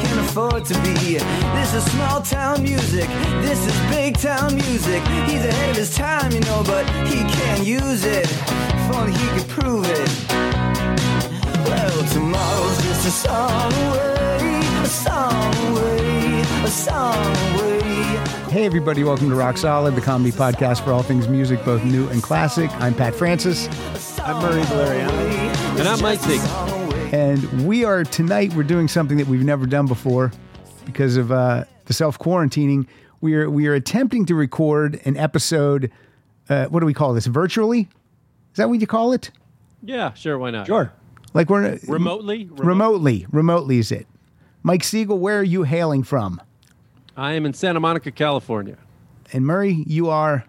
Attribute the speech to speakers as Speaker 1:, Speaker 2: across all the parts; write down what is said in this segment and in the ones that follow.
Speaker 1: to be. This is small town music. This is big town music. He's ahead of his time, you know, but he can't use it. If only he could prove it. Well, tomorrow's just a song away, a song away, a song away.
Speaker 2: Hey, everybody, welcome to Rock Solid, the comedy podcast for all things music, both new and classic. I'm Pat Francis,
Speaker 1: I'm Murray Valeriano.
Speaker 3: And I'm Mike Zieg.
Speaker 2: and we are tonight, we're doing something that we've never done before because of uh, the self quarantining. We are, we are attempting to record an episode. Uh, what do we call this? Virtually? Is that what you call it?
Speaker 3: Yeah, sure, why not?
Speaker 4: Sure.
Speaker 2: Like we're
Speaker 3: Remotely? Remote-
Speaker 2: remotely. Remotely is it. Mike Siegel, where are you hailing from?
Speaker 3: I am in Santa Monica, California.
Speaker 2: And Murray, you are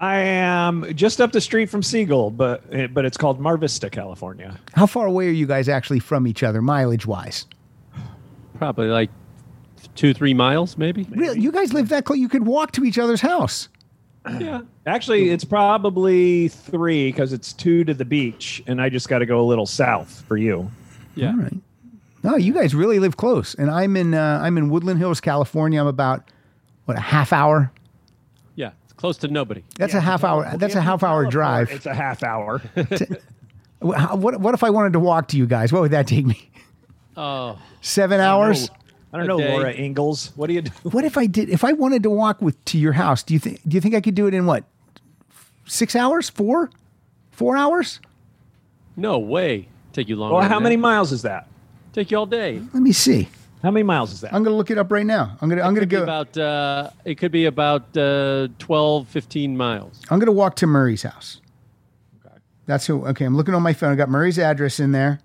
Speaker 4: I am just up the street from Siegel, but eh, but it's called Mar Vista, California.
Speaker 2: how far away are you guys actually from each other, mileage wise?
Speaker 3: Probably like two, three miles, maybe.
Speaker 2: Really, you guys live that close? You could walk to each other's house.
Speaker 3: Yeah.
Speaker 4: Actually, it's probably three because it's two to the beach, and I just got to go a little south for you.
Speaker 3: Yeah.
Speaker 2: All right. No, you guys really live close. And I'm in uh, I'm in Woodland Hills, California. I'm about what a half hour.
Speaker 3: Yeah. It's close to nobody.
Speaker 2: That's a half hour. That's a half hour drive.
Speaker 4: It's a half hour.
Speaker 2: Wh- how- What what if I wanted to walk to you guys? What would that take me?
Speaker 3: Oh,
Speaker 2: Seven hours.
Speaker 4: I don't know,
Speaker 3: Okay.
Speaker 4: Laura Ingalls. What do you do?
Speaker 2: What if I did? If I wanted to walk with to your house, do you think do you think I could do it in what six hours? Four, four hours?
Speaker 3: no way. Take you longer.
Speaker 4: Well,
Speaker 3: than
Speaker 4: how
Speaker 3: that.
Speaker 4: many miles is that?
Speaker 3: Take you all day.
Speaker 2: Let me see.
Speaker 4: How many miles is that?
Speaker 2: I'm gonna look it up right now. I'm gonna I'm gonna
Speaker 3: Could be
Speaker 2: go.
Speaker 3: About, uh, it could be about uh, 12, 15 miles.
Speaker 2: I'm gonna walk to Murray's house. That's who. Okay, I'm looking on my phone. I got Murray's address in there.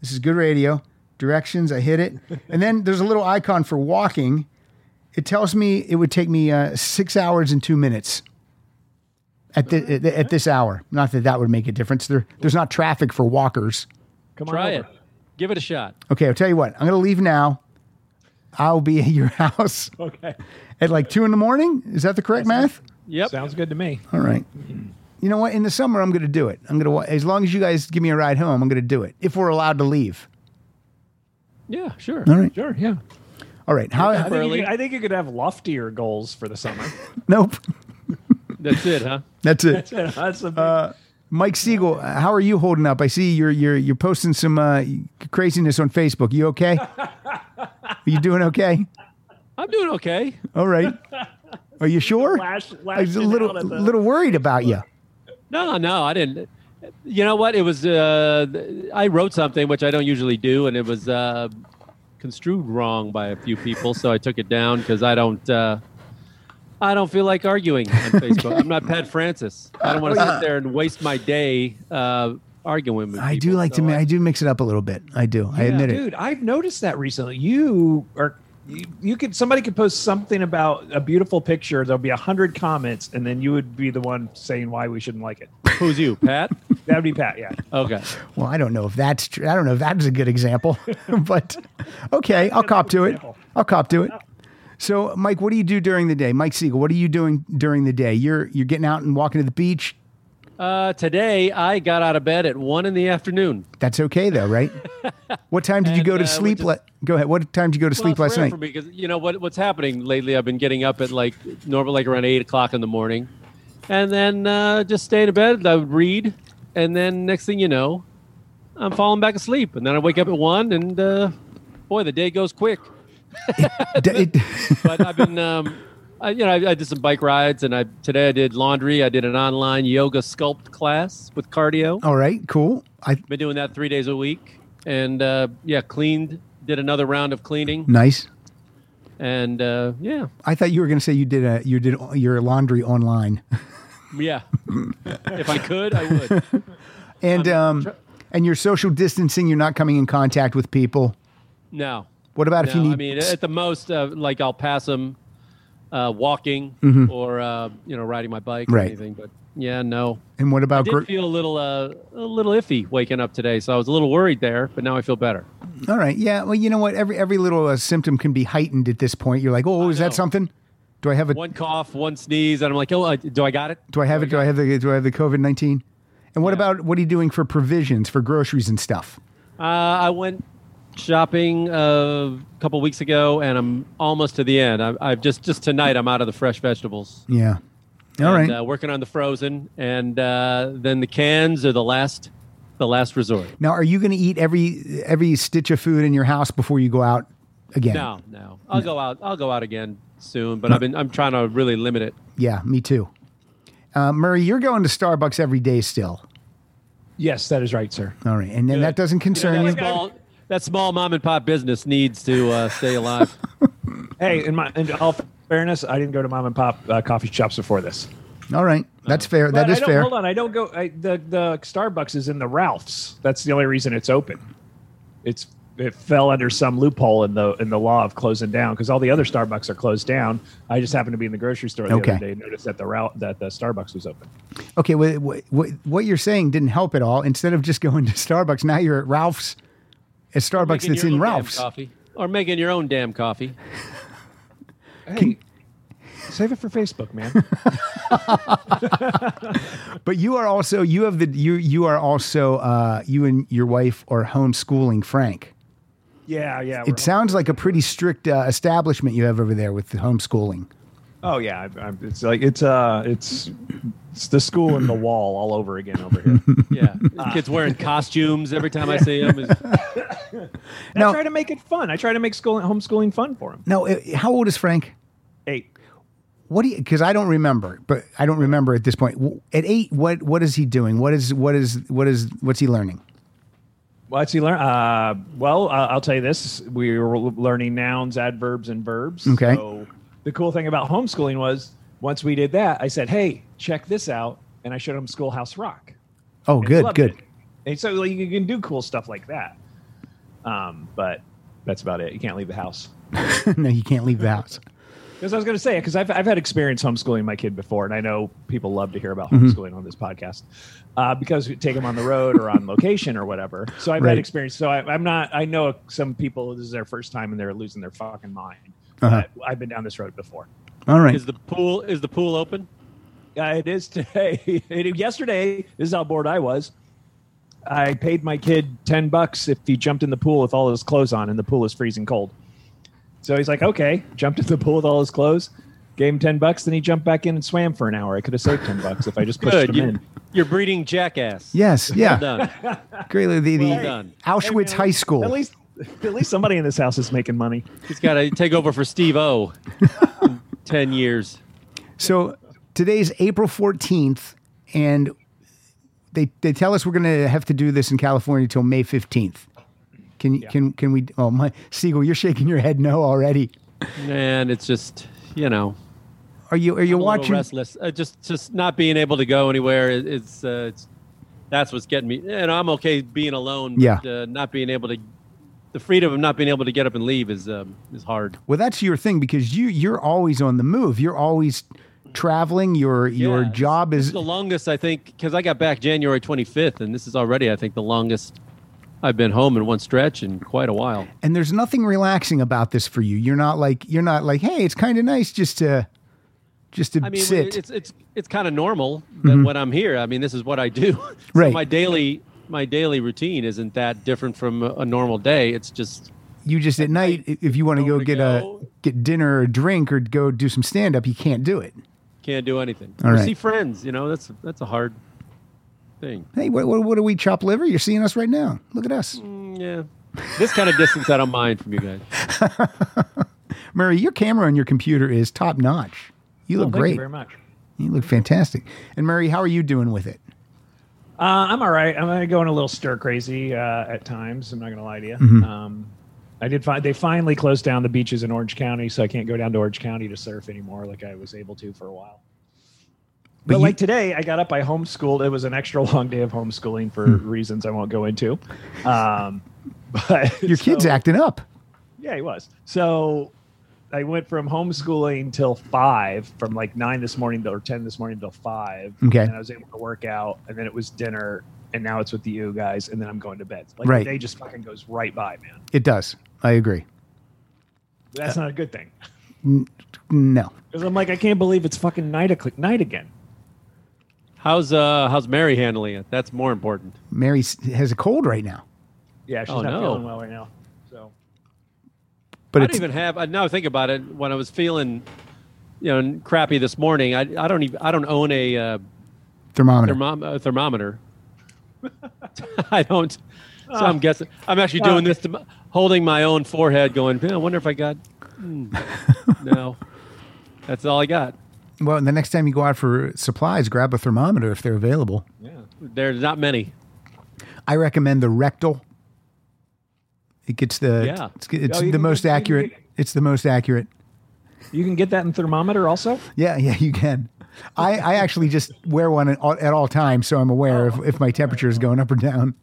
Speaker 2: This is good radio. Directions, I hit it, and then there's a little icon for walking. It tells me it would take me uh, six hours and two minutes at the, at- at this hour. Not that that would make a difference. There, there's not traffic for walkers.
Speaker 4: Come on,
Speaker 3: Try it.
Speaker 4: over.
Speaker 3: Give it a shot.
Speaker 2: Okay, I'll tell you what. I'm gonna leave now. I'll be at your house
Speaker 4: Okay,
Speaker 2: at like two in the morning. Is that the correct math?
Speaker 3: Yep.
Speaker 4: sounds good to me.
Speaker 2: All right. You know what? In the summer, I'm going to do it. I'm going to wa- as long as you guys give me a ride home, I'm going to do it if we're allowed to leave.
Speaker 3: yeah, sure.
Speaker 2: All right.
Speaker 4: Sure, yeah.
Speaker 2: All right.
Speaker 4: I
Speaker 2: How?
Speaker 4: think, you
Speaker 3: Burley.
Speaker 4: could, I think you could have loftier goals for the summer.
Speaker 2: Nope.
Speaker 3: That's it, huh?
Speaker 2: That's it.
Speaker 4: That's a big,
Speaker 2: Uh, Mike Siegel, uh, how are you holding up? I see you're you're you're posting some uh, craziness on Facebook. You okay? Are you doing okay?
Speaker 3: I'm doing okay.
Speaker 2: All right. Are you sure?
Speaker 4: lash,
Speaker 2: I was a little little worried about you.
Speaker 3: No, no, I didn't. You know what? It was uh, I wrote something which I don't usually do, and it was uh, construed wrong by a few people, so I took it down because I don't. Uh, I don't feel like arguing on Facebook. I'm not Pat Francis. I don't want to sit there and waste my day uh, arguing with
Speaker 2: I
Speaker 3: people.
Speaker 2: do like to
Speaker 3: So
Speaker 2: mi-
Speaker 3: I-
Speaker 2: I do mix it up a little bit. I do. I admit it.
Speaker 4: Dude, I've noticed that recently. You are you, you could somebody could post something about a beautiful picture, there'll be a hundred comments, and then you would be the one saying why we shouldn't like it.
Speaker 3: Who's you, Pat?
Speaker 4: That'd be Pat, yeah.
Speaker 3: Okay.
Speaker 2: Well, I don't know if that's true. I don't know if that's a good example, but okay, I'll cop to it. I'll cop to it. So, Mike, what do you do during the day? Mike Siegel, what are you doing during the day? You're you're getting out and walking to the beach.
Speaker 3: Uh, today I got out of bed at one in the afternoon.
Speaker 2: That's okay though, right? What time did you
Speaker 3: And,
Speaker 2: go to
Speaker 3: uh, we
Speaker 2: sleep?
Speaker 3: just-
Speaker 2: le- go ahead. What time did you go to
Speaker 3: Well,
Speaker 2: sleep
Speaker 3: it's
Speaker 2: last
Speaker 3: rare
Speaker 2: night?
Speaker 3: for me because you know what what's happening lately. I've been getting up at like normal, like around eight o'clock in the morning, and then uh, just stay in bed. I would read, and then next thing you know, I'm falling back asleep, and then I wake up at one, and uh, boy, the day goes quick.
Speaker 2: D- it-
Speaker 3: But I've been, um, I, you know, I, I did some bike rides, and I today I did laundry. I did an online yoga sculpt class with cardio.
Speaker 2: all right, cool. I
Speaker 3: Been doing that three days a week, and uh, yeah, cleaned. Did another round of cleaning,
Speaker 2: nice.
Speaker 3: and uh, yeah,
Speaker 2: I thought you were going to say you did a you did your laundry online,
Speaker 3: Yeah. if I could, I would.
Speaker 2: and um,
Speaker 3: tr-
Speaker 2: and you're social distancing. You're not coming in contact with people.
Speaker 3: No.
Speaker 2: What about if you
Speaker 3: No,
Speaker 2: need?
Speaker 3: I mean, at the most, uh, like I'll pass them uh, walking or, uh, you know, riding my bike or
Speaker 2: Mm-hmm. Right.
Speaker 3: anything. But yeah, no.
Speaker 2: and what
Speaker 3: I
Speaker 2: about? gr-
Speaker 3: did feel a little, uh, a little iffy waking up today. So I was a little worried there, but now I feel better.
Speaker 2: All right. Yeah. Well, you know what? Every every little uh, symptom can be heightened at this point. You're like, oh, is that
Speaker 3: know.
Speaker 2: something? Do I have a
Speaker 3: One cough, one sneeze, and I'm like, oh, uh, do I got it?
Speaker 2: do I have it? Do I have the do I have the COVID nineteen? And what
Speaker 3: Yeah.
Speaker 2: about what are you doing for provisions for groceries and stuff?
Speaker 3: Uh, I went shopping uh, a couple weeks ago, and I'm almost to the end. I, I've just just tonight. I'm out of the fresh vegetables.
Speaker 2: Yeah. All right.
Speaker 3: and, uh, working on the frozen, and uh, then the cans are the last, the last resort.
Speaker 2: now, are you going to eat every every stitch of food in your house before you go out again?
Speaker 3: No, no, I'll go out. I'll go out again soon, but I've been. I'm trying to really limit it.
Speaker 2: Yeah, me too. Uh, Murray, you're going to Starbucks every day still.
Speaker 4: Yes, that is right, sir.
Speaker 2: All right, and then that doesn't concern you.
Speaker 3: That small, that small mom and pop business needs to uh, stay alive.
Speaker 4: Hey, in my in all fairness, I didn't go to mom and pop uh, coffee shops before this.
Speaker 2: All right, that's fair.
Speaker 4: But
Speaker 2: That is
Speaker 4: I don't,
Speaker 2: fair.
Speaker 4: Hold on, I don't go. I, the the Starbucks is in the Ralphs. That's the only reason it's open. It's it fell under some loophole in the in the law of closing down because all the other Starbucks are closed down. I just happened to be in the grocery store the
Speaker 2: Okay.
Speaker 4: other day and noticed that the route that the Starbucks was open.
Speaker 2: Okay, what, what, what you're saying didn't help at all. Instead of just going to Starbucks, now you're at Ralph's, at Starbucks
Speaker 3: Making
Speaker 2: that's
Speaker 3: your
Speaker 2: in
Speaker 3: own damn
Speaker 2: Ralph's.
Speaker 3: coffee or making your own damn coffee.
Speaker 4: Hey, save it for Facebook, man.
Speaker 2: But you are also you have the you you are also uh, you and your wife are homeschooling Frank.
Speaker 4: yeah, yeah. we're-
Speaker 2: It sounds like a pretty strict uh, establishment you have over there with the homeschooling.
Speaker 4: oh yeah, I, I, it's like it's uh it's it's the school and the wall all over again over here.
Speaker 3: Yeah, kids wearing costumes every time I see them.
Speaker 4: And
Speaker 2: Now-
Speaker 4: I try to make it fun. I try to make school homeschooling fun for him.
Speaker 2: No, uh, how old is Frank?
Speaker 4: Hey,
Speaker 2: What do you? Because I don't remember, but I don't remember at this point. W- At eight, what what is he doing? What is what is what is what's he learning?
Speaker 4: What's he learn? Uh, well, uh, I'll tell you this: we were learning nouns, adverbs, and verbs.
Speaker 2: Okay.
Speaker 4: So the cool thing about homeschooling was once we did that, I said, "Hey, check this out," and I showed him Schoolhouse Rock.
Speaker 2: Oh,
Speaker 4: He
Speaker 2: good,
Speaker 4: loved
Speaker 2: good.
Speaker 4: it. And so like, you can do cool stuff like that. Um, but that's about it. You can't leave the house.
Speaker 2: no, you can't leave the house.
Speaker 4: Because I was going to say, because I've, I've had experience homeschooling my kid before, and I know people love to hear about
Speaker 2: Mm-hmm.
Speaker 4: homeschooling on this podcast uh, because we take them on the road or on location or whatever. So I've
Speaker 2: Right.
Speaker 4: had experience. So I, I'm not, I know some people, this is their first time and they're losing their fucking mind.
Speaker 2: Uh-huh.
Speaker 4: But I've been down this road before.
Speaker 2: All right.
Speaker 3: Is the pool is the pool open?
Speaker 4: Uh, it is today. It- Yesterday, this is how bored I was. I paid my kid 10 bucks if he jumped in the pool with all his clothes on, and the pool is freezing cold. So he's like, okay, jumped in the pool with all his cothes, gave him 10 bucks, then he jumped back in and swam for an hour. I could have saved 10 bucks if I just pushed him
Speaker 3: Good. You,
Speaker 4: in.
Speaker 3: you're breeding jackass.
Speaker 2: Yes, yeah.
Speaker 3: Done.
Speaker 2: Greatly, the, the
Speaker 3: Well done.
Speaker 2: Auschwitz
Speaker 4: Hey, man,
Speaker 2: High School.
Speaker 4: At least, at least somebody in this house is making money.
Speaker 3: He's got to take over for Steve O. in Ten years.
Speaker 2: so today's April 14th, and they, they tell us we're going to have to do this in California till May 15th. Can, can, can we? Oh, my Siegel, you're shaking your head no already.
Speaker 3: And it's just you know
Speaker 2: Are you, are you
Speaker 3: I'm a little
Speaker 2: watching?
Speaker 3: restless. Uh, just just not being able to go anywhere. It, it's, uh, it's that's what's getting me. And I'm okay being alone. But,
Speaker 2: Yeah.
Speaker 3: Uh, not being able to the freedom of not being able to get up and leave is um, is hard.
Speaker 2: Well, that's your thing because you, you're always on the move. You're always traveling. Your, your
Speaker 3: Yeah, it's-
Speaker 2: job
Speaker 3: it's
Speaker 2: is.
Speaker 3: the longest I think because I got back January 25th, and this is already I think the longest I've been home in one stretch in quite a while.
Speaker 2: And there's nothing relaxing about this for you. You're not like, you're not like, hey, it's kind of nice just to, just to
Speaker 3: I mean,
Speaker 2: sit. Mm-hmm.
Speaker 3: it's it's it's kind of normal that when I'm here. I mean, this is what I do. So
Speaker 2: Right.
Speaker 3: My daily my daily routine isn't that different from a, a normal day. It's just
Speaker 2: you just at night i- if you want to go
Speaker 3: nowhere to
Speaker 2: get a
Speaker 3: go.
Speaker 2: get dinner or drink or go do some stand up you can't do it
Speaker 3: can't do anything.
Speaker 2: All
Speaker 3: or
Speaker 2: right.
Speaker 3: see friends. You know, that's that's a hard thing.
Speaker 2: hey what, what, what do we chop liver you're seeing us right now look at us
Speaker 3: Mm, yeah. This kind of distance I don't mind from you guys.
Speaker 2: murray your camera on your computer is top notch you
Speaker 4: Well,
Speaker 2: look
Speaker 4: thank you
Speaker 2: great
Speaker 4: very much.
Speaker 2: you look fantastic and murray how are you doing with it
Speaker 4: Uh, I'm all right. I'm uh, going a little stir crazy uh, at times. I'm not going to lie to you.
Speaker 2: Mm-hmm.
Speaker 4: Um, I did find they finally closed down the beaches in Orange County, so I can't go down to Orange County to surf anymore, like I was able to for a while. But,
Speaker 2: you-
Speaker 4: like today, I got up. I homeschooled. It was an extra long day of homeschooling for
Speaker 2: Hmm.
Speaker 4: reasons I won't go into. Um, but
Speaker 2: your kid's
Speaker 4: so-
Speaker 2: acting up
Speaker 4: yeah, he was. So I went from homeschooling till five, from like nine this morning to, or ten this morning till five.
Speaker 2: Okay.
Speaker 4: And I was able to work out, and then it was dinner, and now it's with the you guys, and then I'm going to bed. Like
Speaker 2: Right.
Speaker 4: the day just fucking goes right by, man.
Speaker 2: it does i agree
Speaker 4: That's
Speaker 2: Uh,
Speaker 4: not a good thing.
Speaker 2: no
Speaker 4: Because I'm like, I can't believe it's fucking night o'clock, night again.
Speaker 3: How's uh how's Mary handling it? That's more important.
Speaker 2: mary s- has a cold right now
Speaker 4: Yeah, she's
Speaker 3: Oh,
Speaker 4: not
Speaker 3: no.
Speaker 4: feeling well right now.
Speaker 2: But
Speaker 3: I
Speaker 2: it's
Speaker 3: don't even have. I Now I think about it, when I was feeling, you know, crappy this morning, I, I don't even. I don't own a uh,
Speaker 2: thermometer.
Speaker 3: thermom- a thermometer. I don't. So I'm guessing. I'm actually doing this, to, m- holding my own forehead, going. "Yeah, I wonder if I got. hmm, no, that's all I got.
Speaker 2: well, and the next time you go out for supplies, grab a thermometer if they're available.
Speaker 4: Yeah.
Speaker 3: There's not many.
Speaker 2: I recommend the rectal. It gets the
Speaker 3: Yeah.
Speaker 2: it's, it's
Speaker 4: Oh, you
Speaker 2: the
Speaker 4: can-
Speaker 2: most
Speaker 4: you can
Speaker 2: accurate.
Speaker 4: get-
Speaker 2: It's the most accurate.
Speaker 4: You can get that in thermometer also.
Speaker 2: Yeah, yeah, you can. I, I actually just wear one at all, at all times, so I'm aware of if my temperature is going up or down.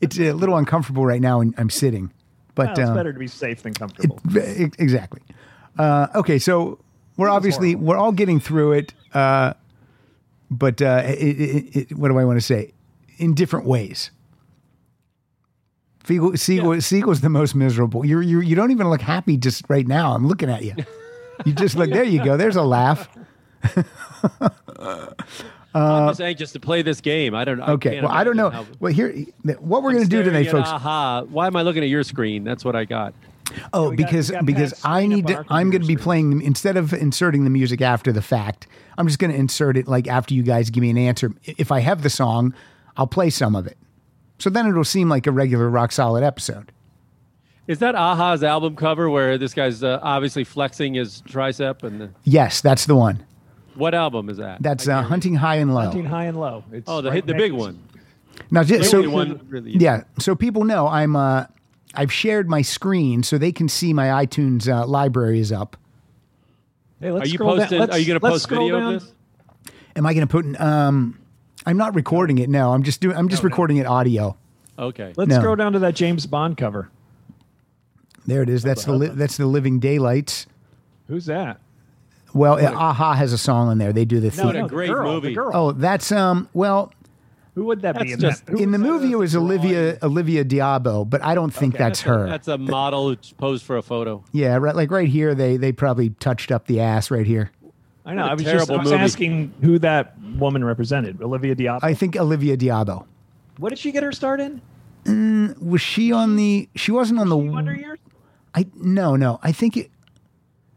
Speaker 2: It's a little uncomfortable right now, and I'm sitting.
Speaker 4: Well,
Speaker 2: But
Speaker 4: Oh, it's
Speaker 2: um,
Speaker 4: better to be safe than comfortable.
Speaker 2: V- e- Exactly. Uh, okay, so we're obviously we're all getting through it, uh, but uh, it, it, it, what do I want to say? In different ways. Siegel, Siegel, Siegel's the most miserable. You you you don't even look happy just right now. I'm looking at you. You just look. There you go. There's a laugh.
Speaker 3: I'm just anxious to play this game. I don't.
Speaker 2: Okay.
Speaker 3: can't
Speaker 2: well, I don't know.
Speaker 3: imagine how-
Speaker 2: Well, here, what we're going to do
Speaker 3: Staring
Speaker 2: today,
Speaker 3: at
Speaker 2: folks.
Speaker 3: Aha! Why am I looking at your screen? That's what I got.
Speaker 2: Oh,
Speaker 4: got-
Speaker 2: because
Speaker 4: we got
Speaker 2: because
Speaker 4: Pat's
Speaker 2: I
Speaker 4: screen
Speaker 2: need
Speaker 4: up on
Speaker 2: to.
Speaker 4: our
Speaker 2: I'm going to be
Speaker 4: computer screen.
Speaker 2: playing them instead of inserting the music after the fact. I'm just going to insert it like after you guys give me an answer. I- If I have the song, I'll play some of it. So then it'll seem like a regular rock solid episode.
Speaker 3: Is that Aha's album cover where this guy's uh, obviously flexing his tricep? And the,
Speaker 2: Yes, that's the one.
Speaker 3: what album is that?
Speaker 2: That's uh, hunting high and low.
Speaker 4: Hunting high and low. It's
Speaker 3: oh, the
Speaker 4: right
Speaker 3: hit the
Speaker 4: next-
Speaker 3: big one.
Speaker 2: Now, ju-
Speaker 3: The
Speaker 2: so
Speaker 3: only one really.
Speaker 2: yeah, so people know I'm. Uh, I've shared my screen so they can see my iTunes uh, library is up.
Speaker 4: Hey, let's
Speaker 3: Are you
Speaker 4: scroll down-
Speaker 3: posting?
Speaker 4: let's-
Speaker 3: Are you going to
Speaker 4: let's
Speaker 3: post
Speaker 4: scroll
Speaker 3: video
Speaker 4: down.
Speaker 3: of this?
Speaker 2: Am I going to put? in- Um, I'm not recording it. No, I'm just doing. I'm just recording it audio.
Speaker 3: Okay.
Speaker 4: Let's
Speaker 2: No.
Speaker 4: scroll down to that James Bond cover.
Speaker 2: There it is. That's the li- that's the Living Daylights.
Speaker 4: Who's that?
Speaker 2: Well, Aha has a song on there. They do the
Speaker 4: No,
Speaker 2: theme.
Speaker 3: What a
Speaker 4: no, the
Speaker 3: great
Speaker 4: girl, the
Speaker 3: movie.
Speaker 4: girl.
Speaker 2: Oh, that's um. Well,
Speaker 4: Who would that be?
Speaker 3: That's
Speaker 4: in that-
Speaker 3: just-
Speaker 4: who
Speaker 2: in the
Speaker 4: was that
Speaker 2: movie it
Speaker 4: that's
Speaker 2: was Olivia Olivia Diabo, but I don't think that's her.
Speaker 3: That's a model who posed for a photo.
Speaker 2: yeah, right. Like right here, they they probably touched up the ass right here.
Speaker 4: I know.
Speaker 3: a
Speaker 4: I was just
Speaker 3: terrible
Speaker 4: I was
Speaker 3: movie.
Speaker 4: asking who that woman represented. Olivia Diop.
Speaker 2: I think Olivia Diabo
Speaker 4: what did she get her start in?
Speaker 2: was she on the? She wasn't on
Speaker 4: Wonder
Speaker 2: the.
Speaker 4: Years.
Speaker 2: I no no. I think it.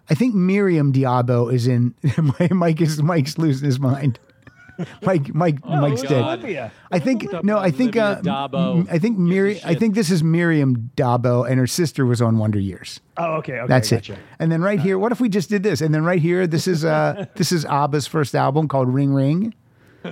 Speaker 2: I think Miriam Diabo is in. Mike is Mike's losing his mind. Mike Mike
Speaker 4: Oh,
Speaker 2: Mike's
Speaker 3: God.
Speaker 2: dead.
Speaker 4: Olivia.
Speaker 2: I think no. I think uh,
Speaker 3: Olivia Dabo.
Speaker 2: m- I think
Speaker 3: Give
Speaker 2: Miriam.
Speaker 3: a
Speaker 2: I
Speaker 3: shit.
Speaker 2: think this is Miriam Dabo, and her sister was on Wonder Years.
Speaker 4: Oh, okay. okay
Speaker 2: That's
Speaker 4: gotcha.
Speaker 2: it. And then right here, what if we just did this? And then right here, this is uh, this is Abba's first album called Ring Ring.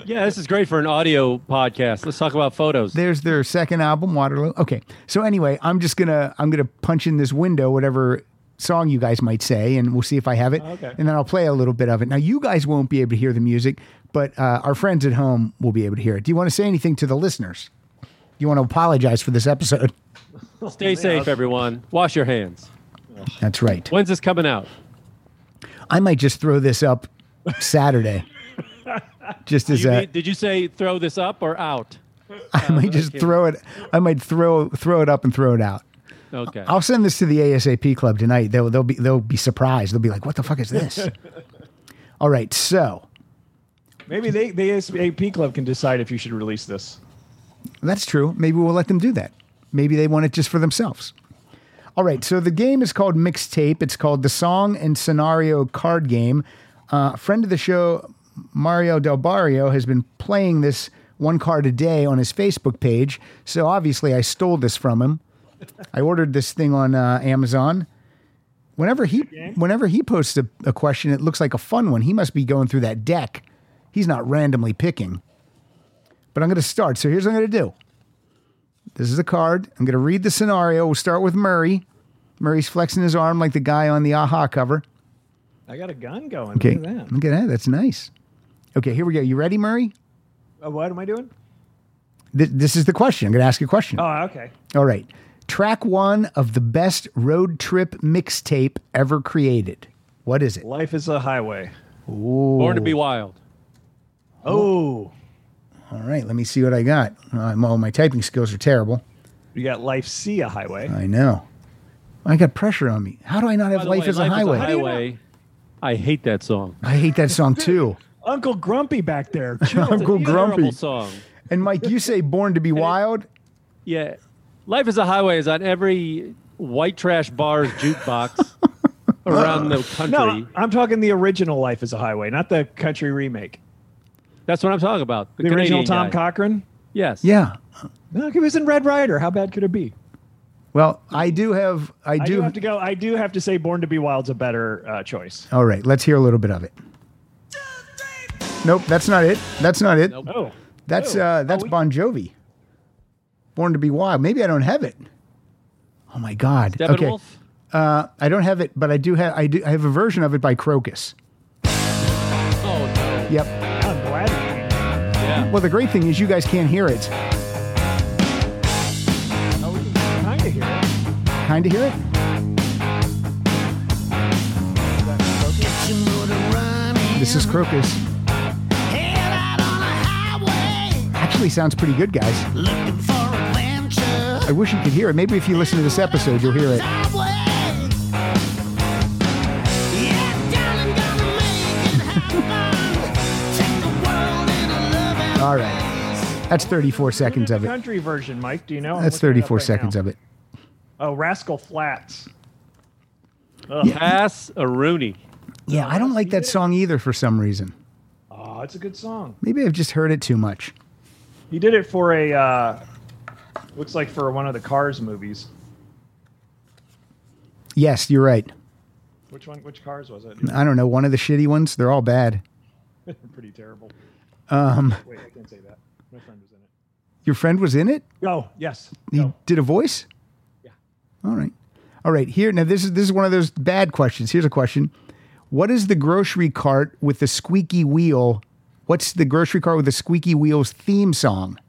Speaker 3: Yeah, this is great for an audio podcast. Let's talk about photos.
Speaker 2: There's their second album, Waterloo. Okay. So anyway, I'm just gonna I'm gonna punch in this window whatever song you guys might say, and we'll see if I have it.
Speaker 4: Okay.
Speaker 2: And then I'll play a little bit of it. Now you guys won't be able to hear the music, but uh, our friends at home will be able to hear it. Do you want to say anything to the listeners? You want to apologize for this episode?
Speaker 3: Stay safe, everyone. Wash your hands.
Speaker 2: That's right.
Speaker 3: When's this coming out?
Speaker 2: I might just throw this up Saturday. just as
Speaker 3: You
Speaker 2: a,
Speaker 3: need- did you say throw this up or out?
Speaker 2: I might just
Speaker 3: okay.
Speaker 2: throw it. I might throw throw it up and throw it out.
Speaker 3: Okay.
Speaker 2: I'll send this to the ASAP club tonight. They'll they'll be they'll be surprised. They'll be like, "What the fuck is this?" All right, so
Speaker 4: Maybe they, the ASAP Club can decide if you should release this.
Speaker 2: that's true. Maybe we'll let them do that. Maybe they want it just for themselves. All right, so the game is called Mixtape. It's called the Song and Scenario Card Game. Uh, friend of the show, Mario Del Barrio, has been playing this one card a day on his Facebook page. So obviously, I stole this from him. I ordered this thing on uh, Amazon. Whenever he whenever he posts a, a question, it looks like a fun one. He must be going through that deck. He's not randomly picking. But I'm going to start. So here's what I'm going to do. This is a card. I'm going to read the scenario. We'll start with Murray. Murray's flexing his arm like the guy on the Aha cover.
Speaker 4: I got a gun going.
Speaker 2: Okay.
Speaker 4: Look at that.
Speaker 2: Look at that. That's nice. Okay, here we go. You ready, Murray?
Speaker 4: Oh, what am I doing?
Speaker 2: Th- this is the question. I'm going to ask you a question.
Speaker 4: Oh, okay.
Speaker 2: All right. Track one of the best road trip mixtape ever created. What is it?
Speaker 4: Life is a highway.
Speaker 3: Born to be wild.
Speaker 4: Oh,
Speaker 2: All right, let me see what I got. Um, well, my typing skills are terrible.
Speaker 4: you got Life See a Highway.
Speaker 2: I know. I got pressure on me. How do I not have
Speaker 3: By the
Speaker 2: life,
Speaker 3: way,
Speaker 2: as, a highway?
Speaker 4: do you
Speaker 3: Highway. I hate that song.
Speaker 2: I hate that song too.
Speaker 4: Uncle Grumpy back there. Chill.
Speaker 2: Uncle Grumpy.
Speaker 3: Terrible song.
Speaker 2: And Mike, you say "Born to Be Wild."
Speaker 3: Yeah. Life is a Highway is on every white trash bars jukebox around the country.
Speaker 4: No, I'm talking the original Life is a Highway, not the country remake.
Speaker 3: That's what I'm talking about. The,
Speaker 4: The, original
Speaker 3: Canadian
Speaker 4: Tom
Speaker 3: guy.
Speaker 4: Cochran?
Speaker 3: Yes.
Speaker 2: Yeah.
Speaker 4: No, he was in Red Rider. How bad could it be?
Speaker 2: Well, I do have. I do.
Speaker 4: I do have to go. I do have to say, Born to Be Wild's a better uh, choice.
Speaker 2: All right, let's hear a little bit of it. Nope, that's not it. That's not it.
Speaker 3: Nope.
Speaker 4: Oh,
Speaker 2: That's
Speaker 4: Oh.
Speaker 2: uh, that's
Speaker 4: Oh, we-
Speaker 2: Bon Jovi. Born to be Wild. Maybe I don't have it. Oh my God.
Speaker 3: Steppenwolf.
Speaker 2: Uh, I don't have it, but I do have. I do. I have a version of it by Crocus.
Speaker 3: Oh no.
Speaker 2: Yep.
Speaker 4: I'm glad.
Speaker 3: Yeah.
Speaker 2: Well, the great thing is you guys can't hear it.
Speaker 4: Oh, we can kind of hear it.
Speaker 2: Kind of hear it. This is Crocus.
Speaker 5: Head out on a highway,
Speaker 2: Actually, sounds pretty good, guys.
Speaker 5: looking for adventure.
Speaker 2: I wish you could hear it. Maybe if you listen to this episode, you'll hear it.
Speaker 5: Highway. Yeah, darling, gonna make it happen. Take the world in a loving
Speaker 2: All right.
Speaker 5: place.
Speaker 2: That's 34 seconds
Speaker 4: The
Speaker 2: of it.
Speaker 4: country version, Mike. Do you know? I'm
Speaker 2: That's
Speaker 4: looking it up
Speaker 2: 34
Speaker 4: right
Speaker 2: seconds
Speaker 4: now.
Speaker 2: of it.
Speaker 4: Oh, Rascal Flats.
Speaker 3: Pass a Rooney.
Speaker 2: Yeah, I don't like that song either for some reason.
Speaker 4: Oh, it's a good song.
Speaker 2: Maybe I've just heard it too much.
Speaker 4: He did it for a. Uh, looks like for one of the Cars movies.
Speaker 2: Yes, you're right.
Speaker 4: Which one? Which Cars was it?
Speaker 2: I don't know. One of the shitty ones. They're all bad.
Speaker 4: Pretty terrible. Um. Wait, I can't say that. My friend was in it.
Speaker 2: Your friend was in it.
Speaker 4: Oh, yes.
Speaker 2: He
Speaker 4: No.
Speaker 2: did a voice.
Speaker 4: Yeah.
Speaker 2: All right. All right. Here now. This is this is one of those bad questions. Here's a question. What is the grocery cart with the squeaky wheel? What's the grocery cart with the squeaky wheels theme song?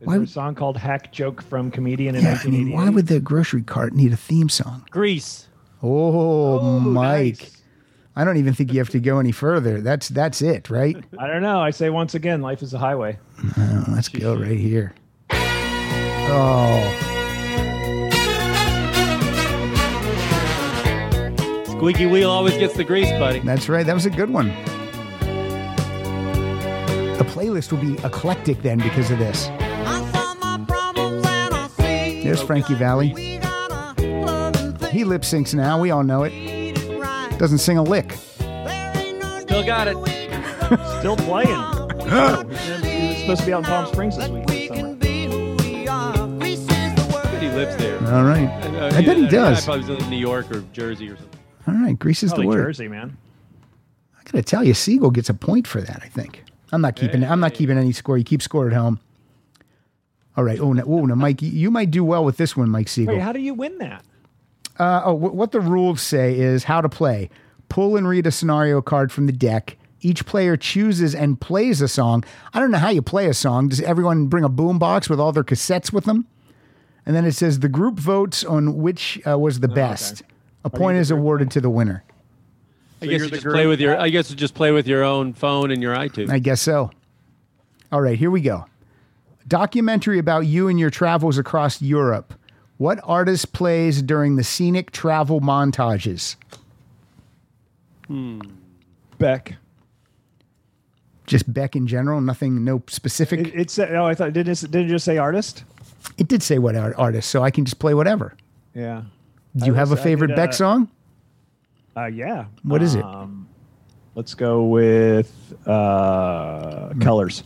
Speaker 4: Is
Speaker 2: Why
Speaker 4: there a
Speaker 2: would-
Speaker 4: song called "Hack Joke" from comedian in
Speaker 2: I mean,
Speaker 4: 1988?
Speaker 2: why would the grocery cart need a theme song?
Speaker 3: Greece.
Speaker 2: Oh, Mike.
Speaker 4: nice.
Speaker 2: I don't even think you have to go any further. That's that's it, right?
Speaker 4: I don't know. I say once again, life is a highway.
Speaker 2: Let's go right here. Oh,
Speaker 3: Squeaky wheel always gets the grease, buddy.
Speaker 2: that's right. That was a good one. The playlist will be eclectic then because of this.
Speaker 5: I saw my problems and I see
Speaker 4: Oh,
Speaker 2: There's Frankie Valley.
Speaker 5: we got a loving thing
Speaker 2: He lip syncs now. We all know it.
Speaker 5: right.
Speaker 2: Doesn't sing a lick.
Speaker 5: There ain't no
Speaker 3: Still got it.
Speaker 4: Still playing.
Speaker 5: It's
Speaker 4: supposed to be out in Palm Springs this week, this summer.
Speaker 3: He lives there.
Speaker 2: All right.
Speaker 3: Uh,
Speaker 2: I bet he
Speaker 3: uh,
Speaker 2: does.
Speaker 3: I probably lives in New York or Jersey or something.
Speaker 2: All right. Grease is the
Speaker 4: Probably
Speaker 2: word.
Speaker 4: Jersey, man.
Speaker 2: I gotta tell you, Siegel gets a point for that. I think I'm not keeping. I'm not keeping any score. You keep score at home. All right. Oh, no, oh, now, Mike, you- you might do well with this one, Mike Siegel.
Speaker 4: Wait, how do you win that?
Speaker 2: Uh, oh, wh- what the rules say is how to play. Pull and read a scenario card from the deck. Each player chooses and plays a song. I don't know how you play a song. Does everyone bring a boombox with all their cassettes with them? And then it says the group votes on which uh, was the best. A point is awarded to the winner.
Speaker 3: I guess
Speaker 4: you're
Speaker 3: you
Speaker 4: the
Speaker 3: just
Speaker 4: girl-
Speaker 3: play with your. I guess you just play with your own phone and your iTunes.
Speaker 2: I guess so. All right, here we go. Documentary about you and your travels across Europe. What artist plays during the scenic travel montages?
Speaker 4: Hmm. Beck.
Speaker 2: Just Beck in general, nothing, no specific.
Speaker 4: It, it said. Oh, I thought didn't it, didn't it just say artist?
Speaker 2: It did say what art- artist, so I can just play whatever.
Speaker 4: Yeah.
Speaker 2: Do you
Speaker 4: I
Speaker 2: have a
Speaker 4: was- I
Speaker 2: favorite
Speaker 4: did,
Speaker 2: Beck
Speaker 4: uh,
Speaker 2: song?
Speaker 4: Uh, yeah.
Speaker 2: What is it?
Speaker 4: um, it? Let's go with uh,
Speaker 2: Mm.
Speaker 4: Colors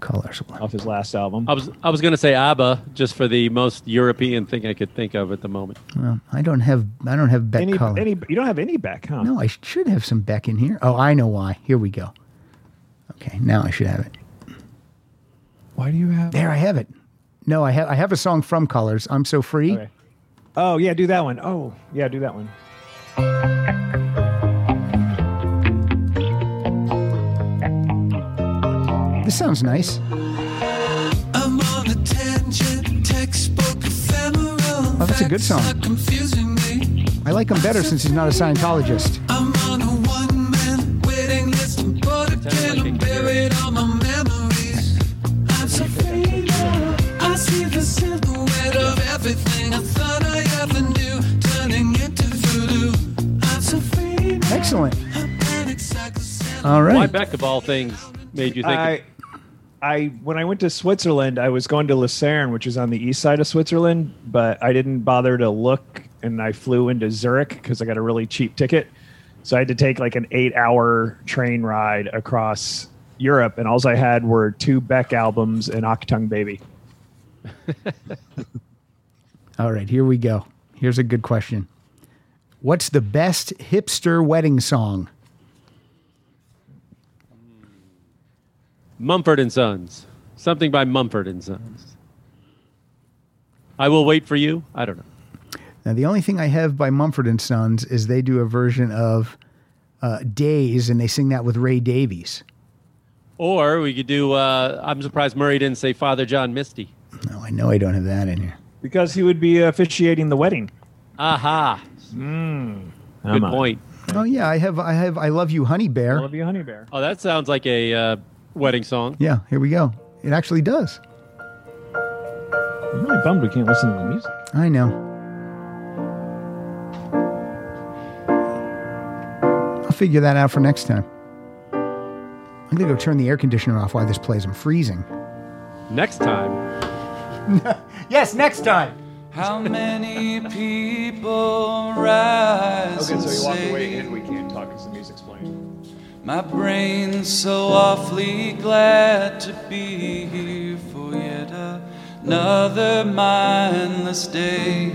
Speaker 2: Colors.
Speaker 4: off his last album.
Speaker 2: Oh,
Speaker 3: I was I was going to say ABBA just for the most European thing I could think of at the moment.
Speaker 2: Well, I don't have. I don't have Beck
Speaker 4: any,
Speaker 2: color.
Speaker 4: any, you don't have any Beck, huh?
Speaker 2: no, I should have some Beck in here. Oh, I know why. Here we go. Okay, now I should have it.
Speaker 4: Why do you have?
Speaker 2: There, I have it. No, I have. I have a song from Colors. I'm so free.
Speaker 4: Okay. Oh yeah, do that one. Oh yeah, do that one.
Speaker 2: This sounds nice.
Speaker 6: I'm on a tangent, textbook ephemeral.
Speaker 2: Oh, that's a good song.
Speaker 6: Facts are confusing me.
Speaker 2: I like him better since he's not a Scientologist.
Speaker 6: I'm on a one man waiting list and put
Speaker 3: Sounds like
Speaker 6: again.
Speaker 3: a
Speaker 6: I'm
Speaker 3: computer.
Speaker 6: buried all my memories. I'm so free now. I see the silhouette of everything I thought I ever knew, turning into voodoo. I'm so free now.
Speaker 2: Excellent.
Speaker 6: Panic cycle,
Speaker 2: All
Speaker 3: Why
Speaker 2: right.
Speaker 3: Beck of all things made you think?
Speaker 4: I I when I went to Switzerland, I was going to Lucerne, which is on the east side of Switzerland, but I didn't bother to look, and I flew into Zurich because I got a really cheap ticket. So I had to take like an eight-hour train ride across Europe, and all I had were two Beck albums and Octung Baby.
Speaker 2: All right, here we go. Here's a good question. What's the best hipster wedding song?
Speaker 3: Mumford and Sons. Something by Mumford and Sons. I will wait for you. I don't know.
Speaker 2: Now, the only thing I have by Mumford and Sons is they do a version of uh, "Days" and they sing that with Ray Davies.
Speaker 3: Or we could do. Uh, I'm surprised Murray didn't say Father John Misty.
Speaker 2: No, Oh, I know I don't have that in here.
Speaker 4: Because he would be officiating the wedding.
Speaker 3: Aha. Good
Speaker 4: on.
Speaker 3: point.
Speaker 2: Oh yeah, I have. I have. I love you, Honey Bear.
Speaker 4: Love you, Honey Bear.
Speaker 3: Oh, that sounds like a uh, wedding song.
Speaker 2: yeah, here we go. It actually does.
Speaker 4: I'm really bummed we can't listen to the music.
Speaker 2: I know. I'll figure that out for next time. I'm gonna go turn the air conditioner off while this plays. I'm freezing.
Speaker 3: Next time.
Speaker 2: Yes, next time.
Speaker 1: How many people rise and say,
Speaker 4: we can't talk because the music's playing.
Speaker 1: My brain's so awfully glad to be here for yet another mindless day.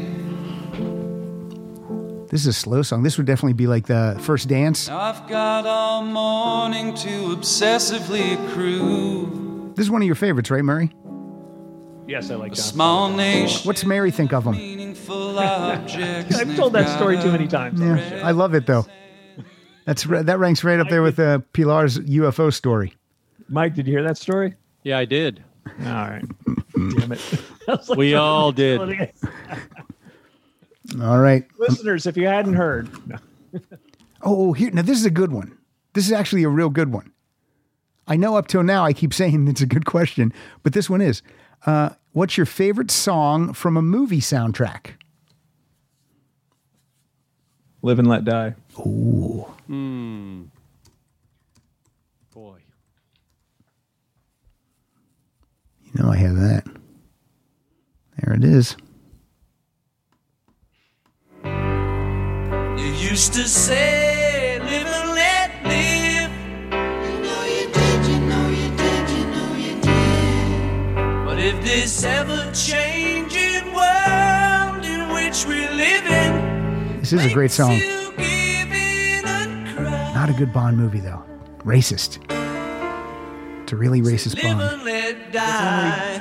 Speaker 2: This is a slow song. This would definitely be like the first dance.
Speaker 1: Now I've got all morning to obsessively accrue
Speaker 2: This is one of your favorites, right, Murray?
Speaker 4: Yes, I like
Speaker 1: a
Speaker 4: that.
Speaker 1: small nation.
Speaker 2: What's Mary think of them?
Speaker 1: Meaningful objects.
Speaker 4: I've told that story too many times.
Speaker 2: Yeah, I love it though. That's ri- that ranks right up there with uh, Pilar's UFO story.
Speaker 4: Mike, did you hear that story?
Speaker 3: Yeah, I did.
Speaker 4: All right. Damn it. I was like,
Speaker 3: We all did.
Speaker 2: All right.
Speaker 4: Listeners, if you hadn't heard, no.
Speaker 2: Oh, here now this is a good one. This is actually a real good one. I know up till now I keep saying it's a good question, but this one is. Uh, what's your favorite song from a movie soundtrack?
Speaker 4: Live and Let Die.
Speaker 3: Boy.
Speaker 2: You know I have that. There it is.
Speaker 1: You used to say, live and let live. But if this ever changing world in which we live in
Speaker 2: This is a great song.
Speaker 1: you give in and cry.
Speaker 2: Not a good Bond movie though. Racist. It's a really racist
Speaker 1: Live
Speaker 2: Bond.
Speaker 1: and let die.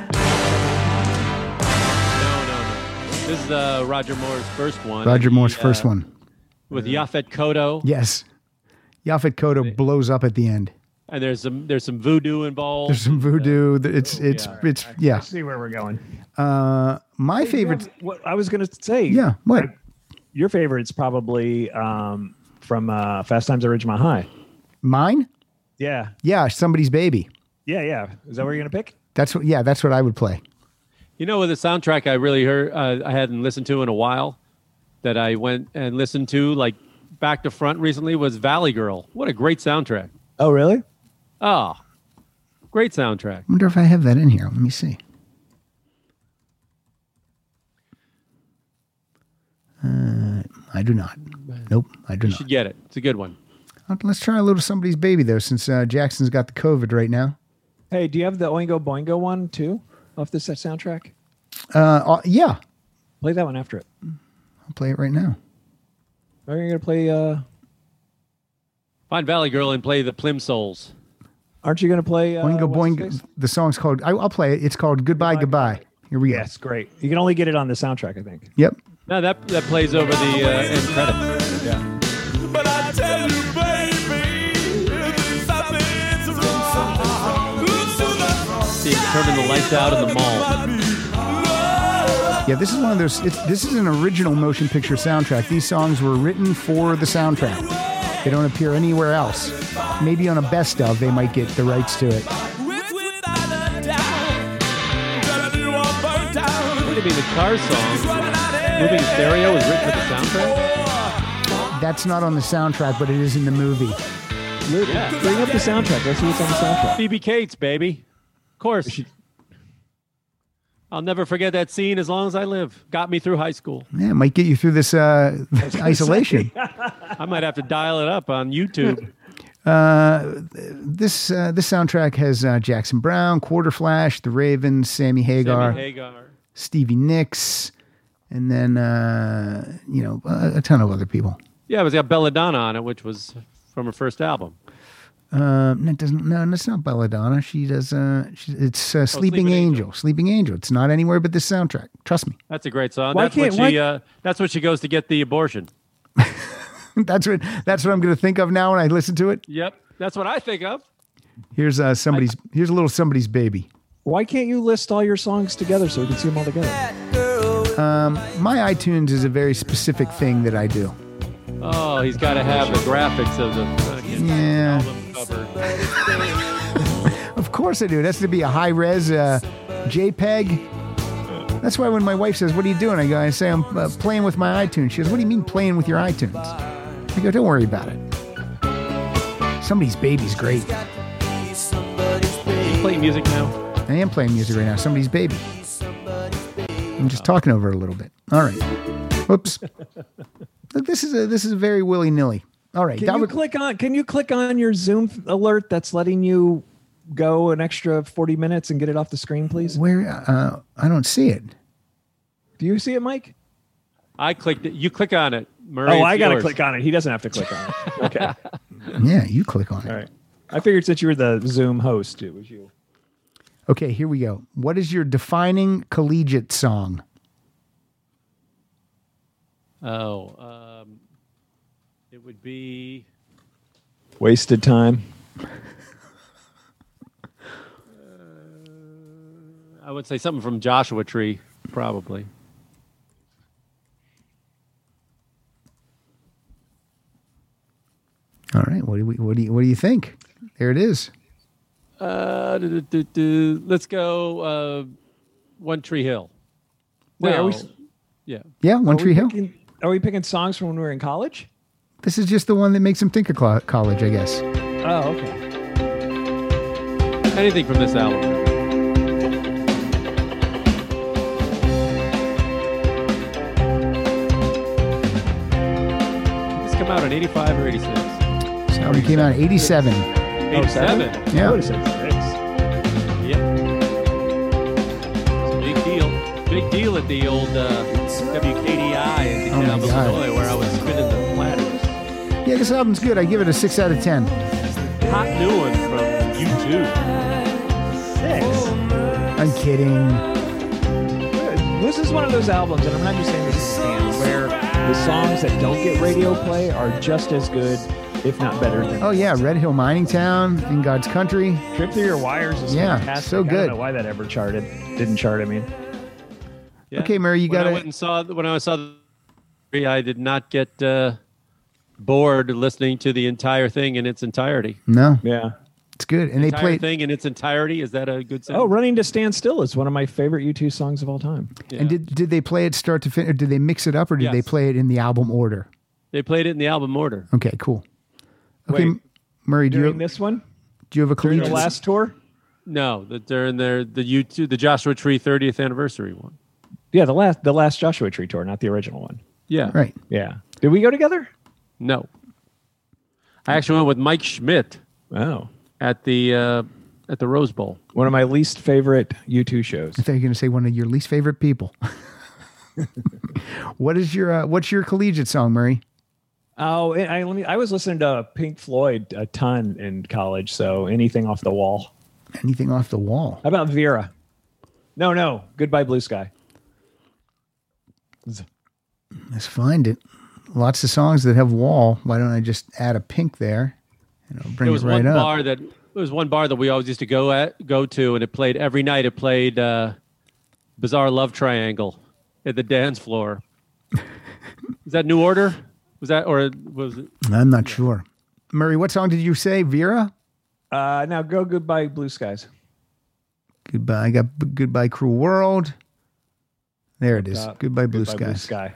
Speaker 3: No, no, no. This is uh, Roger Moore's first one.
Speaker 2: Roger
Speaker 3: He,
Speaker 2: Moore's
Speaker 3: uh,
Speaker 2: first one.
Speaker 3: with Yaphet Koto.
Speaker 2: Yes. Yaphet Kotto blows up at the end.
Speaker 3: And there's some there's some voodoo involved.
Speaker 2: There's some voodoo. th- It's it's it's yeah.
Speaker 4: See where we're going.
Speaker 2: My favorite.
Speaker 4: What I was going to say.
Speaker 2: Yeah. What?
Speaker 4: Your favorite's probably um, from uh, Fast Times at Ridgemont High.
Speaker 2: Mine?
Speaker 4: Yeah.
Speaker 2: Yeah. Somebody's baby.
Speaker 4: Yeah. Yeah. Is that what you're going to pick?
Speaker 2: That's what. Yeah. That's what I would play.
Speaker 3: You know, with a soundtrack I really heard, uh, I hadn't listened to in a while, that I went and listened to like back to front recently was Valley Girl. What a great soundtrack!
Speaker 4: Oh, really?
Speaker 3: Ah, great soundtrack.
Speaker 2: I wonder if I have that in here. Let me see. Uh, I do not. Nope. I do
Speaker 3: You
Speaker 2: not.
Speaker 3: should get it. It's a good one.
Speaker 2: Uh, Let's try a little somebody's baby though, since uh, Jackson's got the COVID right now.
Speaker 4: Hey, do you have the Oingo Boingo one too off this soundtrack?
Speaker 2: Uh, uh, yeah.
Speaker 4: Play that one after it.
Speaker 2: I'll play it right now.
Speaker 4: Are you going to play? Uh,
Speaker 3: Find Valley Girl and play the Plimsolls.
Speaker 4: aren't you going to play? Uh,
Speaker 2: Boingo
Speaker 4: what's his
Speaker 2: Boingo.
Speaker 4: face?
Speaker 2: The song's called. I, I'll play it. It's called Goodbye Goodbye. Here we go.
Speaker 4: Yes, great. You can only get it on the soundtrack, I think.
Speaker 2: Yep.
Speaker 3: Now that that plays over the uh, end credits.
Speaker 6: But I tell you, baby, something's wrong.
Speaker 3: They turning the lights out in the mall.
Speaker 2: Yeah, this is one of those. It's, this is an original motion picture soundtrack. These songs were written for the soundtrack. They don't appear anywhere else. Maybe on a best of, they might get the rights to it.
Speaker 6: With, without a doubt, gonna do a burnt down.
Speaker 3: What do you mean the car song? Moving Stereo was written for the soundtrack.
Speaker 2: That's not on the soundtrack, but it is in the movie.
Speaker 4: Bring up the soundtrack. Let's see what's on the soundtrack.
Speaker 3: Phoebe Cates, baby. Of course. I'll never forget that scene as long as I live. Got me through high school.
Speaker 2: Yeah, it might get you through this uh, isolation.
Speaker 3: I might have to dial it up on YouTube.
Speaker 2: This uh, this soundtrack has uh, Jackson Brown, Quarter Flash, The Ravens, Sammy Hagar,
Speaker 3: Sammy Hagar.
Speaker 2: Stevie Nicks, and then uh, you know a, a ton of other people.
Speaker 3: Yeah, it was got Belladonna on it, which was from her first album.
Speaker 2: Um, that doesn't no, that's not Belladonna. She does. Uh, she, it's uh, Sleeping,
Speaker 3: Sleeping Angel.
Speaker 2: Angel. Sleeping Angel. It's not anywhere but this soundtrack. Trust me.
Speaker 3: That's a great song.
Speaker 4: Why
Speaker 3: that's what
Speaker 4: can't-
Speaker 3: she.
Speaker 4: why-
Speaker 3: Uh, that's what she goes to get the abortion.
Speaker 2: that's what that's what I'm going to think of now when I listen to it.
Speaker 3: Yep, that's what I think of.
Speaker 2: Here's uh, somebody's. here's a little somebody's baby.
Speaker 4: Why can't you list all your songs together so we can see them all together?
Speaker 2: My iTunes is a very specific thing that I do.
Speaker 3: Oh, he's got to have the graphics of the fucking
Speaker 2: Yeah.
Speaker 3: album cover.
Speaker 2: Of course I do. It has to be a high res uh, JPEG. That's why when my wife says, "What are you doing?" I go, I say, "I'm uh, playing with my iTunes." She goes, "What do you mean playing with your iTunes?" I go, "Don't worry about it." Somebody's baby's great.
Speaker 3: Play music now.
Speaker 2: I am playing music right now. Somebody's baby. I'm just talking over it a little bit. All right. Whoops. Look, this is a this is a very willy nilly. All right.
Speaker 4: Can
Speaker 2: that
Speaker 4: you
Speaker 2: would-
Speaker 4: click on? Can you click on your Zoom f- alert that's letting you go an extra forty minutes and get it off the screen, please?
Speaker 2: where uh, I don't see it.
Speaker 4: Do you see it, Mike?
Speaker 3: I clicked it. You click on it, Murray.
Speaker 4: Oh,
Speaker 3: it's
Speaker 4: I gotta
Speaker 3: yours.
Speaker 4: click on it. He doesn't have to click on it. Okay,
Speaker 2: Yeah, you click on it.
Speaker 4: all right. I figured since you were the Zoom host, it was you.
Speaker 2: Okay, here we go. What is your defining collegiate song?
Speaker 3: Oh, um, it would be.
Speaker 4: Wasted time.
Speaker 3: I would say something from Joshua Tree, probably.
Speaker 2: All right, what do we what do you what do you think? There it is.
Speaker 3: Uh, do, do, do, do. Let's go. Uh, One Tree Hill.
Speaker 4: Wait, are we
Speaker 3: No.
Speaker 4: s-
Speaker 3: Yeah.
Speaker 2: Yeah, One Tree Hill.
Speaker 4: Picking- Are we picking songs from when we were in college?
Speaker 2: This is just the one that makes him think of clo- college, I guess.
Speaker 4: Oh, okay.
Speaker 3: Anything from this album. Did This come out in 85 or 86?
Speaker 2: This album came out in '87.
Speaker 3: 87.
Speaker 4: I
Speaker 2: Yeah,
Speaker 4: would've said six.
Speaker 3: Yeah. It's a big deal. Big deal at the old uh, WKDI in
Speaker 2: Oh my
Speaker 3: Columbus,
Speaker 2: God.
Speaker 3: Illinois, where I was spinning the platters.
Speaker 2: yeah. This album's good. I give it a six out of ten.
Speaker 3: Hot new one from U2.
Speaker 4: Six.
Speaker 2: I'm kidding.
Speaker 4: Oh, Good. This is one of those albums, and I'm not just saying this is stand where the songs that don't get radio play are just as good, if not better than.
Speaker 2: Oh yeah, Red Hill Mining Town in God's Country.
Speaker 4: Trip Through Your Wires is
Speaker 2: Yeah,
Speaker 4: fantastic.
Speaker 2: so
Speaker 4: I
Speaker 2: good.
Speaker 4: don't know why that ever charted. Didn't chart, I mean.
Speaker 3: Yeah.
Speaker 2: Okay, Murray, you
Speaker 3: when
Speaker 2: gotta-
Speaker 3: I went and saw when I saw the movie, I did not get uh, bored listening to the entire thing in its entirety.
Speaker 2: No,
Speaker 4: Yeah.
Speaker 2: it's good. And they
Speaker 3: entire
Speaker 2: played.
Speaker 3: thing in its entirety. Is that a good sentence?
Speaker 4: Oh, Running to Stand Still is one of my favorite U2 songs of all time.
Speaker 3: Yeah.
Speaker 2: And did did they play it start to finish? Or did they mix it up, or did they
Speaker 3: Yes.
Speaker 2: play it in the album order?
Speaker 3: they played it in the album order?
Speaker 2: Okay, cool. Okay,
Speaker 4: Wait.
Speaker 2: Murray, do you
Speaker 4: During
Speaker 2: have,
Speaker 4: this one,
Speaker 2: do you have a
Speaker 4: during the
Speaker 2: collegiate?
Speaker 4: last tour?
Speaker 3: No, the, during their the U two the Joshua Tree 30th anniversary one.
Speaker 4: Yeah, the last the last Joshua Tree tour, not the original one.
Speaker 3: Yeah,
Speaker 2: Right.
Speaker 4: Yeah. Did we go together?
Speaker 3: No, I actually went with Mike Schmidt
Speaker 4: Oh.
Speaker 3: at the uh, at the Rose Bowl.
Speaker 4: One of my least favorite U2 shows.
Speaker 2: I thought you were going to say one of your least favorite people. what is your uh, what's your collegiate song, Murray?
Speaker 4: Oh, and I let me, I was listening to Pink Floyd a ton in college, so anything off the wall.
Speaker 2: Anything off the wall?
Speaker 4: How about Vera? No, no. Goodbye Blue Sky.
Speaker 2: Let's find it. Lots of songs that have wall. Why don't I just add a pink there and I'll bring
Speaker 3: There
Speaker 2: it,
Speaker 3: was
Speaker 2: right
Speaker 3: one
Speaker 2: up?
Speaker 3: bar that there was one bar that we always used to go at go to, and it played every night. It played uh, Bizarre Love Triangle at the dance floor. Is that New Order? Was that or was it?
Speaker 2: I'm not sure. Murray, what song did you say? Vera?
Speaker 4: Uh, now go Goodbye Blue Skies.
Speaker 2: Goodbye. I got B- Goodbye Cruel World. There it is.
Speaker 4: Uh,
Speaker 2: goodbye Blue
Speaker 4: Goodbye
Speaker 2: Skies.
Speaker 4: Blue Sky.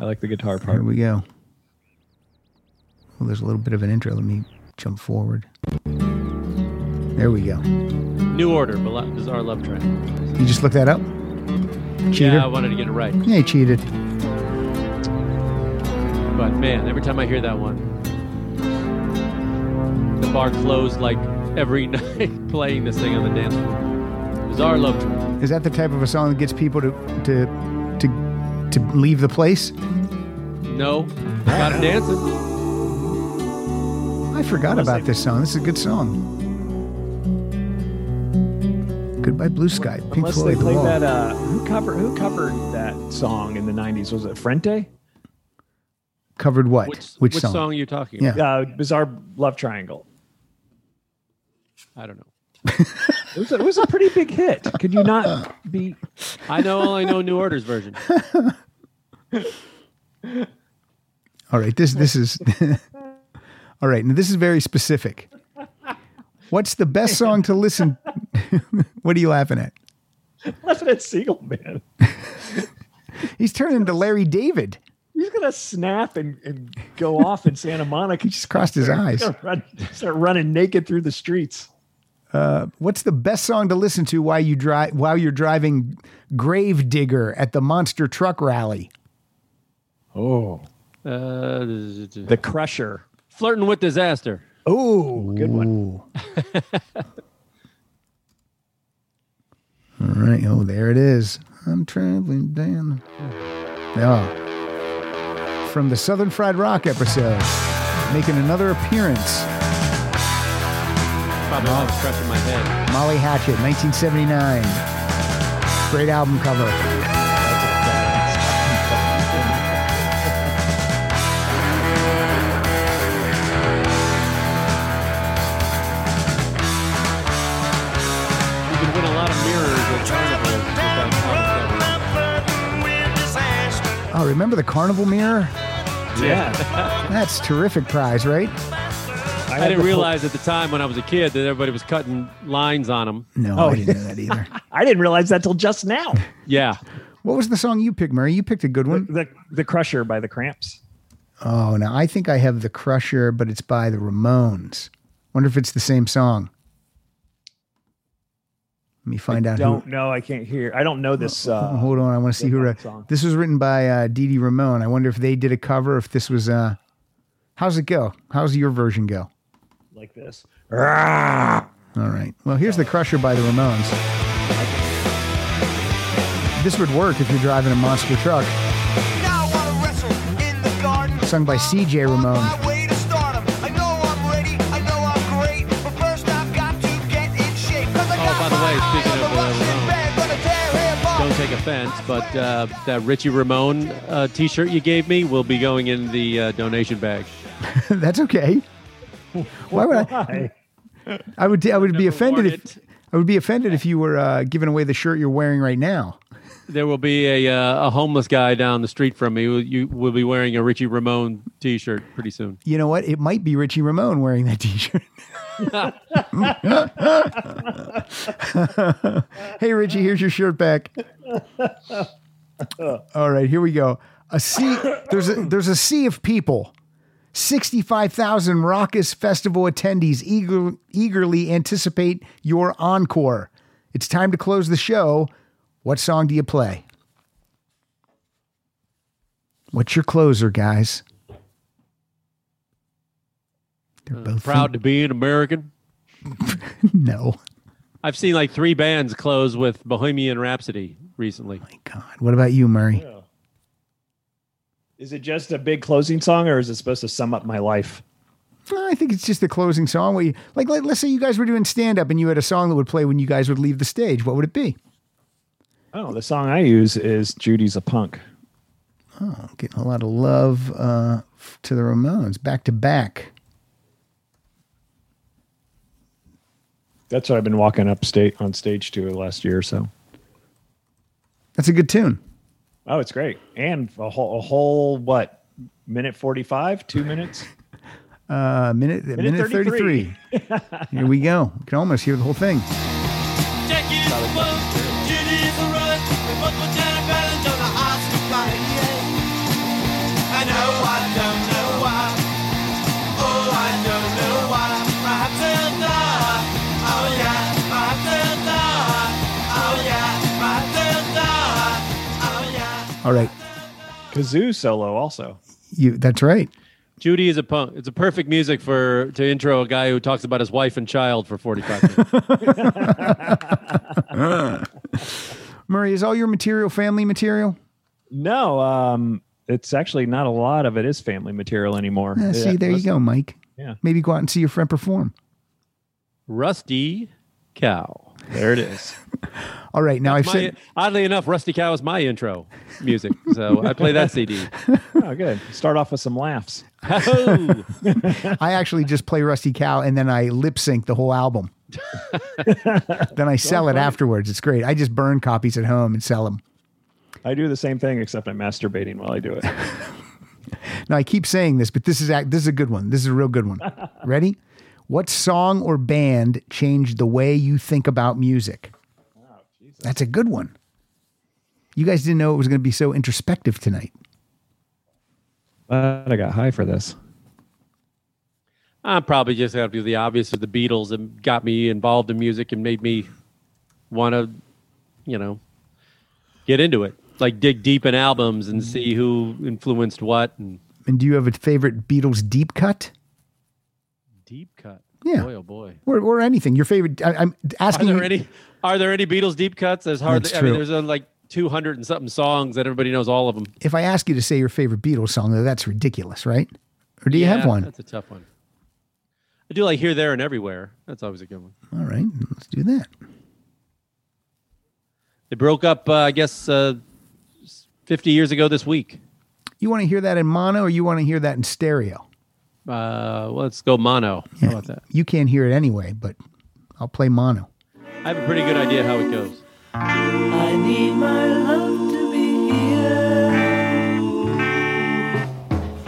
Speaker 4: I like the guitar
Speaker 2: Here
Speaker 4: part.
Speaker 2: we go. Well, there's a little bit of an intro. Let me jump forward. There we go.
Speaker 3: New Order, Bela- Bizarre Love Train.
Speaker 2: You just looked that up? Cheater?
Speaker 3: Yeah, I wanted to get it right.
Speaker 2: Yeah, he cheated.
Speaker 3: But man, every time I hear that one, the bar closed like every night playing this thing on the dance floor. Bizarre Love Train.
Speaker 2: Is that the type of a song that gets people to to to to leave the place?
Speaker 3: No, got him dancing.
Speaker 2: I forgot about this song. This is a good song. Goodbye Blue Sky, Pink
Speaker 4: Unless
Speaker 2: Floyd,
Speaker 4: they
Speaker 2: The
Speaker 4: played
Speaker 2: Wall.
Speaker 4: that, uh, who covered who covered that song in the '90s? Was it Frente?
Speaker 2: Covered what?
Speaker 3: Which,
Speaker 2: Which,
Speaker 3: which
Speaker 2: song?
Speaker 3: song are you talking
Speaker 2: Yeah.
Speaker 3: about?
Speaker 4: Uh, Bizarre Love Triangle.
Speaker 3: I don't know.
Speaker 4: It was, a, it was a pretty big hit. Could you not be?
Speaker 3: I know all I know New Order's version.
Speaker 2: All right, this this is all right. Now this is very specific. What's the best song to listen? what are you laughing at?
Speaker 4: Laughing at Siegel, man.
Speaker 2: He's turning into Larry David.
Speaker 4: He's gonna snap and, and go off in Santa Monica.
Speaker 2: He just crossed his eyes.
Speaker 4: He's gonna run, start running naked through the streets.
Speaker 2: What's the best song to listen to while you drive while you're driving Grave Digger at the Monster Truck Rally?
Speaker 4: Oh,
Speaker 3: Uh,
Speaker 4: the Crusher.
Speaker 3: flirting with disaster.
Speaker 4: Oh, good one.
Speaker 2: Ooh. All right. Oh, there it is. I'm traveling down. Oh. From the Southern Fried Rock episode, making another appearance.
Speaker 3: Probably all that's crushing my head.
Speaker 2: Molly Hatchet, 1979. Great album cover.
Speaker 3: You can win a lot of mirrors at carnivals with that song cover.
Speaker 2: Oh, remember the Carnival Mirror?
Speaker 4: Yeah,
Speaker 2: That's terrific prize, right?
Speaker 3: I
Speaker 4: I, had the
Speaker 3: didn't
Speaker 4: full-
Speaker 3: realize at the time when I was a kid that everybody was cutting lines on them.
Speaker 2: No,
Speaker 4: Oh.
Speaker 2: I didn't know that either.
Speaker 4: I didn't realize that till just now.
Speaker 3: Yeah.
Speaker 2: What was the song you picked, Murray? You picked a good one.
Speaker 4: the The Crusher by the Cramps.
Speaker 2: Oh, now I think I have The Crusher, but it's by the Ramones. Wonder if it's the same song. Let me find out
Speaker 4: Don't
Speaker 2: who.
Speaker 4: know. I can't hear. I don't know this.
Speaker 2: Oh,
Speaker 4: Uh,
Speaker 2: hold on, I want to see who
Speaker 4: that
Speaker 2: wrote.
Speaker 4: song.
Speaker 2: This was written by uh, Dee Dee Ramone. I wonder if they did a cover. If this was, uh, how's it go? How's your version go?
Speaker 4: like this.
Speaker 2: All right. Well, here's the Crusher by the Ramones. This would work if you're driving a monster truck, sung by C.J. Ramone.
Speaker 3: Oh, by the way, speaking of uh, Ramone, don't
Speaker 5: Don't
Speaker 3: take offense, but uh, that Richie Ramone uh, T-shirt you gave me will be going in the uh, donation bag.
Speaker 2: That's okay. Why would I?
Speaker 4: Hi.
Speaker 2: I would. I would be
Speaker 3: Never worn
Speaker 2: offended if
Speaker 3: it.
Speaker 2: I would be offended if you were uh, giving away the shirt you're wearing right now.
Speaker 3: There will be a, uh, a homeless guy down the street from me. who- You will be wearing a Richie Ramone T-shirt pretty soon.
Speaker 2: You know what? It might be Richie Ramone wearing that T-shirt. hey Richie, here's your shirt back. All right, here we go. A sea. There's a there's a sea of people. 65,000 raucous festival attendees eager, eagerly anticipate your encore. It's time to close the show. What song do you play? What's your closer, guys? They're both
Speaker 3: Uh, Proud to be an American.
Speaker 2: think- no.
Speaker 3: I've seen like three bands close with Bohemian Rhapsody recently.
Speaker 2: My God, what about you, Murray?
Speaker 4: Is it just a big closing song, or is it supposed to sum up my life?
Speaker 2: No, I think it's just the closing song. Where you, like, let, let's say you guys were doing stand up and you had a song that would play when you guys would leave the stage. What would it be?
Speaker 4: Oh, the song I use is "Judy's a Punk."
Speaker 2: getting a lot of love uh, f- to the Ramones back to back.
Speaker 4: That's what I've been walking up state on stage to the last year or so.
Speaker 2: That's a good tune.
Speaker 4: Oh, it's great, and a whole, a whole what minute forty-five, two minutes.
Speaker 2: A Uh, minute, a minute, 33.
Speaker 4: 33.
Speaker 2: Here we go. You can almost hear the whole thing.
Speaker 5: I don't know why. Perhaps they'll die. Oh,
Speaker 2: All right.
Speaker 4: Kazoo solo also.
Speaker 2: You that's right.
Speaker 3: Judy is a punk. It's a perfect music for to intro a guy who talks about his wife and child for 45 minutes.
Speaker 2: Murray, is all your material family material?
Speaker 4: No, um, it's actually not a lot of it is family material anymore.
Speaker 2: Yeah, Uh, see, there you go, Mike.
Speaker 4: Yeah.
Speaker 2: Maybe go out and see your friend perform.
Speaker 3: Rusty Cow. There it is.
Speaker 2: All right, now I've
Speaker 3: My,
Speaker 2: said
Speaker 3: oddly enough, Rusty Cow is my intro music. So I play that CD.
Speaker 4: Oh, good. Start off with some laughs.
Speaker 3: Oh,
Speaker 2: I actually just play Rusty Cow and then I lip sync the whole album. then I sell it afterwards. It's great. I just burn copies at home and sell them.
Speaker 4: I do the same thing except I'm masturbating while I do it.
Speaker 2: Now I keep saying this, but this is act- this is a good one. This is a real good one. Ready? What song or band changed the way you think about music? That's a good one. You guys didn't know it was going to be so introspective tonight.
Speaker 4: But I got high for this.
Speaker 3: I'm probably just going to do the obvious of the Beatles and got me involved in music and made me want to, you know, get into it. Like dig deep in albums and see who influenced what and
Speaker 2: And do you have a favorite Beatles deep cut
Speaker 3: deep cut.
Speaker 2: Yeah.
Speaker 3: Boy, oh boy.
Speaker 2: or, or anything? Your favorite? I, I'm
Speaker 3: Are
Speaker 2: asking.
Speaker 3: there
Speaker 2: you-
Speaker 3: any? Are there any Beatles deep cuts? There's hardly.
Speaker 2: That's
Speaker 3: I mean,
Speaker 2: true.
Speaker 3: there's uh, like 200 and something songs that everybody knows all of them.
Speaker 2: If I ask you to say your favorite Beatles song, though, that's ridiculous, right? Or do you have one?
Speaker 3: That's a tough one. I do like here, there, and everywhere. That's always a good one.
Speaker 2: All right, let's do that.
Speaker 3: They broke up, uh, I guess, uh, 50 years ago this week.
Speaker 2: You want to hear that in mono, or you want to hear that in stereo?
Speaker 3: Uh, well, let's go mono. How about that?
Speaker 2: You can't hear it anyway, but I'll play mono.
Speaker 3: I have a pretty good idea how it goes.
Speaker 1: I need my love to be here.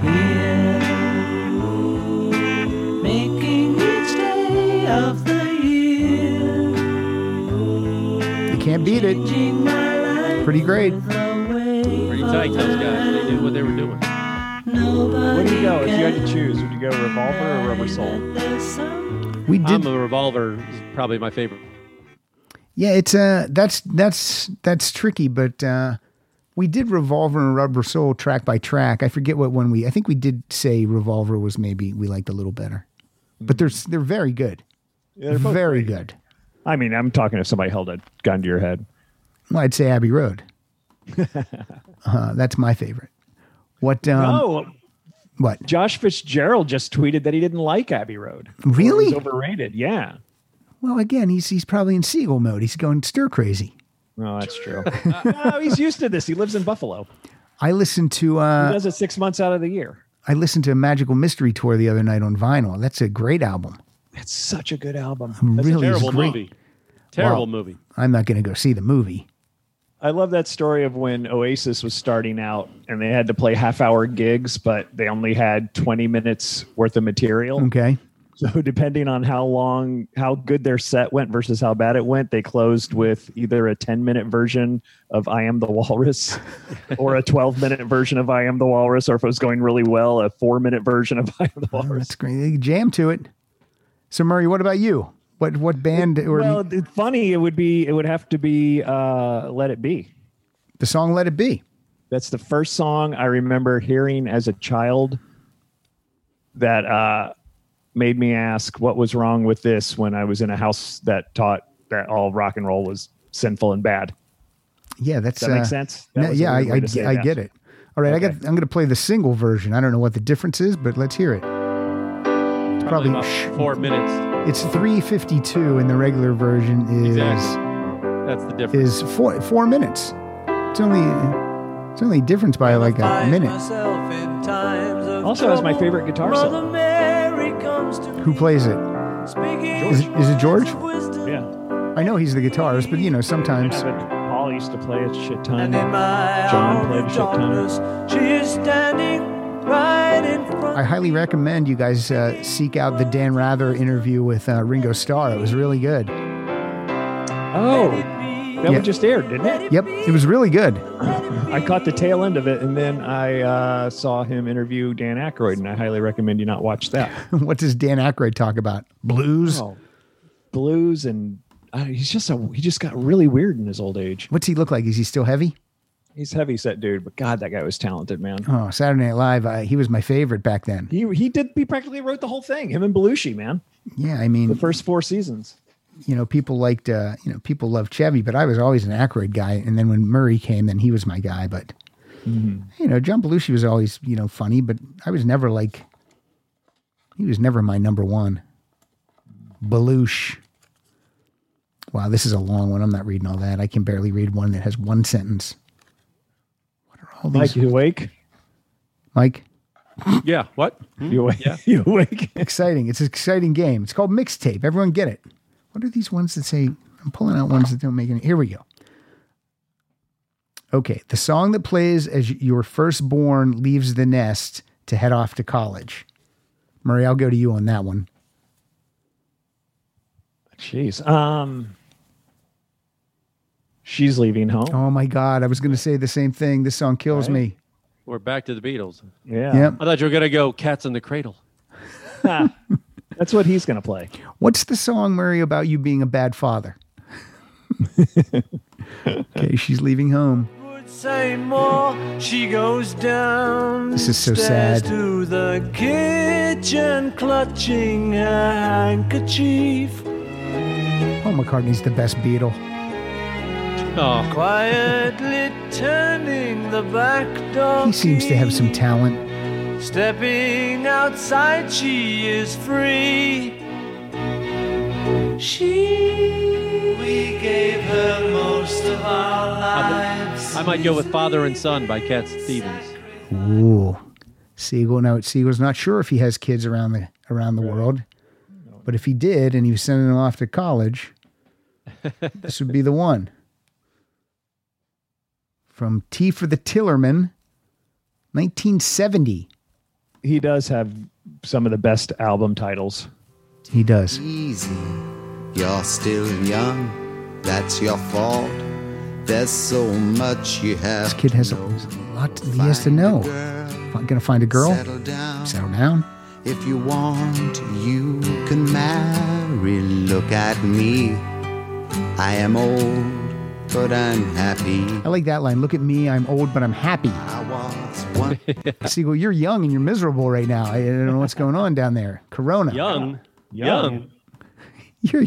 Speaker 1: Here. Making each day of the year.
Speaker 2: You can't beat it.
Speaker 1: Changing my life
Speaker 2: Pretty great.
Speaker 1: away.
Speaker 3: Pretty tight, those guys. They knew what they were doing.
Speaker 4: Where do you
Speaker 1: Nobody
Speaker 4: go? If you had
Speaker 1: can
Speaker 4: to choose, would you go Revolver or Rubber Soul?
Speaker 1: there's some
Speaker 2: We did.
Speaker 3: I'm a revolver, is probably my favorite.
Speaker 2: yeah, it's uh, that's that's that's tricky, but uh, we did Revolver and Rubber Soul track by track. I forget what one we. I think we did say Revolver was maybe we liked a little better, but they're s- they're very good,
Speaker 4: Yeah, they're both
Speaker 2: very
Speaker 4: great.
Speaker 2: good.
Speaker 4: I mean, I'm talking if somebody held a gun to your head.
Speaker 2: Well, I'd say Abbey Road. uh, that's my favorite. What? Um,
Speaker 4: oh,
Speaker 2: What?
Speaker 4: Josh Fitzgerald just tweeted that he didn't like Abbey Road.
Speaker 2: Really?
Speaker 4: It was overrated. Yeah.
Speaker 2: Well, again, he's he's probably in Siegel mode. He's going stir crazy.
Speaker 4: No, that's true. Uh, no, he's used to this. He lives in Buffalo.
Speaker 2: I listened to
Speaker 4: He
Speaker 2: uh,
Speaker 4: does it six months out of the year.
Speaker 2: I listened to Magical Mystery Tour the other night on vinyl. That's a great album.
Speaker 4: That's such a good album.
Speaker 2: That's really is
Speaker 3: Terrible
Speaker 2: great.
Speaker 3: movie. Terrible
Speaker 2: Wow.
Speaker 3: movie.
Speaker 2: I'm not going to go see the movie.
Speaker 4: I love that story of when Oasis was starting out and they had to play half hour gigs, but they only had 20 minutes worth of material.
Speaker 2: Okay.
Speaker 4: So, depending on how long, how good their set went versus how bad it went, they closed with either a 10 minute version of I Am the Walrus or a 12 minute version of I Am the Walrus, or if it was going really well, a four minute version of I Am the Walrus.
Speaker 2: That's great. They jam to it. So Murray, what about you? What what band or
Speaker 4: Well, it's funny. It would be. It would have to be uh, "Let It Be."
Speaker 2: the song Let It Be?
Speaker 4: That's the first song I remember hearing as a child. That uh, made me ask what was wrong with this when I was in a house that taught that all rock and roll was sinful and bad.
Speaker 2: Yeah, that's
Speaker 4: That
Speaker 2: uh,
Speaker 4: makes sense? That
Speaker 2: no-
Speaker 4: was a
Speaker 2: yeah, I,
Speaker 4: weird way
Speaker 2: I,
Speaker 4: to say
Speaker 2: I
Speaker 4: that.
Speaker 2: get it. All right, I got
Speaker 4: Okay.
Speaker 2: I'm going to play the single version. I don't know what the difference is, but let's hear it. It's probably,
Speaker 3: about four minutes.
Speaker 2: it's 352 and the regular version is
Speaker 3: Exactly. That's the difference.
Speaker 2: is four four minutes. It's only it's only difference by like a
Speaker 1: Find
Speaker 2: minute.
Speaker 1: myself in times of
Speaker 4: Also has my
Speaker 1: trouble.
Speaker 4: favorite guitar solo.
Speaker 1: Mother Mary comes to
Speaker 2: Who
Speaker 1: me,
Speaker 2: plays it?
Speaker 1: speaking
Speaker 2: Is, is it George?
Speaker 1: words of wisdom.
Speaker 4: Yeah,
Speaker 2: I know he's the guitarist, but you know sometimes.
Speaker 4: but Paul used to play a shit
Speaker 1: And in
Speaker 4: ton.
Speaker 1: my
Speaker 4: John
Speaker 1: hour
Speaker 4: played
Speaker 1: of
Speaker 4: a shit ton.
Speaker 1: darkness, she is standing right in front
Speaker 2: I highly recommend you guys uh, seek out the Dan Rather interview with uh, Ringo Starr. It was really good.
Speaker 4: Oh, that
Speaker 2: Yeah.
Speaker 4: one just aired, didn't it?
Speaker 2: Yep, it was really good.
Speaker 4: I caught the tail end of it, and then I uh, saw him interview Dan Aykroyd, and I highly recommend you not watch that.
Speaker 2: what does Dan Aykroyd talk about? Blues.
Speaker 4: Oh, blues and uh, he's just a he just got really weird in his old age.
Speaker 2: What's he look like? Is he still heavy?
Speaker 4: He's a heavy set dude, but God, that guy was talented, man.
Speaker 2: Oh, Saturday Night Live. I, he was my favorite back then.
Speaker 4: He he did. He practically wrote the whole thing. Him and Belushi, man.
Speaker 2: Yeah, I
Speaker 4: The
Speaker 2: mean,
Speaker 4: first four seasons.
Speaker 2: you know, people liked, uh, you know, people loved Chevy, but I was always an Aykroyd guy. And then when Murray came, then he was my guy. But
Speaker 4: Mm-hmm.
Speaker 2: you know, John Belushi was always, you know, funny, but I was never like, he was never my number one. Belush. Wow, this is a long one. I'm not reading all that. I can barely read one that has one sentence. What are all
Speaker 4: Mike,
Speaker 2: these?
Speaker 4: you awake?
Speaker 2: Mike?
Speaker 3: Yeah. What?
Speaker 4: You awake? you awake?
Speaker 2: exciting. It's an exciting game. It's called mixtape. Everyone get it. What are these ones that say? I'm pulling out ones that don't make any. Here we go. Okay, the song that plays as your firstborn leaves the nest to head off to college. Murray, I'll go to you on that one.
Speaker 4: Jeez. Um. She's leaving home.
Speaker 2: Oh my God, I was going to say the same thing. This song kills me.
Speaker 3: We're back to the Beatles.
Speaker 4: Yeah.
Speaker 2: Yep.
Speaker 3: I thought you were gonna go Cats in the Cradle.
Speaker 4: That's what he's gonna play.
Speaker 2: What's the song, Murray, about you being a bad father? okay, she's leaving home.
Speaker 1: would say more. She goes down.
Speaker 2: This is so sad.
Speaker 1: To the kitchen, clutching her handkerchief.
Speaker 2: Paul McCartney's the best Beatle.
Speaker 3: Oh,
Speaker 1: Quietly turning the back door.
Speaker 2: He seems to have some
Speaker 1: key.
Speaker 2: talent.
Speaker 1: Stepping outside, she is free. She. We gave her most of our lives.
Speaker 3: I might go with Father and Son by Cat Stevens.
Speaker 2: Ooh. Siegel. Now Siegel's not sure if he has kids around the around the world. But if he did and he was sending them off to college, this would be the one. From T for the Tillerman, 1970.
Speaker 4: He does have some of the best album titles.
Speaker 2: He does.
Speaker 7: easy. You're still young, that's your fault. There's so much you have.
Speaker 2: This kid has a,
Speaker 7: to know.
Speaker 2: a lot that he has to know.
Speaker 7: Girl,
Speaker 2: Not gonna find a girl,
Speaker 7: Settle down.
Speaker 2: settle down.
Speaker 7: If you want, you can marry. Look at me. I am old, but I'm happy.
Speaker 2: I like that line. Look at me, I'm old, but I'm happy.
Speaker 7: I was one.
Speaker 2: Siegel, you're young and you're miserable right now. I I don't know what's going on down there. Corona.
Speaker 3: Young.
Speaker 4: Young.
Speaker 3: Young.
Speaker 2: you're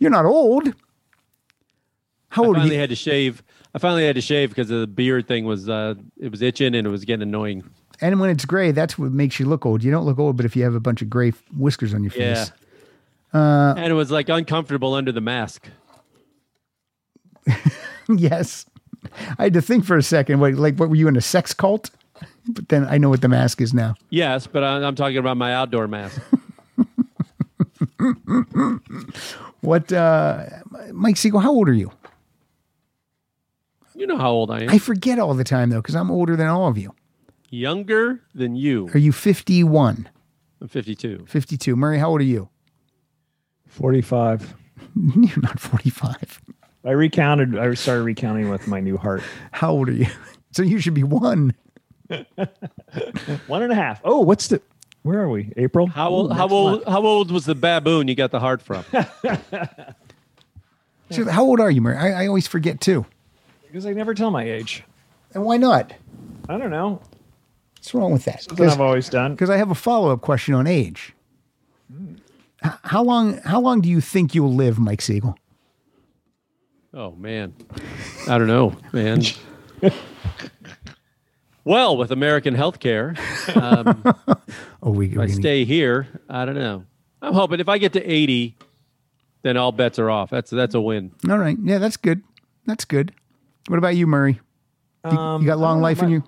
Speaker 2: you're not old. How
Speaker 3: I
Speaker 2: old are
Speaker 3: finally
Speaker 2: you?
Speaker 3: had to shave. I finally had to shave because the beard thing was uh, it was itching and it was getting annoying.
Speaker 2: and when it's gray, that's what makes you look old. You don't look old, but if you have a bunch of gray f- whiskers on your
Speaker 3: Yeah. Uh,
Speaker 2: face,
Speaker 3: and it was like uncomfortable under the mask.
Speaker 2: yes. I had to think for a second. Wait, like, what were you in a sex cult? But then I know what the mask is now.
Speaker 3: Yes, but I, I'm talking about my outdoor mask.
Speaker 2: What, uh, Mike Siegel? How old are you?
Speaker 3: You know how old I am.
Speaker 2: I forget all the time though, because I'm older than all of you.
Speaker 3: Younger than you.
Speaker 2: Are you 51,
Speaker 3: I'm 52.
Speaker 2: 52? Murray, how old are you?
Speaker 4: Forty-five.
Speaker 2: You're not 45.
Speaker 4: I recounted. I started recounting with my new heart.
Speaker 2: How old are you? So you should be one.
Speaker 4: One and a half. Oh, what's the? Where are we? April.
Speaker 3: How old? how old? How old was the baboon you got the heart from?
Speaker 2: So how old are you, Murray? I, I always forget too.
Speaker 4: Because I never tell my age.
Speaker 2: And why not?
Speaker 4: I don't know.
Speaker 2: What's wrong with that?
Speaker 4: Something I've always done.
Speaker 2: Because I have a follow up question on age. H- How long? How long do you think you'll live, Mike Siegel?
Speaker 3: oh man, I don't know, man. well, with American healthcare, um,
Speaker 2: Oh, we, we're
Speaker 3: if I
Speaker 2: gonna-
Speaker 3: stay here. I don't know. I'm hoping if I get to 80, then all bets are off. That's that's a win.
Speaker 2: all right. Yeah, that's good. That's good. What about you, Murray? Do you-
Speaker 4: Um,
Speaker 2: you got long life in you.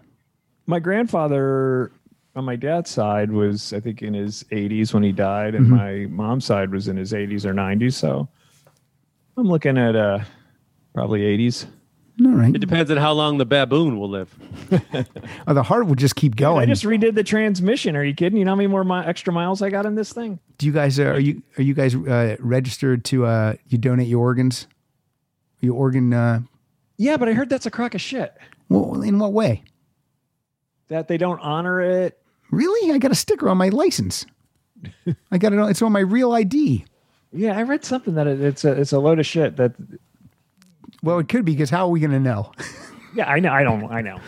Speaker 4: My grandfather on my dad's side was, I think, in his 80s when he died, and my mom's side was in his 80s or 90s. So I'm looking at uh, probably 80s.
Speaker 2: All right.
Speaker 3: It depends on how long the baboon will live.
Speaker 2: Oh, the heart will just keep
Speaker 4: I
Speaker 2: going.
Speaker 4: just redid the transmission. Are you kidding? You know how many more mi- extra miles I got in this thing?
Speaker 2: do you guys uh, are you are you guys uh, registered to uh, you donate your organs? Your organ? Uh,
Speaker 4: Yeah, but I heard that's a crock of shit.
Speaker 2: well, in what way?
Speaker 4: That they don't honor it.
Speaker 2: Really? I got a sticker on my license. I got it. On, it's on my real ID.
Speaker 4: Yeah, I read something that it, it's a it's a load of shit. That
Speaker 2: Well, it could be because how are we going to know?
Speaker 4: Yeah, I know. I don't. I know.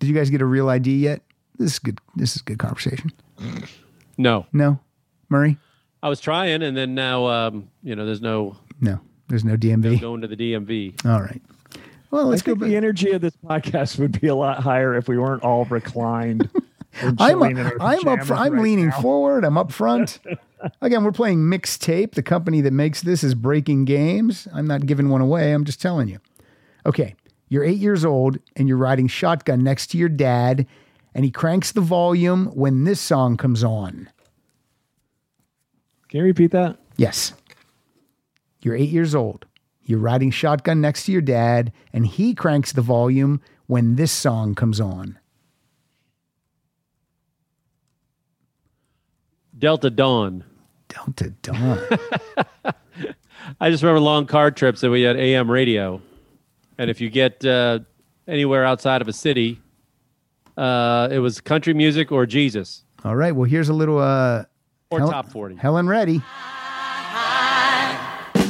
Speaker 2: Did you guys get a real ID yet? This is good. This is good conversation.
Speaker 3: No,
Speaker 2: No, Murray.
Speaker 3: I was trying, and then now, um, you know, there's no
Speaker 2: No, there's no DMV.
Speaker 3: going to the DMV.
Speaker 2: All right. Well, let's
Speaker 4: I
Speaker 2: go.
Speaker 4: think
Speaker 2: back.
Speaker 4: the energy of this podcast would be a lot higher if we weren't all reclined. and
Speaker 2: I'm
Speaker 4: chilling in our
Speaker 2: I'm up.
Speaker 4: pajamas
Speaker 2: fr- I'm
Speaker 4: right
Speaker 2: leaning
Speaker 4: now.
Speaker 2: forward. I'm up front. Again, we're playing mixtape. The company that makes this is Breaking Games. I'm not giving one away. I'm just telling you. Okay, you're eight years old and you're riding shotgun next to your dad, and he cranks the volume when this song comes on.
Speaker 4: Can you repeat that?
Speaker 2: Yes. You're eight years old. You're riding shotgun next to your dad, and he cranks the volume when this song comes on.
Speaker 3: Delta Dawn.
Speaker 2: Delta Dawn.
Speaker 3: I just remember long car trips that we had AM radio, and if you get uh, anywhere outside of a city, uh, it was country music or Jesus
Speaker 2: All right. Well, here's a little uh,
Speaker 3: or
Speaker 2: Hel-
Speaker 3: top forty.
Speaker 2: Helen Reddy.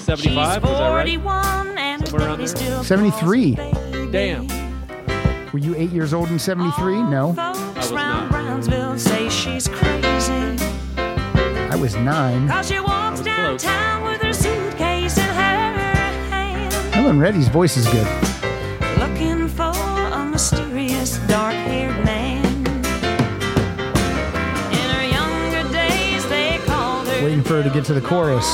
Speaker 3: Seventy
Speaker 5: She's
Speaker 3: five was that right?
Speaker 5: 41 and her
Speaker 3: Somewhere around
Speaker 5: baby
Speaker 3: there.
Speaker 5: still
Speaker 2: 73.
Speaker 5: calls her baby.
Speaker 3: Damn.
Speaker 2: Were you eight years old in '73? No,
Speaker 5: Folks
Speaker 3: was not.
Speaker 5: round Brownsville say she's crazy.
Speaker 2: I was nine.
Speaker 5: Cause she walks
Speaker 3: close.
Speaker 5: downtown with her suitcase in her hand.
Speaker 2: Helen Reddy's voice is good.
Speaker 5: Looking for a mysterious dark haired man. In her younger days, they called her.
Speaker 2: Waiting for her to get to the chorus.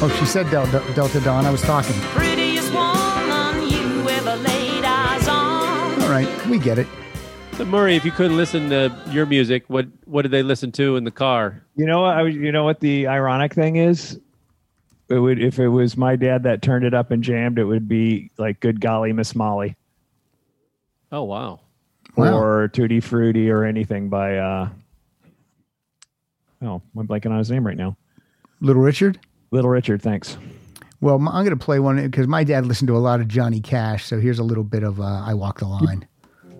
Speaker 2: Oh, she said Del- Del- Delta Dawn. I was talking.
Speaker 5: Prettiest woman you ever laid eyes on.
Speaker 2: All right, we get it.
Speaker 3: So Murray, if you couldn't listen to your music, what what did they listen to in the car?
Speaker 4: You know what? I, was- you know what the ironic thing is? It would if it was my dad that turned it up and jammed, it would be like "Good Golly, Miss Molly"
Speaker 3: Oh wow,
Speaker 2: Wow.
Speaker 4: or "Tutti Frutti" or anything by. uh Oh, I'm blanking on his name right now.
Speaker 2: Little Richard.
Speaker 4: Little Richard, thanks.
Speaker 2: Well, m- I'm going to play one because my dad listened to a lot of Johnny Cash. So here's a little bit of uh, I Walk the Line.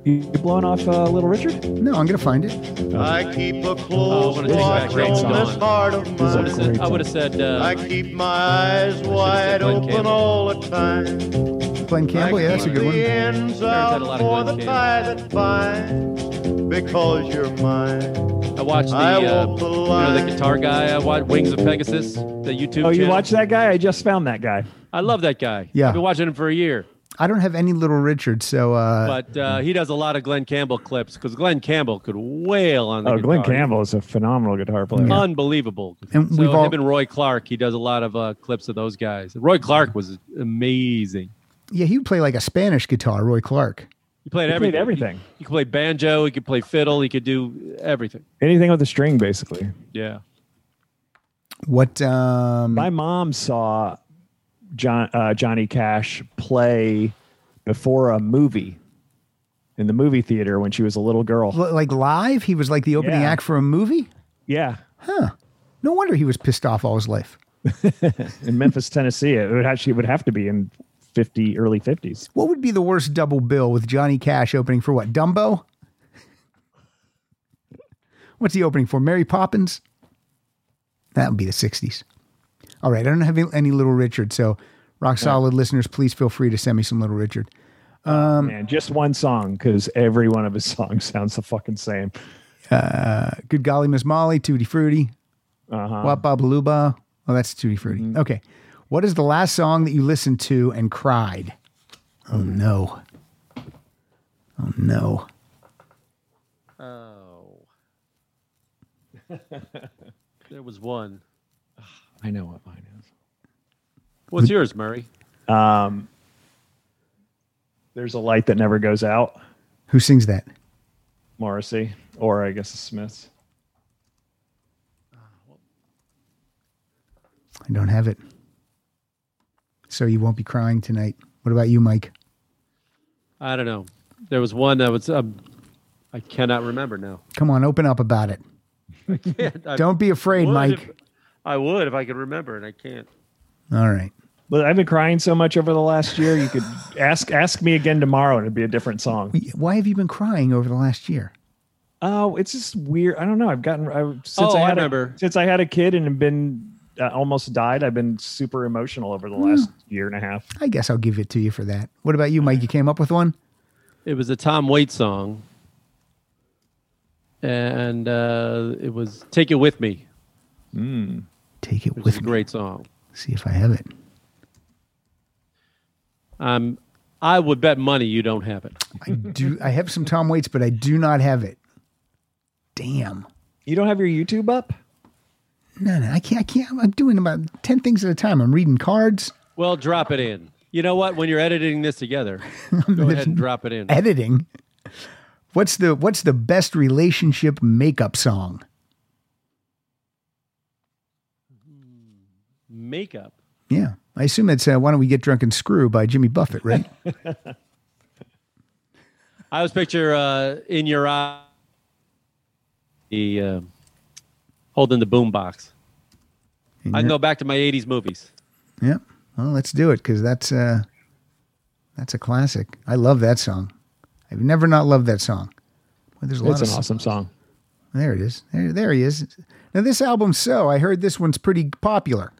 Speaker 4: You blowing off uh, Little Richard?
Speaker 2: No, I'm going to find it.
Speaker 8: I keep a
Speaker 3: Oh, I
Speaker 8: close
Speaker 3: wanna take back
Speaker 8: watch
Speaker 3: Great
Speaker 8: on
Speaker 3: song.
Speaker 8: this heart of
Speaker 4: This is a
Speaker 8: mine.
Speaker 4: great
Speaker 3: I would have
Speaker 4: song.
Speaker 3: said
Speaker 8: I
Speaker 3: uh,
Speaker 8: keep my eyes
Speaker 3: said
Speaker 8: wide
Speaker 3: Glen
Speaker 8: open
Speaker 3: Campbell.
Speaker 8: all the time.
Speaker 2: Glenn Campbell. Yeah,
Speaker 8: I
Speaker 2: that's a
Speaker 8: keep
Speaker 2: good
Speaker 8: the
Speaker 2: one.
Speaker 8: ends
Speaker 3: had
Speaker 8: out
Speaker 3: a lot of
Speaker 8: for
Speaker 3: Glen
Speaker 8: the
Speaker 3: Campbell.
Speaker 8: tie that binds, because you're mine.
Speaker 3: I watched the
Speaker 8: I
Speaker 3: uh,
Speaker 8: walk
Speaker 3: you
Speaker 8: the
Speaker 3: know the
Speaker 8: line.
Speaker 3: guitar guy. I watched Wings of Pegasus, the YouTube.
Speaker 4: Oh, you
Speaker 3: channel.
Speaker 4: watch that guy? I just found that guy.
Speaker 3: I love that guy.
Speaker 2: Yeah.
Speaker 3: I've been watching him for a year.
Speaker 2: I don't have any Little Richard, so uh,
Speaker 3: but uh, he does a lot of Glenn Campbell clips because Glenn Campbell could wail on the
Speaker 4: Oh, Glenn
Speaker 3: guitar. Uh,
Speaker 4: Campbell is a phenomenal guitar player.
Speaker 3: unbelievable.
Speaker 2: And
Speaker 3: so
Speaker 2: we've all-
Speaker 3: him and Roy Clark, he does a lot of uh, clips of those guys. Roy Clark was amazing.
Speaker 2: yeah, he would play like a Spanish guitar, Roy Clark.
Speaker 3: He played
Speaker 4: He
Speaker 3: everything.
Speaker 4: played everything.
Speaker 3: He, he could play banjo. He could play fiddle. He could do everything.
Speaker 4: Anything with a string, basically.
Speaker 3: Yeah.
Speaker 2: What? Um,
Speaker 4: My mom saw John uh, Johnny Cash play before a movie in the movie theater when she was a little girl.
Speaker 2: li- like live? He was like the opening
Speaker 4: Yeah.
Speaker 2: act for a movie.
Speaker 4: Yeah,
Speaker 2: No wonder he was pissed off all his life.
Speaker 4: in Memphis, Tennessee. It would actually it would have to be in fifty early fifties.
Speaker 2: What would be the worst double bill with Johnny Cash opening for what? Dumbo? What's he opening for? Mary Poppins? That would be the 60s. All right, I don't have any Little Richard, so rock solid listeners, please feel free to send me some Little Richard.
Speaker 4: Man, just one song because every one of his songs sounds the fucking same.
Speaker 2: Good golly, Miss Molly, Tutti Frutti,
Speaker 4: Uh-huh.
Speaker 2: Wap Baba Luba. Oh, that's Tutti Frutti.
Speaker 3: Mm-hmm.
Speaker 2: Okay. What is the last song that you listened to and cried? Oh, no. Oh, no.
Speaker 3: Oh. there was one.
Speaker 4: I know what mine is.
Speaker 3: What's yours, Murray?
Speaker 4: There's a light that never goes out.
Speaker 2: Who sings that?
Speaker 4: Morrissey, or I guess the Smiths.
Speaker 2: I don't have it. So you won't be crying tonight. What about you, Mike?
Speaker 3: I don't know. There was one that was. Um, I cannot remember now.
Speaker 2: Come on, open up about it. Don't be afraid,
Speaker 3: Would
Speaker 2: Mike.
Speaker 3: if- I would if I could remember, and I can't.
Speaker 2: All right.
Speaker 4: But I've been crying so much over the last year. You could ask ask me again tomorrow, and it'd be a different song.
Speaker 2: Why have you been crying over the last year?
Speaker 4: Oh, it's just weird. I don't know. I've gotten I, since
Speaker 3: Oh,
Speaker 4: I
Speaker 3: I
Speaker 4: had
Speaker 3: remember.
Speaker 4: A, since I had a kid and have been uh, almost died. I've been super
Speaker 3: Hmm.
Speaker 4: emotional over the last year and a half.
Speaker 2: I guess I'll give it to you for that. What about you, Mike? You came up with one?
Speaker 3: it was a Tom Waits song, and uh, it was "Take It With Me,"
Speaker 2: Take it
Speaker 3: which
Speaker 2: with
Speaker 3: is a
Speaker 2: me.
Speaker 3: great song.
Speaker 2: See if I have it.
Speaker 3: Um, I would bet money you don't have it.
Speaker 2: I do. I have some Tom Waits, but I do not have it. Damn.
Speaker 4: You don't have your YouTube up?
Speaker 2: No, no, I can't. I can't. I'm doing about ten things at a time. I'm reading cards,
Speaker 3: Well, drop it in. You know what? When you're editing this together, go ahead and drop it in.
Speaker 2: editing. What's the What's the best relationship makeup song?
Speaker 3: Makeup.
Speaker 2: Yeah, I assume it's uh, "Why Don't We Get Drunk and Screw" by Jimmy Buffett, right?
Speaker 3: I was picture uh, in your eye, the uh, holding the boombox. I can go back to my '80s movies.
Speaker 2: yeah. Well, let's do it because that's uh, that's a classic. I love that song. I've never not loved that song. Well, there's a lot
Speaker 4: That's
Speaker 2: of
Speaker 4: an awesome song.
Speaker 2: There it is. There, there he is. Now this album, so I heard this one's pretty popular.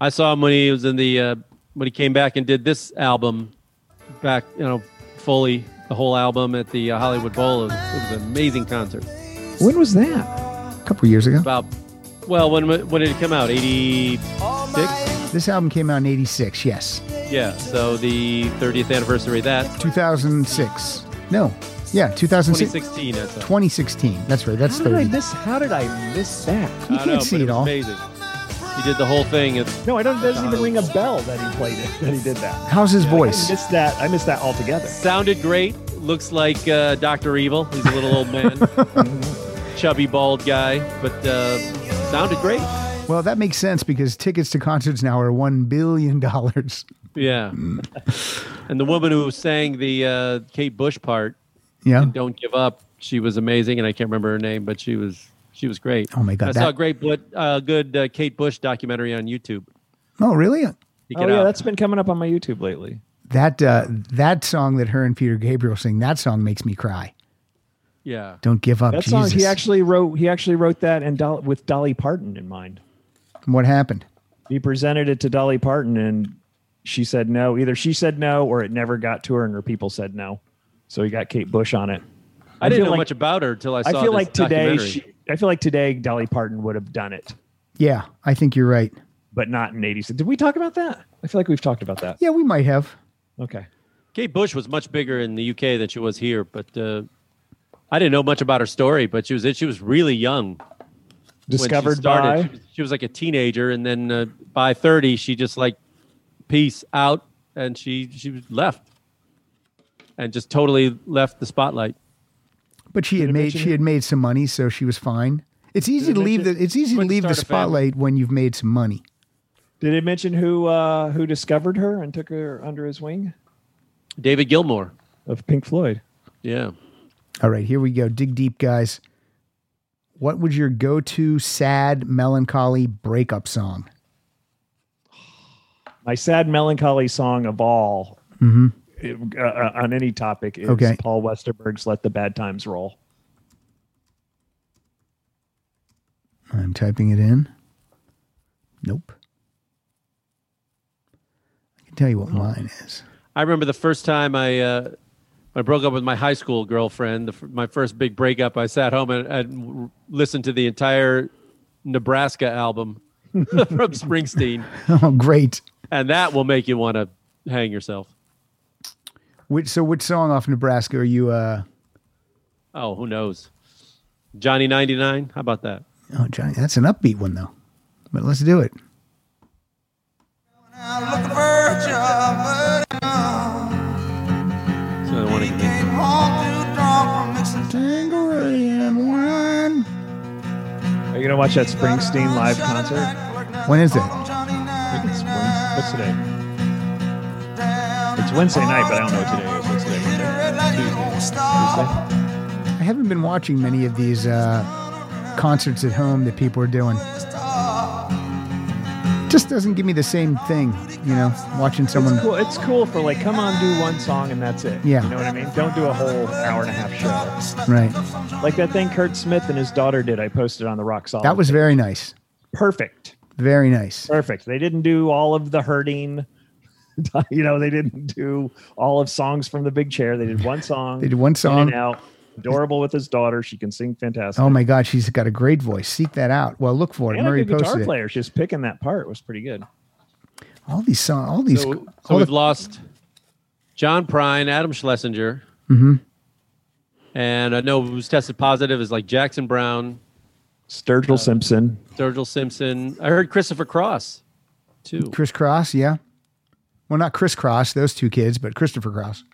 Speaker 3: I saw him when he was in the uh, when he came back and did this album back, you know, fully the whole album at the uh, Hollywood Bowl. It was, it was an amazing concert.
Speaker 4: When was that?
Speaker 2: A couple years ago,
Speaker 3: About well, when when did it come out? Eighty six.
Speaker 2: this album came out in '86. Yes,
Speaker 3: Yeah. So the 30th anniversary of that,
Speaker 2: 2006. No, yeah, 2006.
Speaker 3: 2016. That's a,
Speaker 2: 2016. That's right. That's
Speaker 4: How did I
Speaker 2: 30.
Speaker 4: miss? How did I miss that?
Speaker 2: You
Speaker 3: I
Speaker 2: can't
Speaker 3: know, but
Speaker 2: see it
Speaker 3: was
Speaker 2: all.
Speaker 3: Amazing. He did the whole thing. It's,
Speaker 4: No, I don't. It doesn't even ring a bell that he played it. That he did that.
Speaker 2: How's his
Speaker 4: I
Speaker 2: voice?
Speaker 4: missed that. I missed that altogether.
Speaker 3: sounded great. Looks like uh, Doctor Evil. He's a little old man, chubby bald guy, but uh, sounded great.
Speaker 2: Well, that makes sense because tickets to concerts now are one billion dollars.
Speaker 3: Yeah. and the woman who sang the uh, Kate Bush part,
Speaker 2: Yeah.
Speaker 3: "Don't Give Up," she was amazing, and I can't remember her name, but she was she was great.
Speaker 2: Oh my God,
Speaker 3: I saw
Speaker 2: that-
Speaker 3: a great, but uh, good uh, Kate Bush documentary on YouTube.
Speaker 2: Oh, really?
Speaker 3: Check
Speaker 4: Oh
Speaker 3: it
Speaker 4: yeah,
Speaker 3: out.
Speaker 4: that's been coming up on my YouTube lately.
Speaker 2: That uh, that song that her and Peter Gabriel sing. That song makes me cry.
Speaker 3: yeah.
Speaker 2: Don't give up,
Speaker 4: That
Speaker 2: Jesus.
Speaker 4: song he actually wrote. He actually wrote that and Dol- with Dolly Parton in mind.
Speaker 2: what happened?
Speaker 4: He presented it to Dolly Parton, and she said no. Either she said no, or it never got to her, and her people said no. So he got Kate Bush on it.
Speaker 3: I didn't
Speaker 4: feel
Speaker 3: know
Speaker 4: like-
Speaker 3: much about her until I saw.
Speaker 4: I feel
Speaker 3: this
Speaker 4: like today,
Speaker 3: documentary.
Speaker 4: she, I feel like today Dolly Parton would have done it,
Speaker 2: Yeah, I think you're right.
Speaker 4: but not in '86. Did we talk about that? I feel like we've talked about that.
Speaker 2: Yeah, we might have.
Speaker 4: Okay.
Speaker 3: Kate Bush was much bigger in the UK than she was here, but uh, I didn't know much about her story. But she was she was really young when she
Speaker 4: Discovered
Speaker 3: started. She
Speaker 4: by
Speaker 3: was, she was like a teenager, and then uh, by thirty, she just like peace out, and she she left, and just totally left the spotlight.
Speaker 2: But she had
Speaker 4: I
Speaker 2: made
Speaker 4: mention
Speaker 2: she
Speaker 4: it?
Speaker 2: had made some money, so she was fine. It's easy
Speaker 4: I
Speaker 2: to leave the
Speaker 4: mention-
Speaker 2: it's easy to
Speaker 3: Went to
Speaker 2: leave the
Speaker 3: start a family.
Speaker 2: spotlight when you've made some money.
Speaker 4: Did it mention who uh, who discovered her and took her under his wing
Speaker 3: David Gilmour,
Speaker 4: of Pink Floyd?
Speaker 3: yeah,
Speaker 2: All right, here we go. Dig deep, guys. What would your go-to sad, melancholy breakup song?
Speaker 4: My sad, melancholy song of all
Speaker 3: Mm-hmm.
Speaker 4: uh, uh, on any topic is
Speaker 2: Okay.
Speaker 4: Paul Westerberg's "Let the Bad Times Roll."
Speaker 2: I'm typing it in. Nope. I can tell you
Speaker 4: Oh.
Speaker 2: what mine is.
Speaker 3: I remember the first time I uh, I broke up with my high school girlfriend. The, f- my first big breakup. I sat home and, and r- listened to the entire Nebraska album from Springsteen,
Speaker 2: Oh, great.
Speaker 3: and that will make you want to hang yourself.
Speaker 2: Which so which song off Nebraska are you uh
Speaker 3: Oh, who knows? Johnny ninety nine. How about that?
Speaker 2: Oh, Johnny, that's an upbeat one though. But let's do it.
Speaker 5: Looking for a job, but no.
Speaker 3: That's another one I can make.
Speaker 5: Came home too drunk from mixing
Speaker 4: Are you gonna watch that Springsteen live concert?
Speaker 5: concert?
Speaker 2: When is it?
Speaker 4: It's Wednes- What's today? It's Wednesday night, but I don't know what today is. What's today? Monday? Tuesday?
Speaker 2: I haven't been watching many of these uh, concerts at home that people are doing. Just doesn't give me the same thing, you know, watching
Speaker 4: It's
Speaker 2: someone.
Speaker 4: cool. It's cool for like, come on, do one song and that's it.
Speaker 2: Yeah.
Speaker 4: You know what I mean? Don't do a whole hour and a half show.
Speaker 2: Right.
Speaker 4: Like that thing Kurt Smith and his daughter did. I posted on the Rock Solid.
Speaker 2: That was very nice.
Speaker 4: perfect.
Speaker 2: Very nice.
Speaker 4: Perfect. They didn't do all of the hurting. you know, they didn't do all of songs from the big chair. They did one song.
Speaker 2: They did one
Speaker 4: In
Speaker 2: song.
Speaker 4: and out. Adorable with his daughter. She can sing fantastic.
Speaker 2: Oh my God, she's got a great voice. Seek that out. Well, look for it.
Speaker 4: and a
Speaker 2: Murray
Speaker 4: good guitar
Speaker 2: posted it.
Speaker 4: player. She's picking that part was pretty good.
Speaker 2: All these songs, all these,
Speaker 3: So, so
Speaker 2: all
Speaker 3: we've
Speaker 2: the,
Speaker 3: lost John Prine, Adam Schlesinger, and I know who's tested positive is like Jackson Brown,
Speaker 4: Sturgill Simpson.
Speaker 3: Sturgill Simpson. I heard Christopher Cross too.
Speaker 2: Chris Cross, yeah. Well, not Chris Cross, those two kids, but Christopher Cross.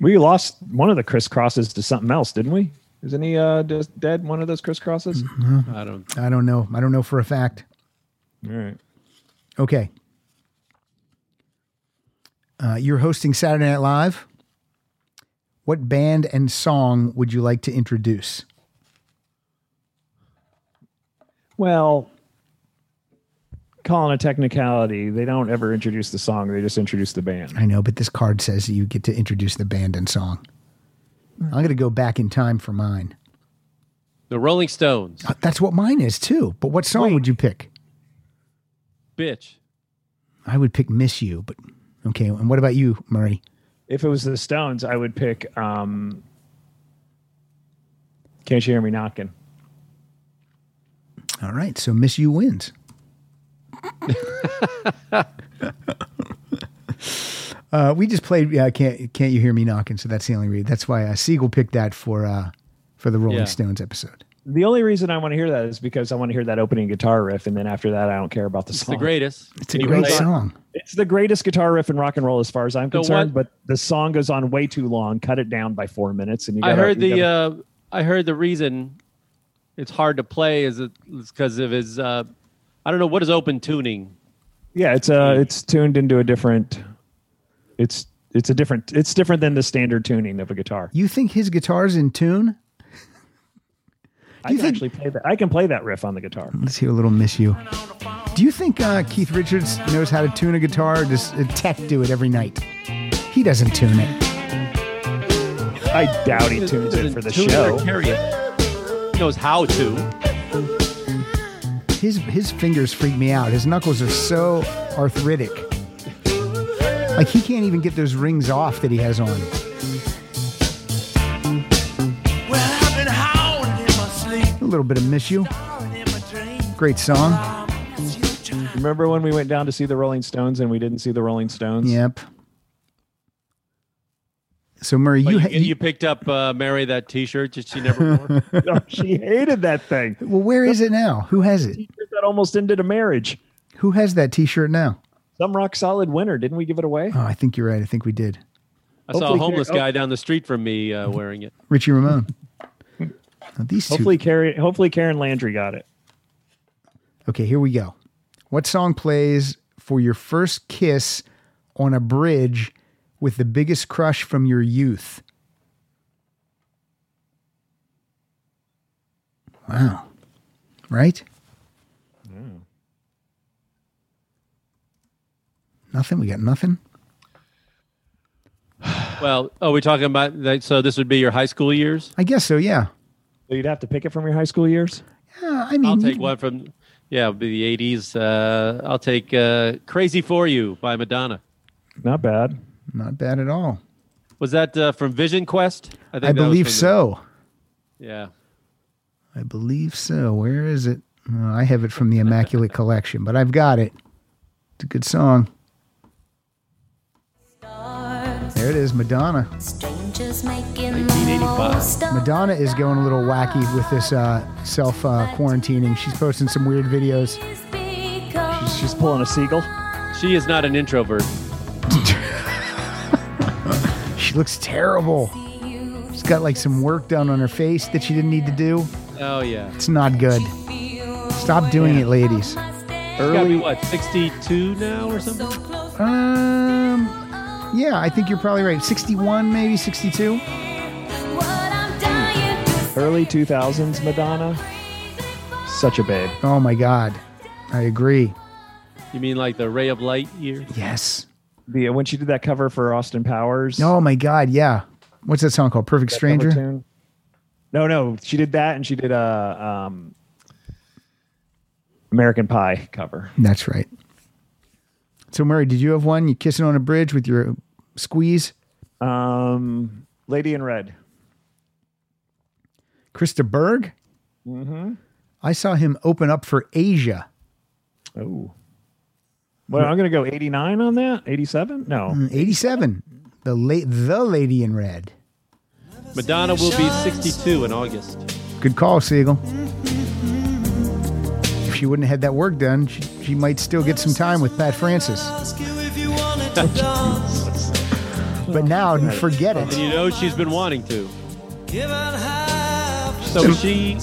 Speaker 4: We lost one of the crisscrosses to something else, didn't we? Isn't he uh, just dead? One of those crisscrosses.
Speaker 3: I don't.
Speaker 2: I don't know. I don't know for a fact.
Speaker 4: All right.
Speaker 2: Okay. Uh, you're hosting Saturday Night Live. What band and song would you like to introduce?
Speaker 4: Well, calling a technicality, they don't ever introduce the song. They just introduce the band.
Speaker 2: I know, but this card says that you get to introduce the band and song. I'm going to go back in time for mine.
Speaker 3: The Rolling Stones,
Speaker 2: Uh, That's what mine is too. But what song would you pick?
Speaker 3: bitch.
Speaker 2: I would pick Miss You, but okay. And what about you, Murray?
Speaker 4: If it was the Stones, I would pick. Um, Can't you hear me knocking?
Speaker 2: All right. So Miss You wins. uh, we just played. Uh, can't Can't you hear me knocking? So that's the only read. That's why uh, Siegel picked that for uh, for the Rolling
Speaker 3: Yeah.
Speaker 2: Stones episode.
Speaker 4: The only reason I want to hear that is because I want to hear that opening guitar riff, and then after that, I don't care about the
Speaker 3: It's the
Speaker 4: song.
Speaker 3: greatest.
Speaker 2: It's a
Speaker 3: Can you
Speaker 2: great
Speaker 3: relate?
Speaker 2: song.
Speaker 4: It's the greatest guitar riff in rock and roll, as far as I'm
Speaker 3: So
Speaker 4: concerned.
Speaker 3: what-
Speaker 4: But the song goes on way too long. Cut it down by four minutes, and you.
Speaker 3: I
Speaker 4: Gotta,
Speaker 3: heard
Speaker 4: you
Speaker 3: the uh,
Speaker 4: gotta-
Speaker 3: I heard the reason it's hard to play is because of his uh, I don't know what is open tuning.
Speaker 4: yeah, it's uh, it's tuned into a different. It's it's a different. It's different than the standard tuning of a guitar.
Speaker 2: You think his guitar's in tune?
Speaker 4: I can
Speaker 2: think-
Speaker 4: actually play that. I can play that riff on the guitar.
Speaker 2: Let's hear a little "Miss You." Do you think uh, Keith Richards knows how to tune a guitar? Or does a tech do it every night? He doesn't tune it.
Speaker 4: I doubt he tunes it for the show.
Speaker 3: He knows how to.
Speaker 2: His his fingers freak me out. His knuckles are so arthritic. Like he can't even get those rings off that he has on.
Speaker 6: Well, I've been howling in my sleep,
Speaker 2: A little bit of "Miss You."
Speaker 6: howling in my dreams.
Speaker 2: Great song.
Speaker 4: Remember when we went down to see the Rolling Stones and we didn't see the Rolling Stones?
Speaker 2: Yep. So Murray,
Speaker 3: But
Speaker 2: you,
Speaker 3: you,
Speaker 2: ha-
Speaker 3: you, picked up uh, Mary that T-shirt that she never wore.
Speaker 4: Oh, she hated that thing.
Speaker 2: well, where is it now? Who has it?
Speaker 4: That almost ended a marriage.
Speaker 2: Who has that T-shirt now?
Speaker 4: Some rock solid winner. Didn't we give it away?
Speaker 2: Oh, I think you're right. I think we did.
Speaker 3: I saw a
Speaker 4: Hopefully
Speaker 3: homeless
Speaker 4: Carrie-
Speaker 3: guy down the street from me uh, wearing it.
Speaker 2: Richie Ramone. Now, these two.
Speaker 4: Hopefully, Carrie. Hopefully, Karen Landry got it.
Speaker 2: Okay, here we go. What song plays for your first kiss on a bridge with the biggest crush from your youth? Wow. Right? Nothing. We got nothing.
Speaker 3: Well, oh, we're talking about that. So this would be your high school years.
Speaker 2: I guess so. Yeah.
Speaker 4: So you'd have to pick it from your high school years.
Speaker 2: Yeah. I mean,
Speaker 3: I'll take
Speaker 2: you-
Speaker 3: one from yeah, it'd be the '80s. Uh, I'll take uh, "Crazy for You" by Madonna.
Speaker 4: Not bad.
Speaker 2: not bad at all.
Speaker 3: Was that uh, from Vision Quest? think
Speaker 2: I
Speaker 3: that was
Speaker 2: believe
Speaker 3: from the-
Speaker 2: so.
Speaker 3: yeah.
Speaker 2: I believe so. Where is it? Oh, I have it from the Immaculate Collection, but I've got it. It's a good song. There it is, Madonna.
Speaker 9: Strangers making
Speaker 3: 1985.
Speaker 2: Madonna is going a little wacky with this uh, self uh, quarantining. She's posting some weird videos.
Speaker 9: She's,
Speaker 4: She's pulling a seagull.
Speaker 3: She is not an introvert.
Speaker 2: She looks terrible. She's got like some work done on her face that she didn't need to do.
Speaker 3: Oh yeah.
Speaker 2: It's not good. Stop doing it, ladies.
Speaker 3: She's got to be what 62 now or something.
Speaker 2: Um, yeah, I think you're probably right. 61, maybe 62.
Speaker 4: Early 2000s Madonna. Such a babe.
Speaker 2: Oh my God. I agree.
Speaker 3: You mean like the Ray of Light year?
Speaker 2: Yes.
Speaker 4: The when she did that cover for Austin Powers.
Speaker 2: Oh my God, yeah. What's that song called? Perfect
Speaker 4: that cover
Speaker 2: Stranger.
Speaker 4: tune. No, no, she did that, and she did a um, American Pie cover.
Speaker 2: That's right. So, Murray, did you have one? You kissing on a bridge with your squeeze?
Speaker 4: Um, Lady in Red.
Speaker 2: Krista Berg? Mm-hmm. I saw him open up for Asia.
Speaker 4: Oh. Well, I'm going to go 89 on that. 87?
Speaker 3: Mm.
Speaker 4: No.
Speaker 2: 87. The, la- the Lady in Red.
Speaker 3: Madonna will be 62 in August.
Speaker 2: Good call, Siegel. If she wouldn't have had that work done, she, she might still get some time with Pat Francis.
Speaker 6: Ask you if you wanted to dance.
Speaker 2: But now, forget
Speaker 3: And
Speaker 2: it.
Speaker 3: you know she's been wanting to.
Speaker 6: Give it half.
Speaker 3: So she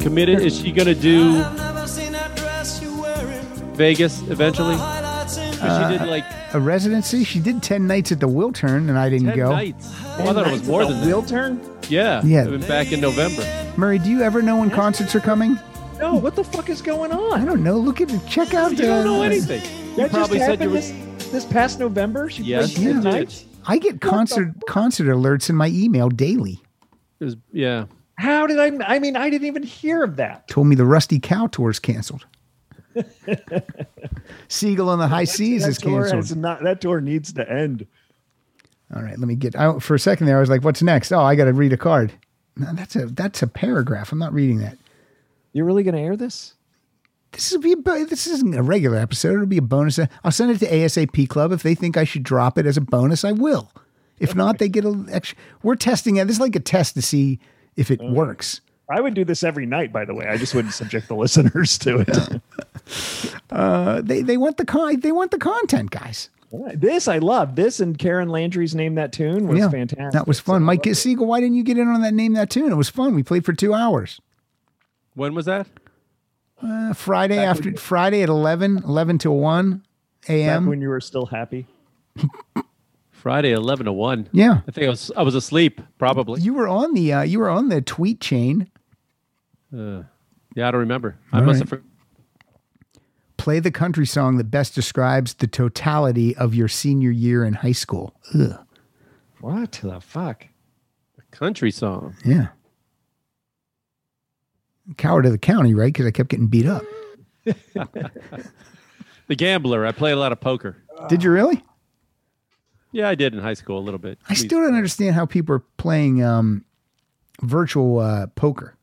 Speaker 3: committed. Is she going to do
Speaker 6: I've never seen that dress you're wearing.
Speaker 3: Vegas eventually?
Speaker 6: Highlights in
Speaker 2: Uh,
Speaker 3: she did like
Speaker 2: A residency? She did 10 nights at the Wiltern, and I didn't
Speaker 3: 10
Speaker 2: go.
Speaker 3: nights. Well, I thought it was more than that.
Speaker 4: Wheel turn?
Speaker 3: Yeah.
Speaker 2: Yeah.
Speaker 3: I've been back in November.
Speaker 2: Murray, do you ever know when concerts are coming?
Speaker 4: No, what the fuck is going
Speaker 2: I
Speaker 4: on?
Speaker 2: don't know. Look at the check out.
Speaker 3: You don't know
Speaker 2: the-
Speaker 3: anything.
Speaker 4: That just
Speaker 3: probably said
Speaker 4: happened
Speaker 3: you were-
Speaker 4: this, this past November? She
Speaker 3: Yes,
Speaker 4: played
Speaker 3: it
Speaker 4: tonight?
Speaker 3: did.
Speaker 2: I get concert concert alerts in my email daily.
Speaker 3: It was, yeah.
Speaker 4: How did I? I mean, I didn't even hear of that.
Speaker 2: Told me the Rusty Cow tour is canceled. Seagull on the High Seas is
Speaker 4: that, tour
Speaker 2: canceled.
Speaker 4: has not, that tour needs to end.
Speaker 2: All right, let me get. I, for a second there, I was like, "What's next?" Oh, I got to read a card. No, that's a that's a paragraph. I'm not reading that.
Speaker 4: You're really going to air this?
Speaker 2: This will be a, bo- this isn't a regular episode. It'll be a bonus. e, I'll send it to ASAP Club if they think I should drop it as a bonus. I will. If not, they get a extra. We're testing it. This is like a test to see if it works.
Speaker 4: I would do this every night, by the way. I just wouldn't subject the listeners to it.
Speaker 2: Uh, they they want the con- they want the content, guys.
Speaker 4: this I love. This and Karen Landry's name that tune was fantastic.
Speaker 2: That was fun. Mike Siegel, why didn't you get in on that name that tune? It was fun. We played for two hours.
Speaker 3: When was that?
Speaker 2: Uh, Friday after Friday at 11, 11 to 1
Speaker 4: Back
Speaker 2: a.m.
Speaker 4: when you were still happy.
Speaker 3: Friday, 11 to 1.
Speaker 2: Yeah.
Speaker 3: I think I was, I was asleep, probably.
Speaker 2: You were on the uh, you were on the tweet chain.
Speaker 3: yeah, I don't remember. I
Speaker 2: All
Speaker 3: must
Speaker 2: right.
Speaker 3: have. For-
Speaker 2: Play the country song that best describes the totality of your senior year in high school. Ugh.
Speaker 4: What the fuck?
Speaker 3: country song.
Speaker 2: Yeah. Coward of the county, right? Because I kept getting beat up.
Speaker 3: The Gambler. I play a lot of poker.
Speaker 2: Did you really?
Speaker 3: Yeah, I did in high school a little bit.
Speaker 2: I still don't understand how people are playing um, virtual uh, poker.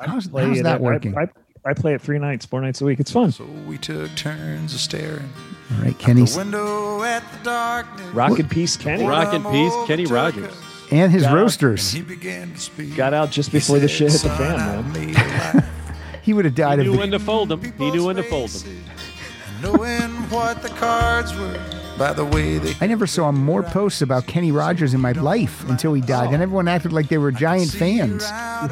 Speaker 2: How's,
Speaker 4: Play
Speaker 2: how's
Speaker 4: it
Speaker 2: that
Speaker 4: at-
Speaker 2: working?
Speaker 4: I, I, I play it three nights, four nights a week. It's fun.
Speaker 5: So we took turns of staring.
Speaker 2: All right, Kenny's
Speaker 5: Window at the darkness.
Speaker 4: Rock in peace, Kenny.
Speaker 3: Rock in peace, Kenny Rogers.
Speaker 2: and his
Speaker 4: Yeah.
Speaker 2: roasters.
Speaker 5: He began to speak.
Speaker 4: Got out just before the shit hit the fan, man.
Speaker 2: He would have died
Speaker 3: He
Speaker 2: of
Speaker 3: knew
Speaker 2: the
Speaker 3: when to fold them. He knew when to fold them.
Speaker 5: Knowing what the cards were by the way they
Speaker 2: I never saw more posts about Kenny Rogers in my life until he died, and everyone acted like they were giant fans.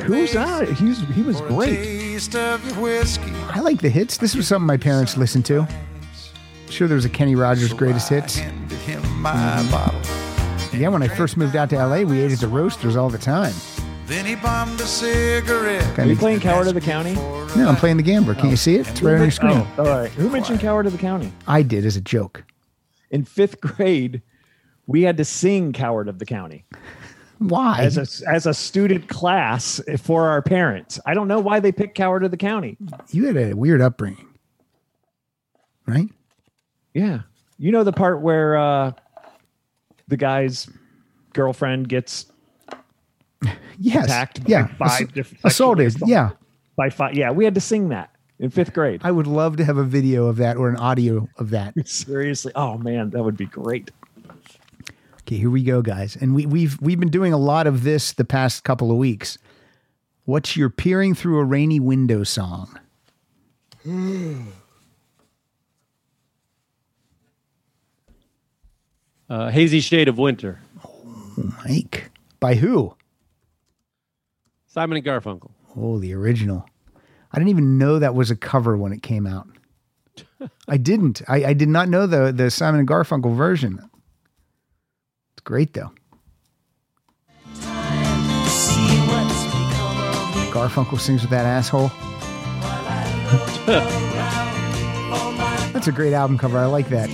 Speaker 4: Who's
Speaker 2: Ah,
Speaker 4: out? He's, he was great.
Speaker 5: taste of your whiskey.
Speaker 2: I like the hits. This was something my parents listened to. Sure, there was a Kenny Rogers greatest hits.
Speaker 5: I handed him my bottle.
Speaker 2: Yeah, when I first moved out to LA, we ate at the roasters all the time.
Speaker 5: Then he bombed a cigarette.
Speaker 4: Are you playing Coward of the County?
Speaker 2: No, I'm playing the gambler. Can't you see it? It's right on your screen.
Speaker 4: Oh, all right. Who mentioned Coward of the County?
Speaker 2: I did as a joke.
Speaker 4: In fifth grade, we had to sing Coward of the County
Speaker 2: Why?
Speaker 4: as a, as a student class for our parents. I don't know why they picked Coward of the County.
Speaker 2: You had a weird upbringing, right?
Speaker 4: Yeah. You know the part where uh, the guy's girlfriend gets
Speaker 2: Yes.
Speaker 4: Attacked by
Speaker 2: yeah.
Speaker 4: five
Speaker 2: Ass-
Speaker 4: different-
Speaker 2: assaulted.
Speaker 4: sexually assaulted.
Speaker 2: Yeah.
Speaker 4: by five. Yeah, we had to sing that in fifth grade.
Speaker 2: I would love to have a video of that or an audio of that.
Speaker 4: Seriously. Oh, man, that would be great.
Speaker 2: Okay, here we go, guys. And we, we've we've been doing a lot of this the past couple of weeks. What's your peering through a rainy window song?
Speaker 3: Uh, Hazy Shade of Winter.
Speaker 2: Mike. By who?
Speaker 3: Simon and Garfunkel.
Speaker 2: Oh, the original. I didn't even know that was a cover when it came out. I didn't. I, I did not know the the Simon and Garfunkel version. It's great though. Garfunkel sings with that asshole. That's a great album cover. I like that.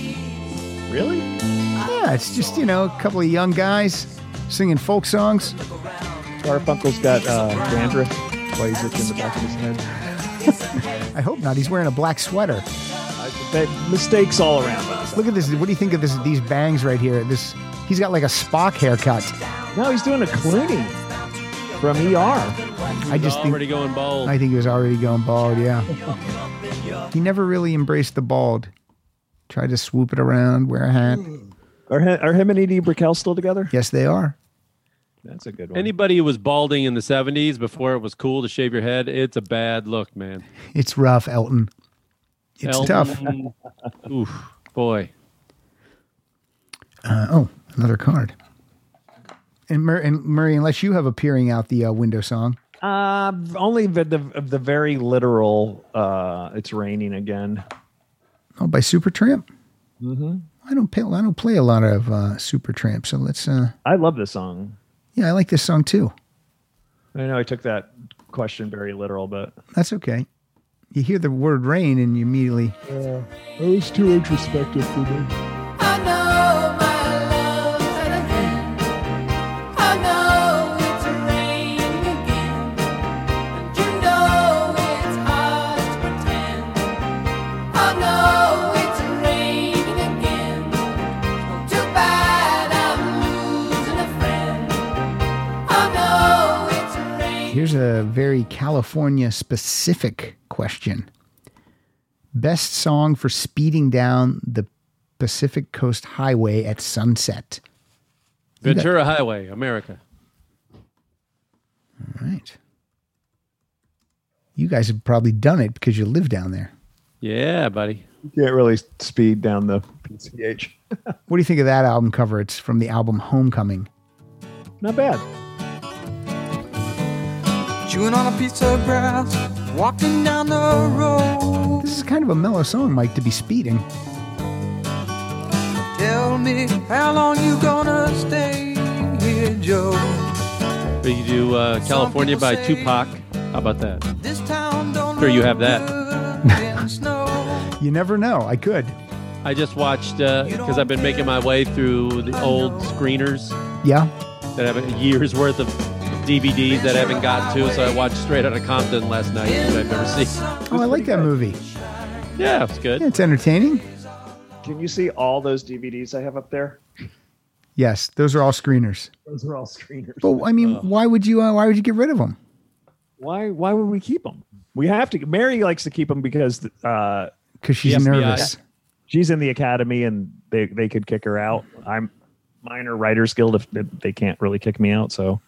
Speaker 4: Really?
Speaker 2: Yeah, it's just, you know, a couple of young guys singing folk songs.
Speaker 4: Garfunkel's got uh, dandruff. Plays it in the back of his head.
Speaker 2: I hope not. He's wearing a black sweater.
Speaker 4: But mistakes all around.
Speaker 2: Look at this. What do you think of this? These bangs right here. This he's got like a Spock haircut.
Speaker 4: No, he's doing a Clooney from ER.
Speaker 2: I just think
Speaker 3: already going bold.
Speaker 2: I think he was already going bald. Yeah, he never really embraced the bald. Tried to swoop it around, wear a hat.
Speaker 4: Are, hi- are him and Edie Brickell still together?
Speaker 2: Yes, they are.
Speaker 4: That's a good one.
Speaker 3: Anybody who was balding in the 70s before it was cool to shave your head, it's a bad look, man.
Speaker 2: It's rough, Elton. It's
Speaker 3: Elton-
Speaker 2: tough.
Speaker 3: Oof, boy.
Speaker 2: Uh, oh, another card. And, Mur- and Murray, unless you have a peering out the uh, window song,
Speaker 4: Uh, only the, the of the very literal. Uh, it's raining again.
Speaker 2: oh, by Supertramp. Mm-hmm. I don't pay, I don't play a lot of uh, Supertramp, so let's. Uh,
Speaker 4: I love this song.
Speaker 2: yeah, I like this song too.
Speaker 4: I know I took that question very literal, but
Speaker 2: That's okay. You hear the word rain and you immediately
Speaker 5: I know my love's at an end. I know it's raining again. And you know it's hard to pretend. I know it's raining again. Oh, too bad I'm losing a friend. I know it's raining.
Speaker 2: Here's a very California specific question. Best song for speeding down the Pacific Coast Highway at sunset.
Speaker 3: Ventura Highway, America.
Speaker 2: All right. You guys have probably done it because you live down there.
Speaker 3: Yeah, buddy.
Speaker 4: you can't really speed down the PCH.
Speaker 2: What do you think of that album cover? It's from the album Homecoming.
Speaker 4: Not bad.
Speaker 6: Chewing on a piece of grass, walking down the road.
Speaker 2: This is kind of a mellow song, Mike, to be speeding.
Speaker 6: Tell me how long you gonna stay here, Joe.
Speaker 3: We could do uh, California by
Speaker 6: people say-
Speaker 3: Tupac. How about that?
Speaker 6: This town don't
Speaker 3: Sure you have
Speaker 6: look
Speaker 3: that.
Speaker 6: good in snow.
Speaker 2: You never know. I could.
Speaker 3: I just watched uh, because I've been making my way through the old screeners
Speaker 2: Yeah.
Speaker 3: that have a year's worth of DVDs that I haven't gotten to. So I watched Straight Outta Compton last night, which I've never seen.
Speaker 2: Oh, I like that movie.
Speaker 3: Yeah, it's good.
Speaker 2: Yeah, it's entertaining.
Speaker 4: Can you see all those DVDs I have up there?
Speaker 2: Yes, those are all screeners.
Speaker 4: Those are all screeners.
Speaker 2: But I mean, why would you? Uh, why would you get rid of them?
Speaker 4: why? Why would we keep them? We have to. Mary likes to keep them because uh,
Speaker 2: Because she's
Speaker 3: The FBI.
Speaker 2: nervous.
Speaker 4: she's in the academy and they, they could kick her out. I'm minor writers guild if if they can't really kick me out, so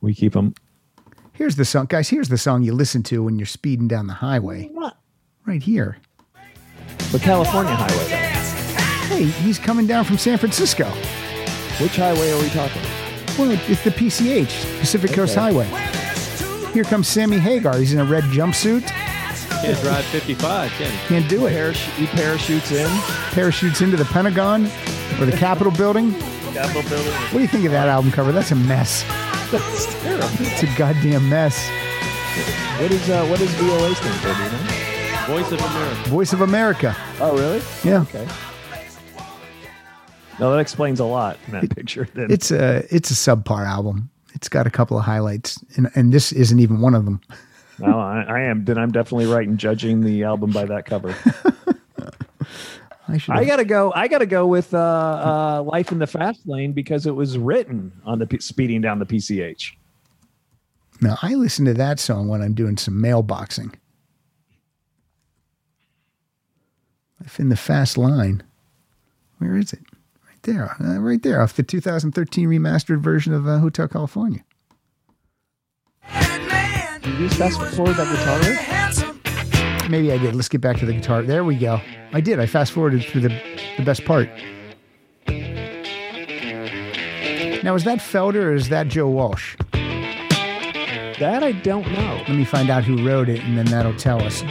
Speaker 4: we keep them.
Speaker 2: Here's the song, guys. Here's the song you listen to when you're speeding down the highway. Right here.
Speaker 4: The California highway.
Speaker 2: Hey, he's coming down from San Francisco.
Speaker 4: Which highway are we talking?
Speaker 2: Well, it's the PCH, Pacific Coast Highway. Here comes Sammy Hagar. He's in a red jumpsuit.
Speaker 3: Can't drive 55, can you?
Speaker 2: Can't do it.
Speaker 4: Parash- he parachutes in.
Speaker 2: Parachutes into the Pentagon or the Capitol building.
Speaker 4: Capitol building.
Speaker 2: What do you think of that album cover? That's a mess.
Speaker 4: That's terrible.
Speaker 2: It's a goddamn mess.
Speaker 4: What is uh, what is VOA stand for? Do you know?
Speaker 3: Voice of America.
Speaker 2: Voice of America.
Speaker 4: Oh, really?
Speaker 2: Yeah.
Speaker 4: Okay. No, that explains a lot in that picture. Then.
Speaker 2: It's a it's a subpar album. It's got a couple of highlights, and, and this isn't even one of them.
Speaker 4: no, I, I am. Then I'm definitely right in judging the album by that cover.
Speaker 2: I should.
Speaker 4: I gotta go. I gotta go with uh, uh, "Life in the Fast Lane" because it was written on the P- speeding down the PCH.
Speaker 2: Now I listen to that song when I'm doing some mailboxing. If in the fast line, where is it? Right there, uh, right there, off the 2013 remastered version of uh, Hotel California.
Speaker 4: Did you fast forward that guitar? riff?
Speaker 2: Maybe I did. Let's get back to the guitar. There we go. I did. I fast forwarded through the the best part. Now is that Felder or is that Joe Walsh?
Speaker 4: That I don't know.
Speaker 2: Let me find out who wrote it, and then that'll tell us.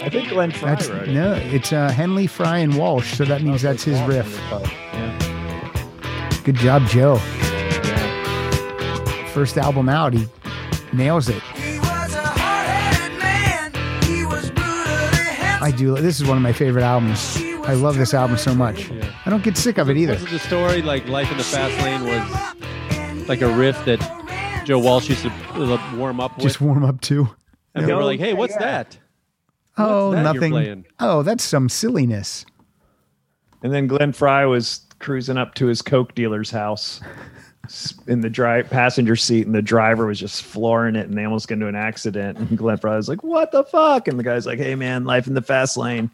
Speaker 4: I think Glenn Fry
Speaker 2: That's
Speaker 4: wrote it.
Speaker 2: no, it's uh, Henley, Fry, and Walsh. So that means that's his riff.
Speaker 4: Yeah.
Speaker 2: Good job, Joe.
Speaker 4: Yeah.
Speaker 2: First album out, he nails it.
Speaker 5: He was a hard-headed man. He was brutally handsome.
Speaker 2: I do. This is one of my favorite albums. I love this album so much. I don't get sick of it either.
Speaker 3: This is the story like Life in the Fast Lane was like a riff that Joe Walsh used to uh, warm up with.
Speaker 2: Just warm up too.
Speaker 3: and they were like, hey, what's that?
Speaker 2: Oh,
Speaker 3: that you're
Speaker 2: nothing.
Speaker 3: playing?
Speaker 2: Oh, that's some silliness.
Speaker 4: And then Glenn Fry was cruising up to his coke dealer's house s- in the dri- passenger seat, and the driver was just flooring it, and they almost got into an accident. And Glenn Fry was like, "What the fuck?" And the guy's like, "Hey man, life in the fast lane."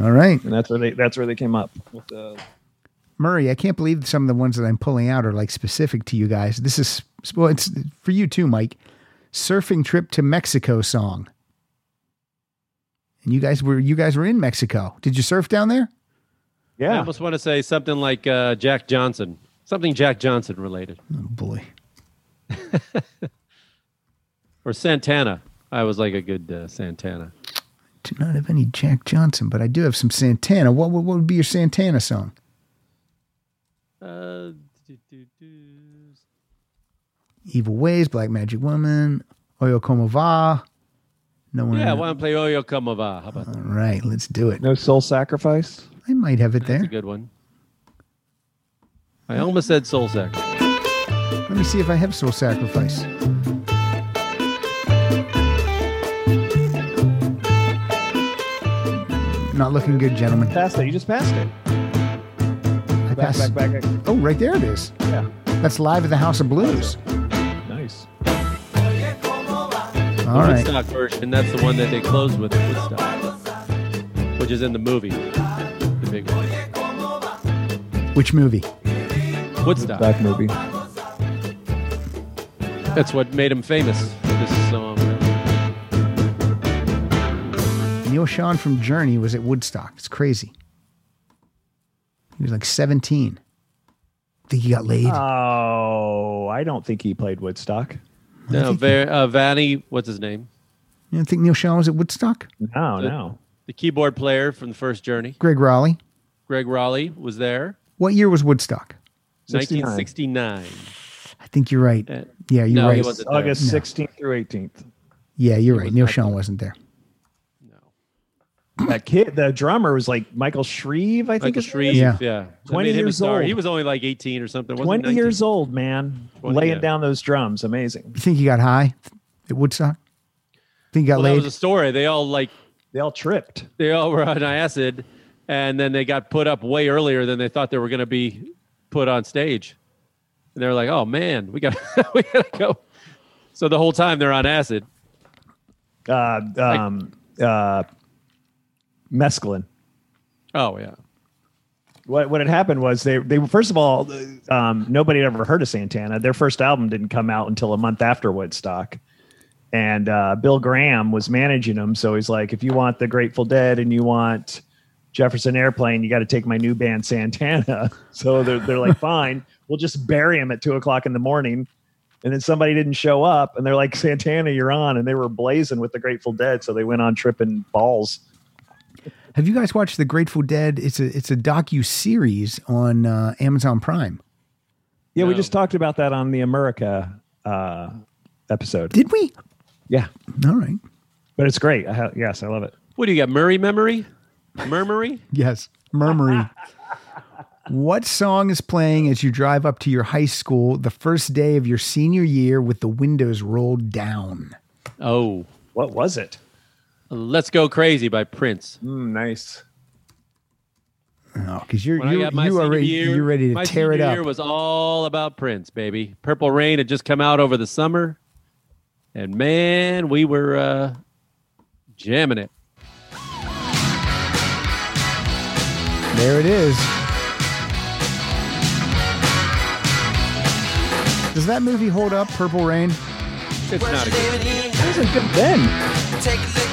Speaker 2: All right.
Speaker 4: And that's where they that's where they came up with the
Speaker 2: Murray, I can't believe some of the ones that I'm pulling out are like specific to you guys. This is well, it's for you too, Mike. Surfing trip to Mexico song. And you guys were you guys were in Mexico. Did you surf down there?
Speaker 3: I
Speaker 4: yeah.
Speaker 3: almost want to say something like uh, Jack Johnson, something Jack Johnson related,
Speaker 2: Oh boy.
Speaker 3: or Santana. I was like a good uh, Santana.
Speaker 2: Do not have any Jack Johnson, but I do have some Santana. What what, what would be your Santana song?
Speaker 3: Uh, do, do, do.
Speaker 2: Evil Ways, Black Magic Woman, Oyo Como Va. No one.
Speaker 3: Yeah, I want to play Oyo Como Va. How about that?
Speaker 2: All right, let's do it.
Speaker 4: No soul sacrifice.
Speaker 2: I might have it
Speaker 3: That's a
Speaker 2: there.
Speaker 3: good one. I almost said Soul Sack.
Speaker 2: Let me see if I have Soul Sacrifice. Not looking good, gentlemen.
Speaker 4: Passed it. You just passed it.
Speaker 2: I
Speaker 4: Back,
Speaker 2: pass.
Speaker 4: back, back, back.
Speaker 2: Oh, right there it is.
Speaker 4: Yeah.
Speaker 2: That's live at the House of Blues.
Speaker 4: Nice.
Speaker 2: All
Speaker 3: the
Speaker 2: right.
Speaker 3: Woodstock version. That's the one that they closed with at Woodstock, which is in the movie, the big one.
Speaker 2: Which movie?
Speaker 3: Woodstock.
Speaker 4: Back movie.
Speaker 3: That's what made him famous. This song.
Speaker 2: Neil Sean from Journey was at Woodstock. It's crazy. He was like 17. Think he got laid?
Speaker 3: Uh.
Speaker 4: Oh, I don't think he played Woodstock.
Speaker 3: No, Ver, uh, Vanny, what's his name?
Speaker 2: you don't think Neil Sean was at Woodstock?
Speaker 4: No, no.
Speaker 3: The keyboard player from the first Journey,
Speaker 2: Greg Raleigh.
Speaker 3: Greg Raleigh, was there.
Speaker 2: What year was Woodstock?
Speaker 4: 69.
Speaker 3: 1969.
Speaker 2: I think you're right.
Speaker 3: Uh,
Speaker 2: Yeah, you're
Speaker 3: no,
Speaker 2: right.
Speaker 3: he wasn't there.
Speaker 4: August
Speaker 2: No.
Speaker 4: 16th through 18th.
Speaker 2: Yeah, you're right.
Speaker 3: was
Speaker 2: Neil
Speaker 3: not
Speaker 2: Sean
Speaker 3: there.
Speaker 2: wasn't there.
Speaker 4: That kid, the drummer was like Michael Shreve, I think.
Speaker 3: Michael
Speaker 4: his name
Speaker 3: Shreve.
Speaker 4: is.
Speaker 2: Yeah.
Speaker 3: Yeah.
Speaker 4: 20
Speaker 3: That made him a
Speaker 4: years
Speaker 3: star.
Speaker 4: old.
Speaker 3: He was only like 18 or something. wasn't he?
Speaker 4: 20
Speaker 3: 19?
Speaker 4: years old, man.
Speaker 3: 20,
Speaker 4: laying
Speaker 3: yeah.
Speaker 4: down those drums. Amazing.
Speaker 2: You think he got high at Woodstock? Think he got
Speaker 3: Well, that
Speaker 2: laid?
Speaker 3: was a story. They all like
Speaker 4: They all tripped.
Speaker 3: they all were on acid, and then they got put up way earlier than they thought they were going to be put on stage. And they're like, "Oh man, we got we got to go." So the whole time they're on acid.
Speaker 4: Uh, um, uh, mescaline.
Speaker 3: Oh yeah,
Speaker 4: What, what had happened was they, they first of all, um, nobody had ever heard of Santana. Their first album didn't come out until a month after Woodstock. And uh, Bill Graham was managing them. So he's like, if you want the Grateful Dead and you want Jefferson Airplane, you got to take my new band Santana. So they're, they're like, fine, we'll just bury him at two o'clock in the morning. And then somebody didn't show up and they're like, Santana, you're on. And they were blazing with the Grateful Dead. So they went on tripping balls.
Speaker 2: Have you guys watched The Grateful Dead? It's a it's a docu series on uh, Amazon Prime.
Speaker 4: Yeah, we
Speaker 3: No.
Speaker 4: just talked about that on the America uh, episode.
Speaker 2: Did we?
Speaker 4: Yeah,
Speaker 2: All right.
Speaker 4: but it's great. I ha- yes, I love it.
Speaker 3: what do you got? Murray memory, murmury.
Speaker 2: Yes. Murmuring. what song is playing as you drive up to your high school the first day of your senior year with the windows rolled down?
Speaker 3: Oh,
Speaker 4: What was it?
Speaker 3: let's go crazy by Prince.
Speaker 4: Mm, nice.
Speaker 2: Oh, because you're
Speaker 3: When I
Speaker 2: you,
Speaker 3: got my
Speaker 2: you are
Speaker 3: senior
Speaker 2: ready,
Speaker 3: year,
Speaker 2: you're ready
Speaker 3: my
Speaker 2: to tear it
Speaker 3: senior
Speaker 2: up.
Speaker 3: Year was all about Prince, baby. Purple Rain had just come out over the summer, and man, we were uh, jamming it.
Speaker 2: There it is. Does that movie hold up, Purple Rain?
Speaker 3: It's not a good.
Speaker 4: That was a good then.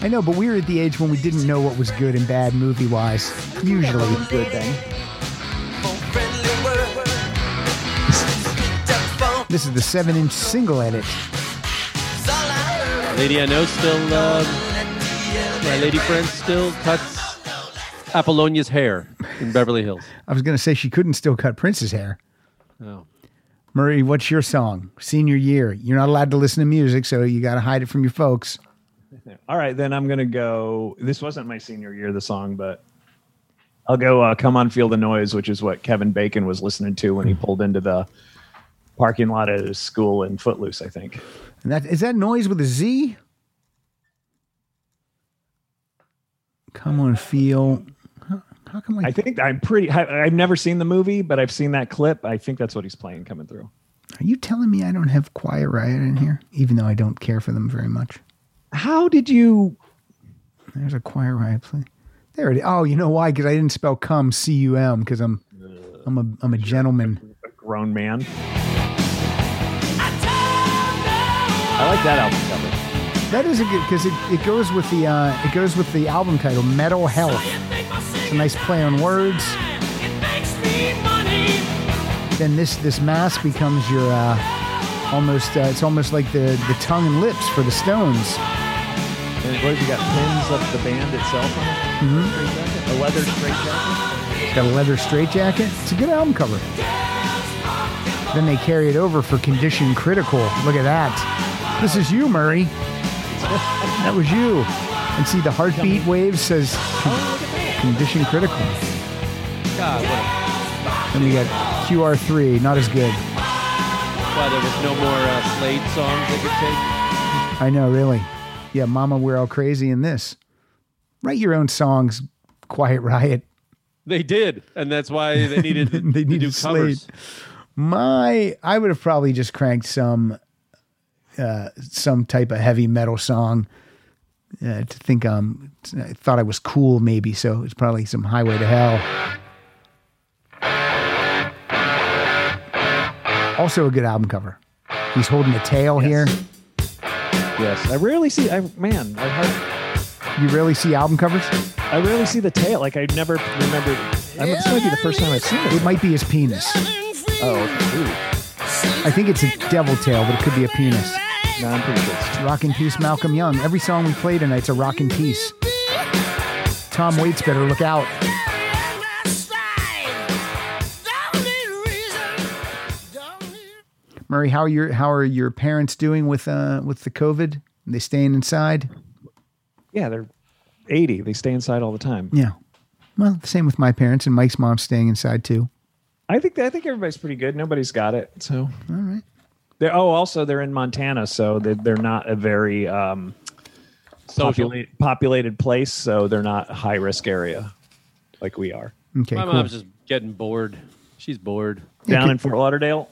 Speaker 2: I know, but we were at the age when we didn't know what was good and bad movie wise. Usually.
Speaker 4: Good thing.
Speaker 2: This is the 7 inch single edit.
Speaker 3: Lady I know still, uh, my lady friend still cuts Apollonia's hair in Beverly Hills.
Speaker 2: I was going to say she couldn't still cut Prince's hair.
Speaker 3: Oh.
Speaker 2: Murray, what's your song? Senior year. You're not allowed to listen to music, so you got to hide it from your folks.
Speaker 4: All right, then I'm gonna go. This wasn't my senior year, the song, but I'll go. Uh, Come on, feel the noise, which is what Kevin Bacon was listening to when he pulled into the parking lot at his school in Footloose, I think.
Speaker 2: And that is that noise with a Z? Come on, feel. How, how come we?
Speaker 4: I think I'm pretty. I, I've never seen the movie, but I've seen that clip. I think that's what he's playing coming through.
Speaker 2: are you telling me I don't have Quiet Riot in here? Even though I don't care for them very much.
Speaker 4: How did you?
Speaker 2: There's a Quiet Riot play. There it is. Oh, you know why? Because I didn't spell cum C U M because I'm I'm a I'm a gentleman.
Speaker 4: A grown man.
Speaker 5: I
Speaker 4: I like that album cover.
Speaker 2: That is a good because it, it goes with the uh, it goes with the album title Metal Health.
Speaker 5: It's
Speaker 2: a nice play on words.
Speaker 5: It makes me money.
Speaker 2: Then this this mask becomes your uh, almost uh, it's almost like the the tongue and lips for the Stones.
Speaker 4: And what have you got? Pins of the band itself on it.
Speaker 3: Mm-hmm.
Speaker 4: Straitjacket? A leather straitjacket.
Speaker 2: It's got a leather straitjacket. It's a good album cover. Then they carry it over for Condition Critical. Look at that. This is you, Murray. That was you. And see, the heartbeat wave says Condition Critical.
Speaker 3: God, what
Speaker 2: Then we got QR3, not as good.
Speaker 3: a, why there was no more uh, Slade songs they could
Speaker 2: I know, really. Yeah, Mama, we're all crazy in this. Write your own songs, Quiet Riot.
Speaker 3: take? They did, and that's why they needed to,
Speaker 2: They
Speaker 3: to do
Speaker 2: needed
Speaker 3: covers.
Speaker 2: Slade. My, I would have probably just cranked some, uh, some type of heavy metal song uh, to think um, I thought I was cool maybe. So it's probably some Highway to Hell. Also a good album cover. He's holding a tail
Speaker 4: Yes, I rarely see. I man, I hard,
Speaker 2: here. You rarely see album covers.
Speaker 4: I rarely see the tail. Like I never remembered. I mean, this might be the first time I've seen
Speaker 2: It
Speaker 4: it.
Speaker 2: might be his penis.
Speaker 4: Oh, okay.
Speaker 2: I think it's a devil tail, but it could be a penis.
Speaker 4: Ooh, no, I'm pretty sure. it's-
Speaker 2: Rock in Peace, Malcolm Young. Every song we play tonight's a Rock in Peace. Tom Waits better look out. Murray, how are your how are your parents doing with uh with the COVID? Are they staying inside?
Speaker 4: Yeah, they're 80. They stay inside all the time.
Speaker 2: Yeah. Well, the same with my parents and Mike's mom's staying inside too.
Speaker 4: I think I think everybody's pretty good. Nobody's got it. So
Speaker 2: All right.
Speaker 4: they're oh, also they're in Montana, so they, they're not a very um,
Speaker 3: Social.
Speaker 4: popula- populated place, so they're not a high risk area like we are
Speaker 2: Okay.
Speaker 3: My
Speaker 2: cool.
Speaker 3: mom's just getting bored. She's bored.
Speaker 4: down in Fort Lauderdale.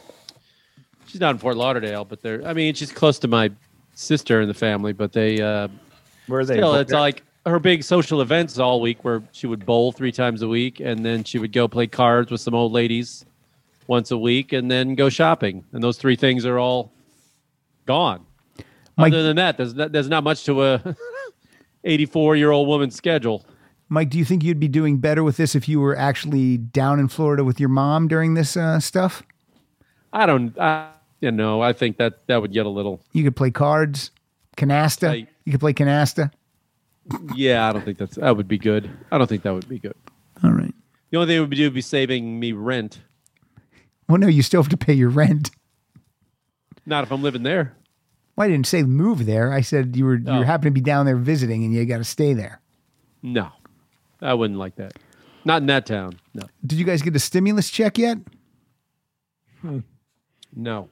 Speaker 3: She's not in Fort Lauderdale, but they're. I mean, she's close to my sister in the family, but they. Uh,
Speaker 4: Where are they?
Speaker 3: still, it's like her big social events all week where she would bowl three times a week and then she would go play cards with some old ladies once a week and then go shopping. And those three things are all gone.
Speaker 2: Mike-
Speaker 3: Other than that, there's not, there's not much to a 84 year old woman's schedule.
Speaker 2: Mike, do you think you'd be doing better with this if you were actually down in Florida with your mom during this uh, stuff?
Speaker 3: I don't, I, you know, I think that that would get a little.
Speaker 2: You could play cards, canasta.
Speaker 3: Right.
Speaker 2: You could play canasta.
Speaker 3: Yeah, I don't think that's that would be good. I don't think that would be good.
Speaker 2: All right.
Speaker 3: The only thing it would do would be saving me rent.
Speaker 2: Well, no, you still have to pay your rent.
Speaker 3: Not if I'm living there.
Speaker 2: Well, I didn't say move there. I said you were
Speaker 3: Oh.
Speaker 2: you happened to be down there visiting, and you got to stay there.
Speaker 3: No, I wouldn't like that. Not in that town. No,
Speaker 2: Did you guys get a stimulus check yet?
Speaker 3: no.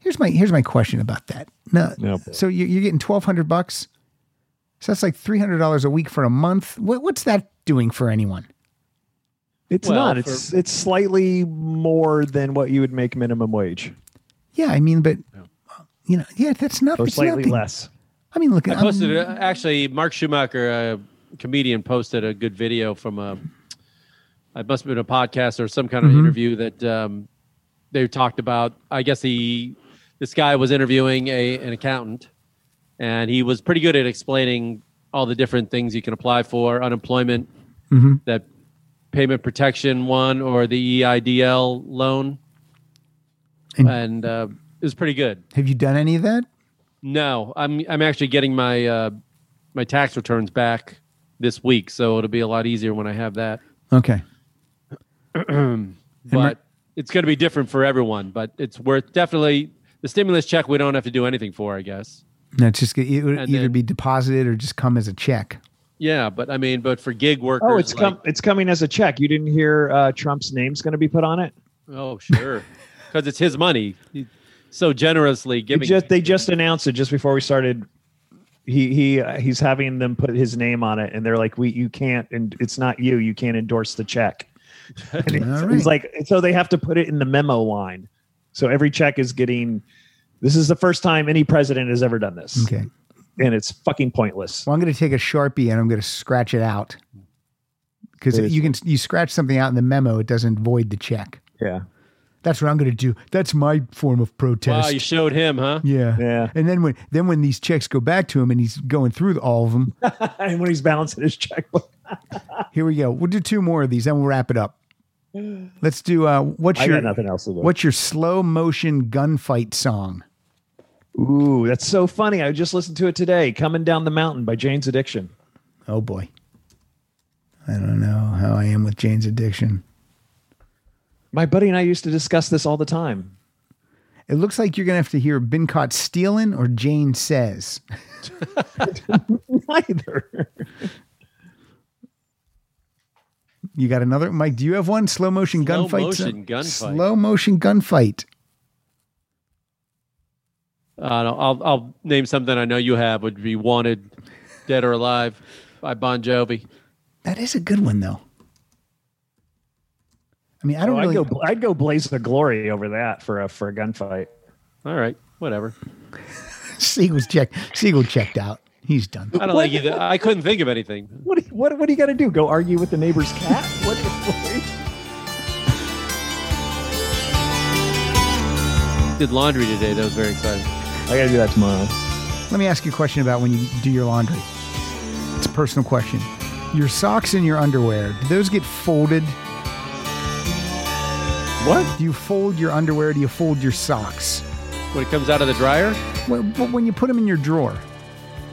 Speaker 2: Here's my here's my question about that. No,
Speaker 4: No.
Speaker 2: so you're, you're getting twelve hundred bucks. So that's like three hundred dollars a week for a month. What, what's that doing for anyone?
Speaker 4: It's
Speaker 3: Well,
Speaker 4: not.
Speaker 3: for-
Speaker 4: It's it's slightly more than what you would make minimum wage,
Speaker 2: Yeah, I mean, but you know, yeah, that's not,
Speaker 4: or
Speaker 2: it's
Speaker 4: slightly
Speaker 2: nothing.
Speaker 4: less.
Speaker 2: I mean, look,
Speaker 3: I
Speaker 2: I'm-
Speaker 3: posted uh, actually. Mark Schumacher, a comedian, posted a good video from a. It must have been a podcast or some kind of interview that um, they talked about. I guess he, this guy was interviewing a an accountant, and he was pretty good at explaining all the different things you can apply for unemployment, that payment protection one, or the E EIDL loan,
Speaker 2: And-
Speaker 3: and uh, it was pretty good.
Speaker 2: have you done any of that?
Speaker 3: No, I'm I'm actually getting my uh, my tax returns back this week, so it'll be a lot easier when I have that.
Speaker 2: Okay,
Speaker 3: But it's going to be different for everyone. But it's worth definitely the stimulus check. We don't have to do anything for, I guess.
Speaker 2: no, it's just it would
Speaker 3: And
Speaker 2: either
Speaker 3: then-
Speaker 2: be deposited or just come as a check.
Speaker 3: Yeah, but I mean, but for gig workers,
Speaker 4: Oh, it's
Speaker 3: like-
Speaker 4: come. It's coming as a check. You didn't hear uh, Trump's name's going to be put on it.
Speaker 3: Oh, sure, because it's his money. He so generously
Speaker 4: They
Speaker 3: giving.
Speaker 4: just they just announced it just before we started he he uh, he's having them put his name on it, and they're like, "We you can't, and it's not you. You can't endorse the check." And he's,
Speaker 2: All
Speaker 4: he's
Speaker 2: right.
Speaker 4: like, so they have to put it in the memo line. So every check is getting. This is the first time any president has ever done this,
Speaker 2: Okay.
Speaker 4: and it's fucking pointless.
Speaker 2: Well, I'm going to take a sharpie and I'm going to scratch it out because
Speaker 4: Please.
Speaker 2: you can you scratch something out in the memo, it doesn't void the check.
Speaker 4: Yeah,
Speaker 2: That's what I'm going to do. That's my form of protest.
Speaker 3: Wow, you showed him, huh?
Speaker 2: yeah.
Speaker 4: Yeah.
Speaker 2: And then when then when these checks go back to him and he's going through all of them,
Speaker 4: and when he's balancing his checkbook,
Speaker 2: here we go. We'll do two more of these, then we'll wrap it up. Let's do uh, what's
Speaker 4: I
Speaker 2: your
Speaker 4: got nothing else to do.
Speaker 2: what's your slow motion gunfight song?
Speaker 4: Ooh, that's so funny. I just listened to it today, "Coming Down the Mountain" by Jane's Addiction.
Speaker 2: Oh boy. I don't know how I am with Jane's addiction.
Speaker 4: My buddy and I used to discuss this all the time.
Speaker 2: It looks like you're going to have to hear Been Caught Stealing or Jane Says.
Speaker 4: Neither.
Speaker 2: You got another, Mike? Do you have one? Slow motion
Speaker 3: Slow
Speaker 2: gunfight.
Speaker 3: motion gunfight.
Speaker 2: Slow motion gunfight.
Speaker 3: Uh, I'll I'll name something I know you have would be "Wanted, Dead or Alive" by Bon Jovi.
Speaker 2: That is a good one, though. I mean, I don't
Speaker 4: Oh,
Speaker 2: really.
Speaker 4: I'd go. I'd go blaze the glory over that for a for a gunfight.
Speaker 3: All right, whatever.
Speaker 2: Siegel's check. Siegel checked out. He's done.
Speaker 3: I don't like either. I couldn't think of anything.
Speaker 4: What do you- what what do you got to do? Go argue with the neighbor's cat? What? what-
Speaker 3: Did laundry today. That was very exciting.
Speaker 4: I got to do that tomorrow.
Speaker 2: Let me ask you a question about when you do your laundry. It's a personal question. Your socks and your underwear, do those get folded?
Speaker 4: What?
Speaker 2: Do you fold your underwear? Do you fold your socks?
Speaker 3: When it comes out of the dryer,
Speaker 2: Well, but when you put them in your drawer?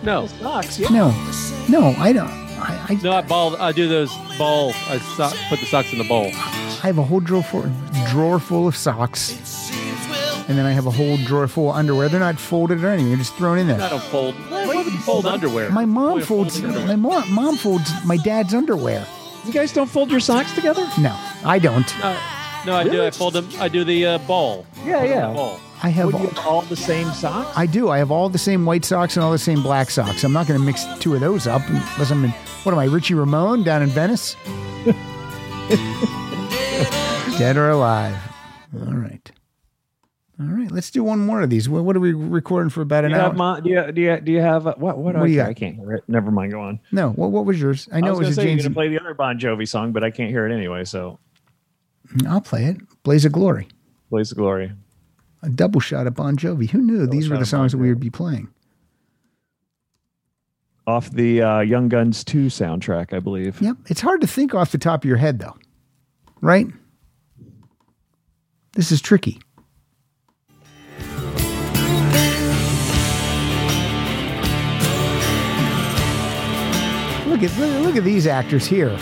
Speaker 3: no,
Speaker 4: Socks? Yeah.
Speaker 2: No. No, I don't. I, I,
Speaker 3: no. I ball. I do those bowl. I so- put the socks in the bowl.
Speaker 2: I have a whole drawer full, drawer full of socks, and then I have a whole drawer full of underwear. They're not folded or anything; they're just thrown in
Speaker 3: I
Speaker 2: there.
Speaker 3: don't fold. Why would you fold underwear?
Speaker 2: My
Speaker 3: Why
Speaker 2: mom
Speaker 3: would
Speaker 2: folds.
Speaker 3: fold underwear?
Speaker 2: My mom, mom folds my dad's underwear.
Speaker 4: You guys don't fold your socks together?
Speaker 2: No, I don't.
Speaker 3: No, no, I do. I fold them. I do the uh, ball.
Speaker 4: Yeah, yeah.
Speaker 3: Ball.
Speaker 2: I have.
Speaker 4: Would you have all the same socks?
Speaker 2: I do. I have all the same white socks and all the same black socks. I'm not going to mix two of those up unless I'm in. What am I, Richie Ramone down in Venice? Dead or alive? All right. All right. Let's do one more of these. What, what are we recording for about
Speaker 4: Do
Speaker 2: an
Speaker 4: you
Speaker 2: hour?
Speaker 4: have mom, do you do you do you have uh, what what,
Speaker 2: What do you
Speaker 4: okay,
Speaker 2: got?
Speaker 4: I can't hear it. Never mind. Go on.
Speaker 2: no. What, what was yours? I
Speaker 4: I
Speaker 2: know
Speaker 4: was
Speaker 2: it
Speaker 4: gonna
Speaker 2: was a
Speaker 4: say
Speaker 2: James.
Speaker 4: you're gonna play the other Bon Jovi song, but I can't hear it anyway. So
Speaker 2: I'll play it. Blaze of Glory.
Speaker 4: blaze the glory.
Speaker 2: A double shot of Bon Jovi. Who knew these were the
Speaker 4: shot of Bon
Speaker 2: songs that we
Speaker 4: Jovi.
Speaker 2: would be playing?
Speaker 4: off the uh, Young Guns 2 soundtrack, I believe.
Speaker 2: Yep. It's hard to think off the top of your head, though, right? This is tricky. Look at look, look at these actors here: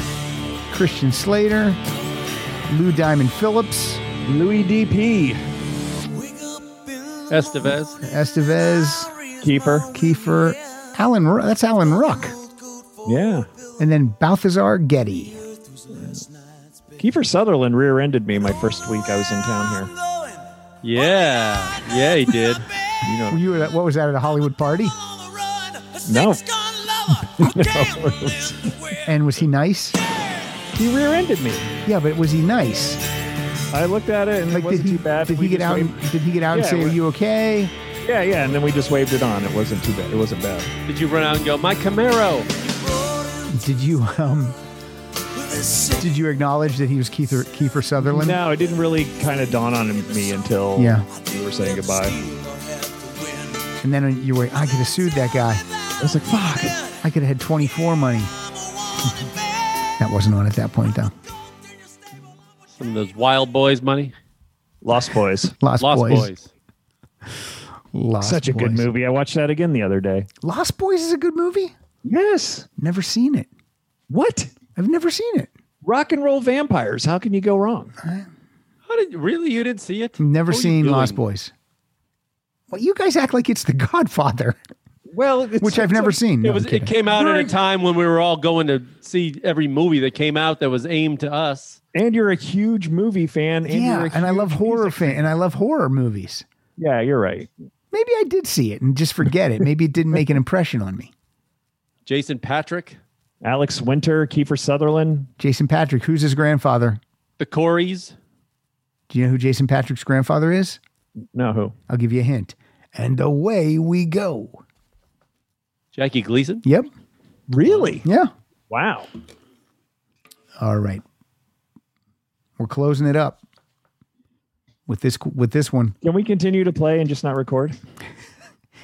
Speaker 2: Christian Slater, Lou Diamond Phillips,
Speaker 4: Louis DP,
Speaker 3: Estevez.
Speaker 2: Estevez,
Speaker 4: keeper.
Speaker 2: Kiefer, Alan. Ru- That's Alan Ruck,
Speaker 4: Yeah.
Speaker 2: and then Balthazar Getty.
Speaker 4: Kiefer Sutherland rear-ended me my first week I was in town here.
Speaker 3: Yeah, yeah, he did.
Speaker 4: You know,
Speaker 2: You were at, what was that at a Hollywood party?
Speaker 4: No.
Speaker 2: And was he nice?
Speaker 4: he rear-ended me.
Speaker 2: Yeah, but was he nice?
Speaker 4: I looked at it and it
Speaker 2: Like did
Speaker 4: wasn't
Speaker 2: he
Speaker 4: too bad.
Speaker 2: did
Speaker 4: We
Speaker 2: he get
Speaker 4: just
Speaker 2: out? And,
Speaker 4: waved-
Speaker 2: did he get out and
Speaker 4: Yeah,
Speaker 2: say, "Are
Speaker 4: we-
Speaker 2: you okay"?
Speaker 4: yeah, yeah, and then we just waved it on. It wasn't too bad. It wasn't bad.
Speaker 3: Did you run out and go, my Camaro?
Speaker 2: Did you um? Did you acknowledge that he was Keith Kiefer Sutherland?
Speaker 4: No, it didn't really kind of dawn on me until
Speaker 2: Yeah.
Speaker 4: we were saying goodbye.
Speaker 2: And then you were, I could have sued that guy.
Speaker 4: I was like, fuck.
Speaker 2: I could have had 24 money. that wasn't on at that point though.
Speaker 3: Some of those Wild Boys money.
Speaker 4: Lost Boys.
Speaker 2: Lost,
Speaker 3: Lost
Speaker 2: Boys.
Speaker 3: Boys.
Speaker 2: Lost
Speaker 4: Such a good
Speaker 2: Boys.
Speaker 4: movie. I watched that again the other day.
Speaker 2: Lost Boys is a good movie.
Speaker 4: Yes.
Speaker 2: Never seen it.
Speaker 4: What?
Speaker 2: I've never seen it.
Speaker 4: Rock and roll vampires. How can you go wrong?
Speaker 3: How did really you didn't see it?
Speaker 2: Never
Speaker 3: What were you
Speaker 2: seen Lost
Speaker 3: doing?
Speaker 2: Boys. Well, you guys act like it's The Godfather,
Speaker 4: Well, it's,
Speaker 2: which I've never seen. No,
Speaker 3: It
Speaker 2: I'm
Speaker 3: was.
Speaker 2: kidding.
Speaker 3: It came out at a time when we were all going to see every movie that came out that was aimed to us.
Speaker 4: and you're a huge movie fan. And
Speaker 2: yeah,
Speaker 4: you're a
Speaker 2: and I
Speaker 4: huge
Speaker 2: love horror
Speaker 4: music-
Speaker 2: fan, and I love horror movies.
Speaker 4: Yeah, you're right.
Speaker 2: Maybe I did see it and just forget it. Maybe it didn't make an impression on me.
Speaker 3: Jason Patrick,
Speaker 4: Alex Winter, Kiefer Sutherland.
Speaker 2: Jason Patrick, who's his grandfather?
Speaker 3: the Coreys.
Speaker 2: Do you know who Jason Patrick's grandfather is?
Speaker 4: No, who?
Speaker 2: I'll give you a hint. And away we go.
Speaker 3: Jackie Gleason.
Speaker 2: Yep.
Speaker 4: Really?
Speaker 2: Yeah.
Speaker 4: Wow.
Speaker 2: All right. We're closing it up with this with this one.
Speaker 4: Can we continue to play and just not record?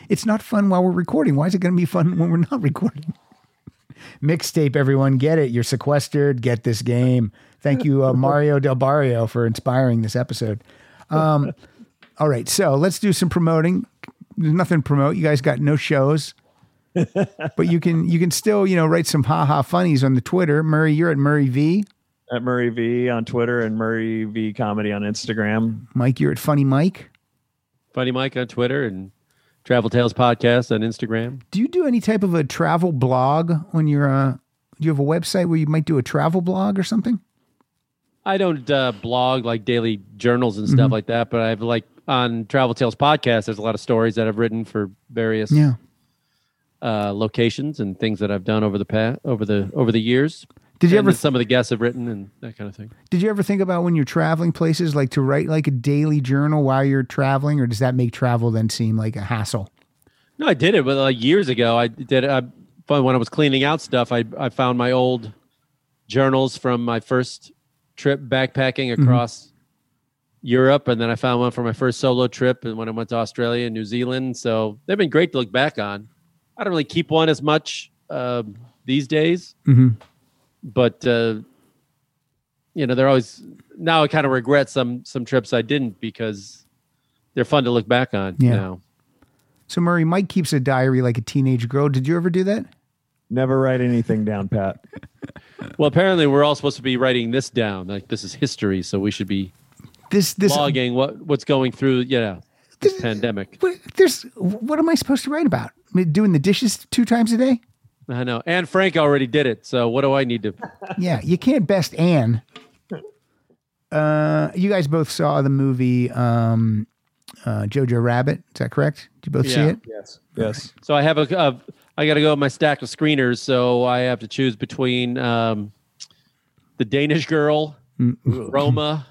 Speaker 2: It's not fun while we're recording. Why is it going to be fun when we're not recording? Mixtape, everyone, get it. You're sequestered. Get this game. Thank you, uh, Mario Del Barrio, for inspiring this episode. Um, all right, so let's do some promoting. There's nothing to promote. You guys got no shows, but you can you can still you know write some ha ha funnies on the Twitter. Murray, you're at Murray V.
Speaker 4: At Murray V on Twitter and Murray V Comedy on Instagram.
Speaker 2: Mike, you're at Funny Mike.
Speaker 3: Funny Mike on Twitter and Travel Tales Podcast on Instagram.
Speaker 2: Do you do any type of a travel blog on your? Uh, do you have a website where you might do a travel blog or something?
Speaker 3: I don't uh, blog like daily journals and
Speaker 2: Mm-hmm.
Speaker 3: stuff like that, but I've like on Travel Tales Podcast, there's a lot of stories that I've written for various
Speaker 2: Yeah.
Speaker 3: uh, locations and things that I've done over the past over the over the years.
Speaker 2: Did you
Speaker 3: And
Speaker 2: ever
Speaker 3: then some of the guests have written and that kind of thing?
Speaker 2: Did you ever think about when you're traveling places, like to write like a daily journal while you're traveling, or does that make travel then seem like a hassle?
Speaker 3: No, I did it, but like years ago, I did. I but when I was cleaning out stuff, I I found my old journals from my first trip backpacking across Europe, and then I found one for my first solo trip, and when I went to Australia and New Zealand. So they've been great to look back on. I don't really keep one as much um these days, but uh, you know they're always now. I kind of regret some some trips I didn't because they're fun to look back on
Speaker 2: Yeah.
Speaker 3: now.
Speaker 2: So Murray, Mike keeps a diary like a teenage girl. Did you ever do that?
Speaker 4: Never write anything down, Pat.
Speaker 3: Well, apparently we're all supposed to be writing this down. Like this is history, so we should be
Speaker 2: This this,
Speaker 3: logging what what's going through. Yeah, this pandemic.
Speaker 2: what, there's what am I supposed to write about? I mean, doing the dishes two times a day?
Speaker 3: I know. And Frank already did it. So what do I need to?
Speaker 2: Yeah, you can't best Anne. Uh, you guys both saw the movie um, uh, Jojo Rabbit. Is that correct? Did you both see
Speaker 3: Yeah.
Speaker 2: it?
Speaker 4: Yes. Yes.
Speaker 3: So I have a. a I got to go with my stack of screeners. So I have to choose between um, the Danish Girl,
Speaker 2: Mm.
Speaker 3: Roma.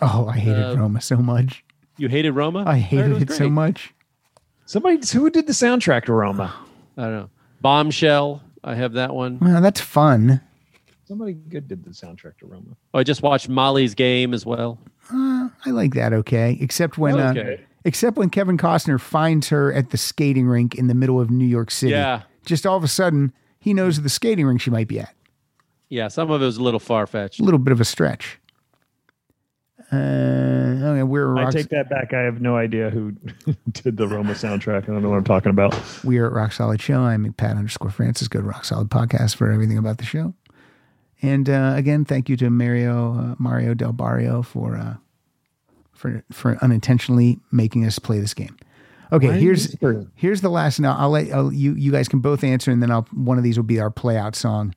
Speaker 2: Oh, I hated Roma so much.
Speaker 3: You hated Roma.
Speaker 2: I hated
Speaker 3: Uh, heard was
Speaker 2: it so
Speaker 3: great.
Speaker 2: much.
Speaker 4: Somebody who did the soundtrack to Roma.
Speaker 3: I don't know. Bombshell. I have that one.
Speaker 2: Well, that's fun.
Speaker 4: Somebody good did the soundtrack to Roma.
Speaker 3: Oh, I just watched Molly's Game as well.
Speaker 2: I like that okay, except when uh,
Speaker 3: Okay.
Speaker 2: except when Kevin Costner finds her at the skating rink in the middle of New York City.
Speaker 3: Yeah.
Speaker 2: Just all of a sudden, he knows the skating rink she might be at.
Speaker 3: Yeah, some of it was a little far fetched.
Speaker 2: A little bit of a stretch. Uh, okay, we're at
Speaker 4: I
Speaker 2: rock,
Speaker 4: take that back. I have no idea who did the Roma soundtrack. I don't know what I'm talking about.
Speaker 2: we are at Rock Solid Show. I'm Pat underscore Francis. Go to Rock Solid Podcast for everything about the show. And uh, again, thank you to Mario uh, Mario Del Barrio for uh, for for unintentionally making us play this game. Okay, here's
Speaker 4: whispering?
Speaker 2: here's the last. Now I'll let I'll, you you guys can both answer, and then I'll one of these will be our play out song.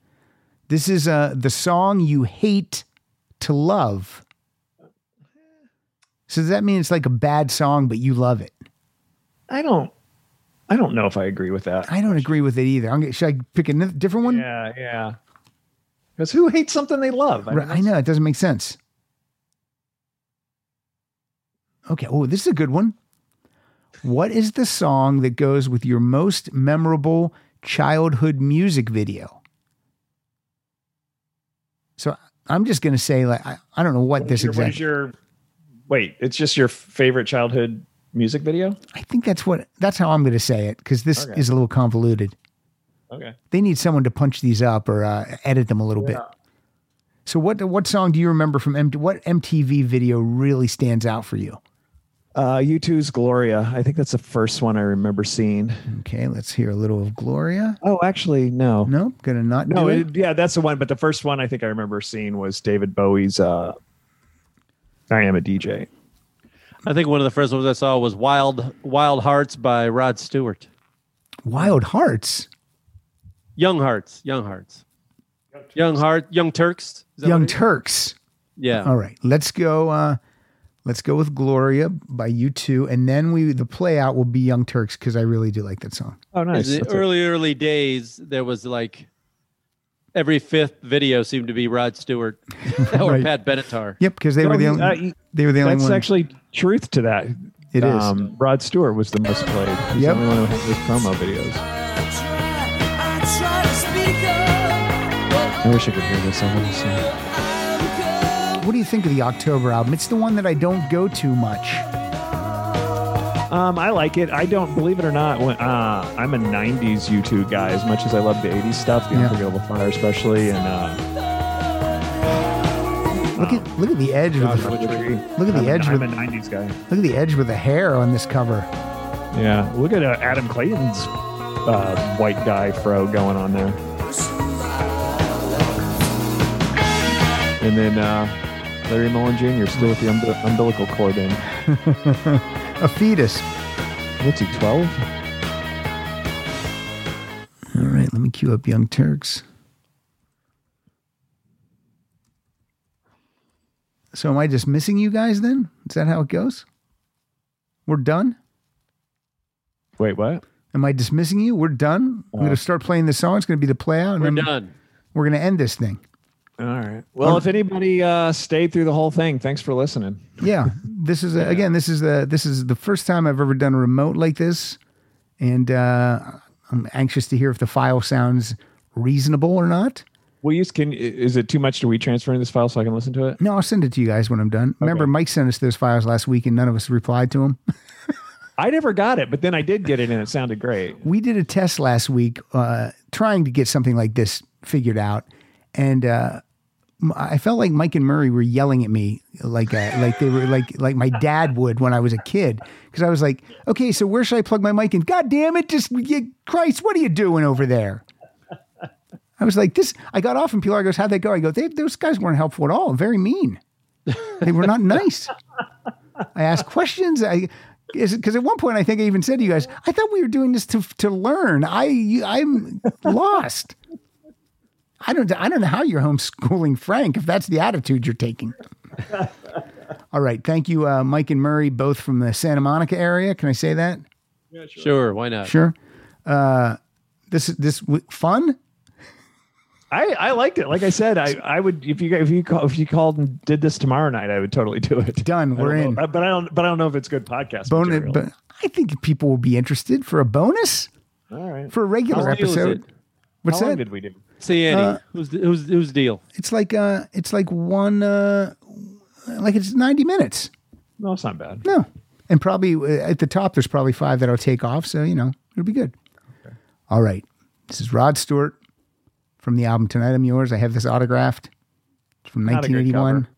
Speaker 2: This is uh, the song you hate to love. So does that mean it's like a bad song, but you love it?
Speaker 4: I don't. I don't know if I agree with that.
Speaker 2: I don't agree with it either. I'm gonna, should I pick a n- different one?
Speaker 4: Yeah, yeah. Because who hates something they love? I, mean,
Speaker 2: Right, I know it doesn't make sense. Okay. Oh, this is a good one. What is the song that goes with your most memorable childhood music video? So I'm just gonna say, like, I, I don't know what,
Speaker 4: What is
Speaker 2: this
Speaker 4: your- what
Speaker 2: exact.
Speaker 4: is your? Wait, it's just your favorite childhood music video.
Speaker 2: I think that's what that's how I'm gonna say it because this
Speaker 4: Okay.
Speaker 2: is a little convoluted.
Speaker 4: Okay.
Speaker 2: They need someone to punch these up or uh, edit them a little bit. So what what song do you remember from M- what MTV video really stands out for you?
Speaker 4: Uh, U2's Gloria. I think that's the first one I remember seeing.
Speaker 2: Okay, let's hear a little of Gloria.
Speaker 4: Oh, actually, no.
Speaker 2: Nope, gonna not
Speaker 4: No,
Speaker 2: do it.
Speaker 4: it- yeah, that's the one. But the first one I think I remember seeing was David Bowie's uh, I Am a DJ.
Speaker 3: I think one of the first ones I saw was Wild Wild Hearts by Rod Stewart.
Speaker 2: Wild Hearts,
Speaker 3: Young Hearts, Young Hearts, Young Heart, Young Turks, Is that
Speaker 2: Young Oh,
Speaker 3: what it is?
Speaker 2: Turks.
Speaker 3: yeah.
Speaker 2: All right, let's go. Uh, Let's go with Gloria by U2. And then we the play out will be Young Turks because I really do like that song.
Speaker 4: Oh,
Speaker 3: In
Speaker 4: nice.
Speaker 3: the
Speaker 4: That's it.
Speaker 3: early, early days, there was like every fifth video seemed to be Rod Stewart or
Speaker 2: Right.
Speaker 3: Pat Benatar.
Speaker 2: Yep, because they
Speaker 4: No,
Speaker 2: were the
Speaker 4: you-
Speaker 2: only
Speaker 4: uh, you-
Speaker 2: they were the only
Speaker 4: That's
Speaker 2: one.
Speaker 4: actually um, truth to that.
Speaker 2: It is.
Speaker 4: Rod Stewart was the most played. He's
Speaker 2: Yep.
Speaker 4: the only one who had promo videos. I wish I could hear this. I want to see. it.
Speaker 2: what do you think of the October album? It's the one that I don't go to much.
Speaker 4: Um, I like it. I don't believe it or not. When, uh, I'm a '90s U2 guy. As much as I love the '80s stuff, the
Speaker 2: Yeah.
Speaker 4: Unforgettable Fire, especially, and uh,
Speaker 2: Look at look at the edge with the,
Speaker 4: Joshua Tree.
Speaker 2: look at the
Speaker 4: I'm a-
Speaker 2: edge
Speaker 4: I'm
Speaker 2: with
Speaker 4: a '90s guy.
Speaker 2: look at the edge with the hair on this cover.
Speaker 4: Yeah, look at uh, Adam Clayton's uh, white guy fro going on there. And then uh, Larry Mullen Jr. still with the umbil- umbilical cord in.
Speaker 2: A fetus.
Speaker 4: What's he, 12?
Speaker 2: All right, let me cue up Young Turks. So am I just missing you guys then? Is that how it goes? We're done?
Speaker 4: Wait, what?
Speaker 2: Am I dismissing you? We're done. I'm going to start playing the song. It's going to be the play out. And
Speaker 3: We're
Speaker 2: then
Speaker 3: done.
Speaker 2: We're going to end this thing.
Speaker 4: All right. Well, if anybody uh, stayed through the whole thing, thanks for listening.
Speaker 2: Yeah. This is, a, again, this is the, this is the first time I've ever done a remote like this. And uh, I'm anxious to hear if the file sounds reasonable or not.
Speaker 4: Will you, can, is it too much to retransfer in this file so I can listen to it?
Speaker 2: No, I'll send it to you guys when I'm done. Remember, Mike sent us those files last week and none of us replied to them.
Speaker 4: I never got it, but then I did get it and it sounded great.
Speaker 2: we did a test last week uh, trying to get something like this figured out, and uh, m- I felt like Mike and Murray were yelling at me like uh, like they were like like my dad would when I was a kid because I was like, okay, so where should I plug my mic in? God damn it! Just you, Christ, what are you doing over there? I was like, this. I got off, and Pilar goes, "How'd that go?" I go, they, "Those guys weren't helpful at all. Very mean. They were not nice." I asked questions. I because at one point I think I even said to you guys, I thought we were doing this to to learn. I I'm lost. I don't I don't know how you're homeschooling Frank if that's the attitude you're taking. All right, thank you, uh, Mike and Murray, both from the Santa Monica area. Can I say that?
Speaker 3: Sure, why not?
Speaker 2: Sure. Uh, this is this w- fun.
Speaker 4: I, I liked it. Like I said, I, I would if you if you call, if you called and did this tomorrow night, I would totally do it.
Speaker 2: Done.
Speaker 4: I don't
Speaker 2: We're
Speaker 4: know.
Speaker 2: in.
Speaker 4: But I don't. But I don't know if it's good podcast.
Speaker 2: Bonus,
Speaker 4: material.
Speaker 2: but I think people will be interested for a bonus
Speaker 4: All right.
Speaker 2: for a regular
Speaker 3: How deal is
Speaker 2: episode.
Speaker 3: it?
Speaker 2: What's
Speaker 4: How long
Speaker 2: that?
Speaker 4: did we do?
Speaker 3: See Annie,
Speaker 2: Uh,
Speaker 3: who's who's who's deal?
Speaker 2: It's like uh, it's like one uh, like it's ninety minutes.
Speaker 4: No, it's not bad.
Speaker 2: No, and probably uh, at the top there's probably five that I'll take off. So you know it'll be good. All right, this is Rod Stewart from the album Tonight I'm Yours. I have this autographed. It's from
Speaker 4: Not a good
Speaker 2: 1981.
Speaker 4: cover.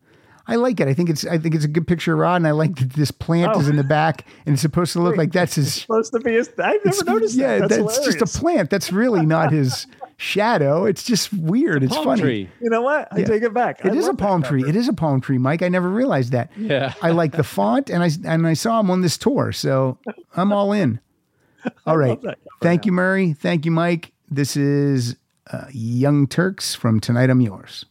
Speaker 2: I like it. I think it's I think it's a good picture of Rod, and I like that this plant
Speaker 4: Oh.
Speaker 2: is in the back and it's supposed to look like that's his.
Speaker 4: Supposed to be. His, I've never noticed.
Speaker 2: yeah,
Speaker 4: that. That's,
Speaker 2: that's just a
Speaker 4: hilarious.
Speaker 2: plant. That's really not his shadow. It's just weird. It's,
Speaker 3: Palm
Speaker 2: funny.
Speaker 3: tree.
Speaker 4: You know what? I
Speaker 2: Yeah.
Speaker 4: take it back.
Speaker 2: It is a palm tree. It is a palm tree, Mike. I never realized that.
Speaker 3: Yeah.
Speaker 2: I like the font, and I and I saw him on this tour, so I'm all in. All right.
Speaker 4: that cover
Speaker 2: Thank you, Murray. Thank you, Mike. This is uh, Young Turks from Tonight I'm Yours.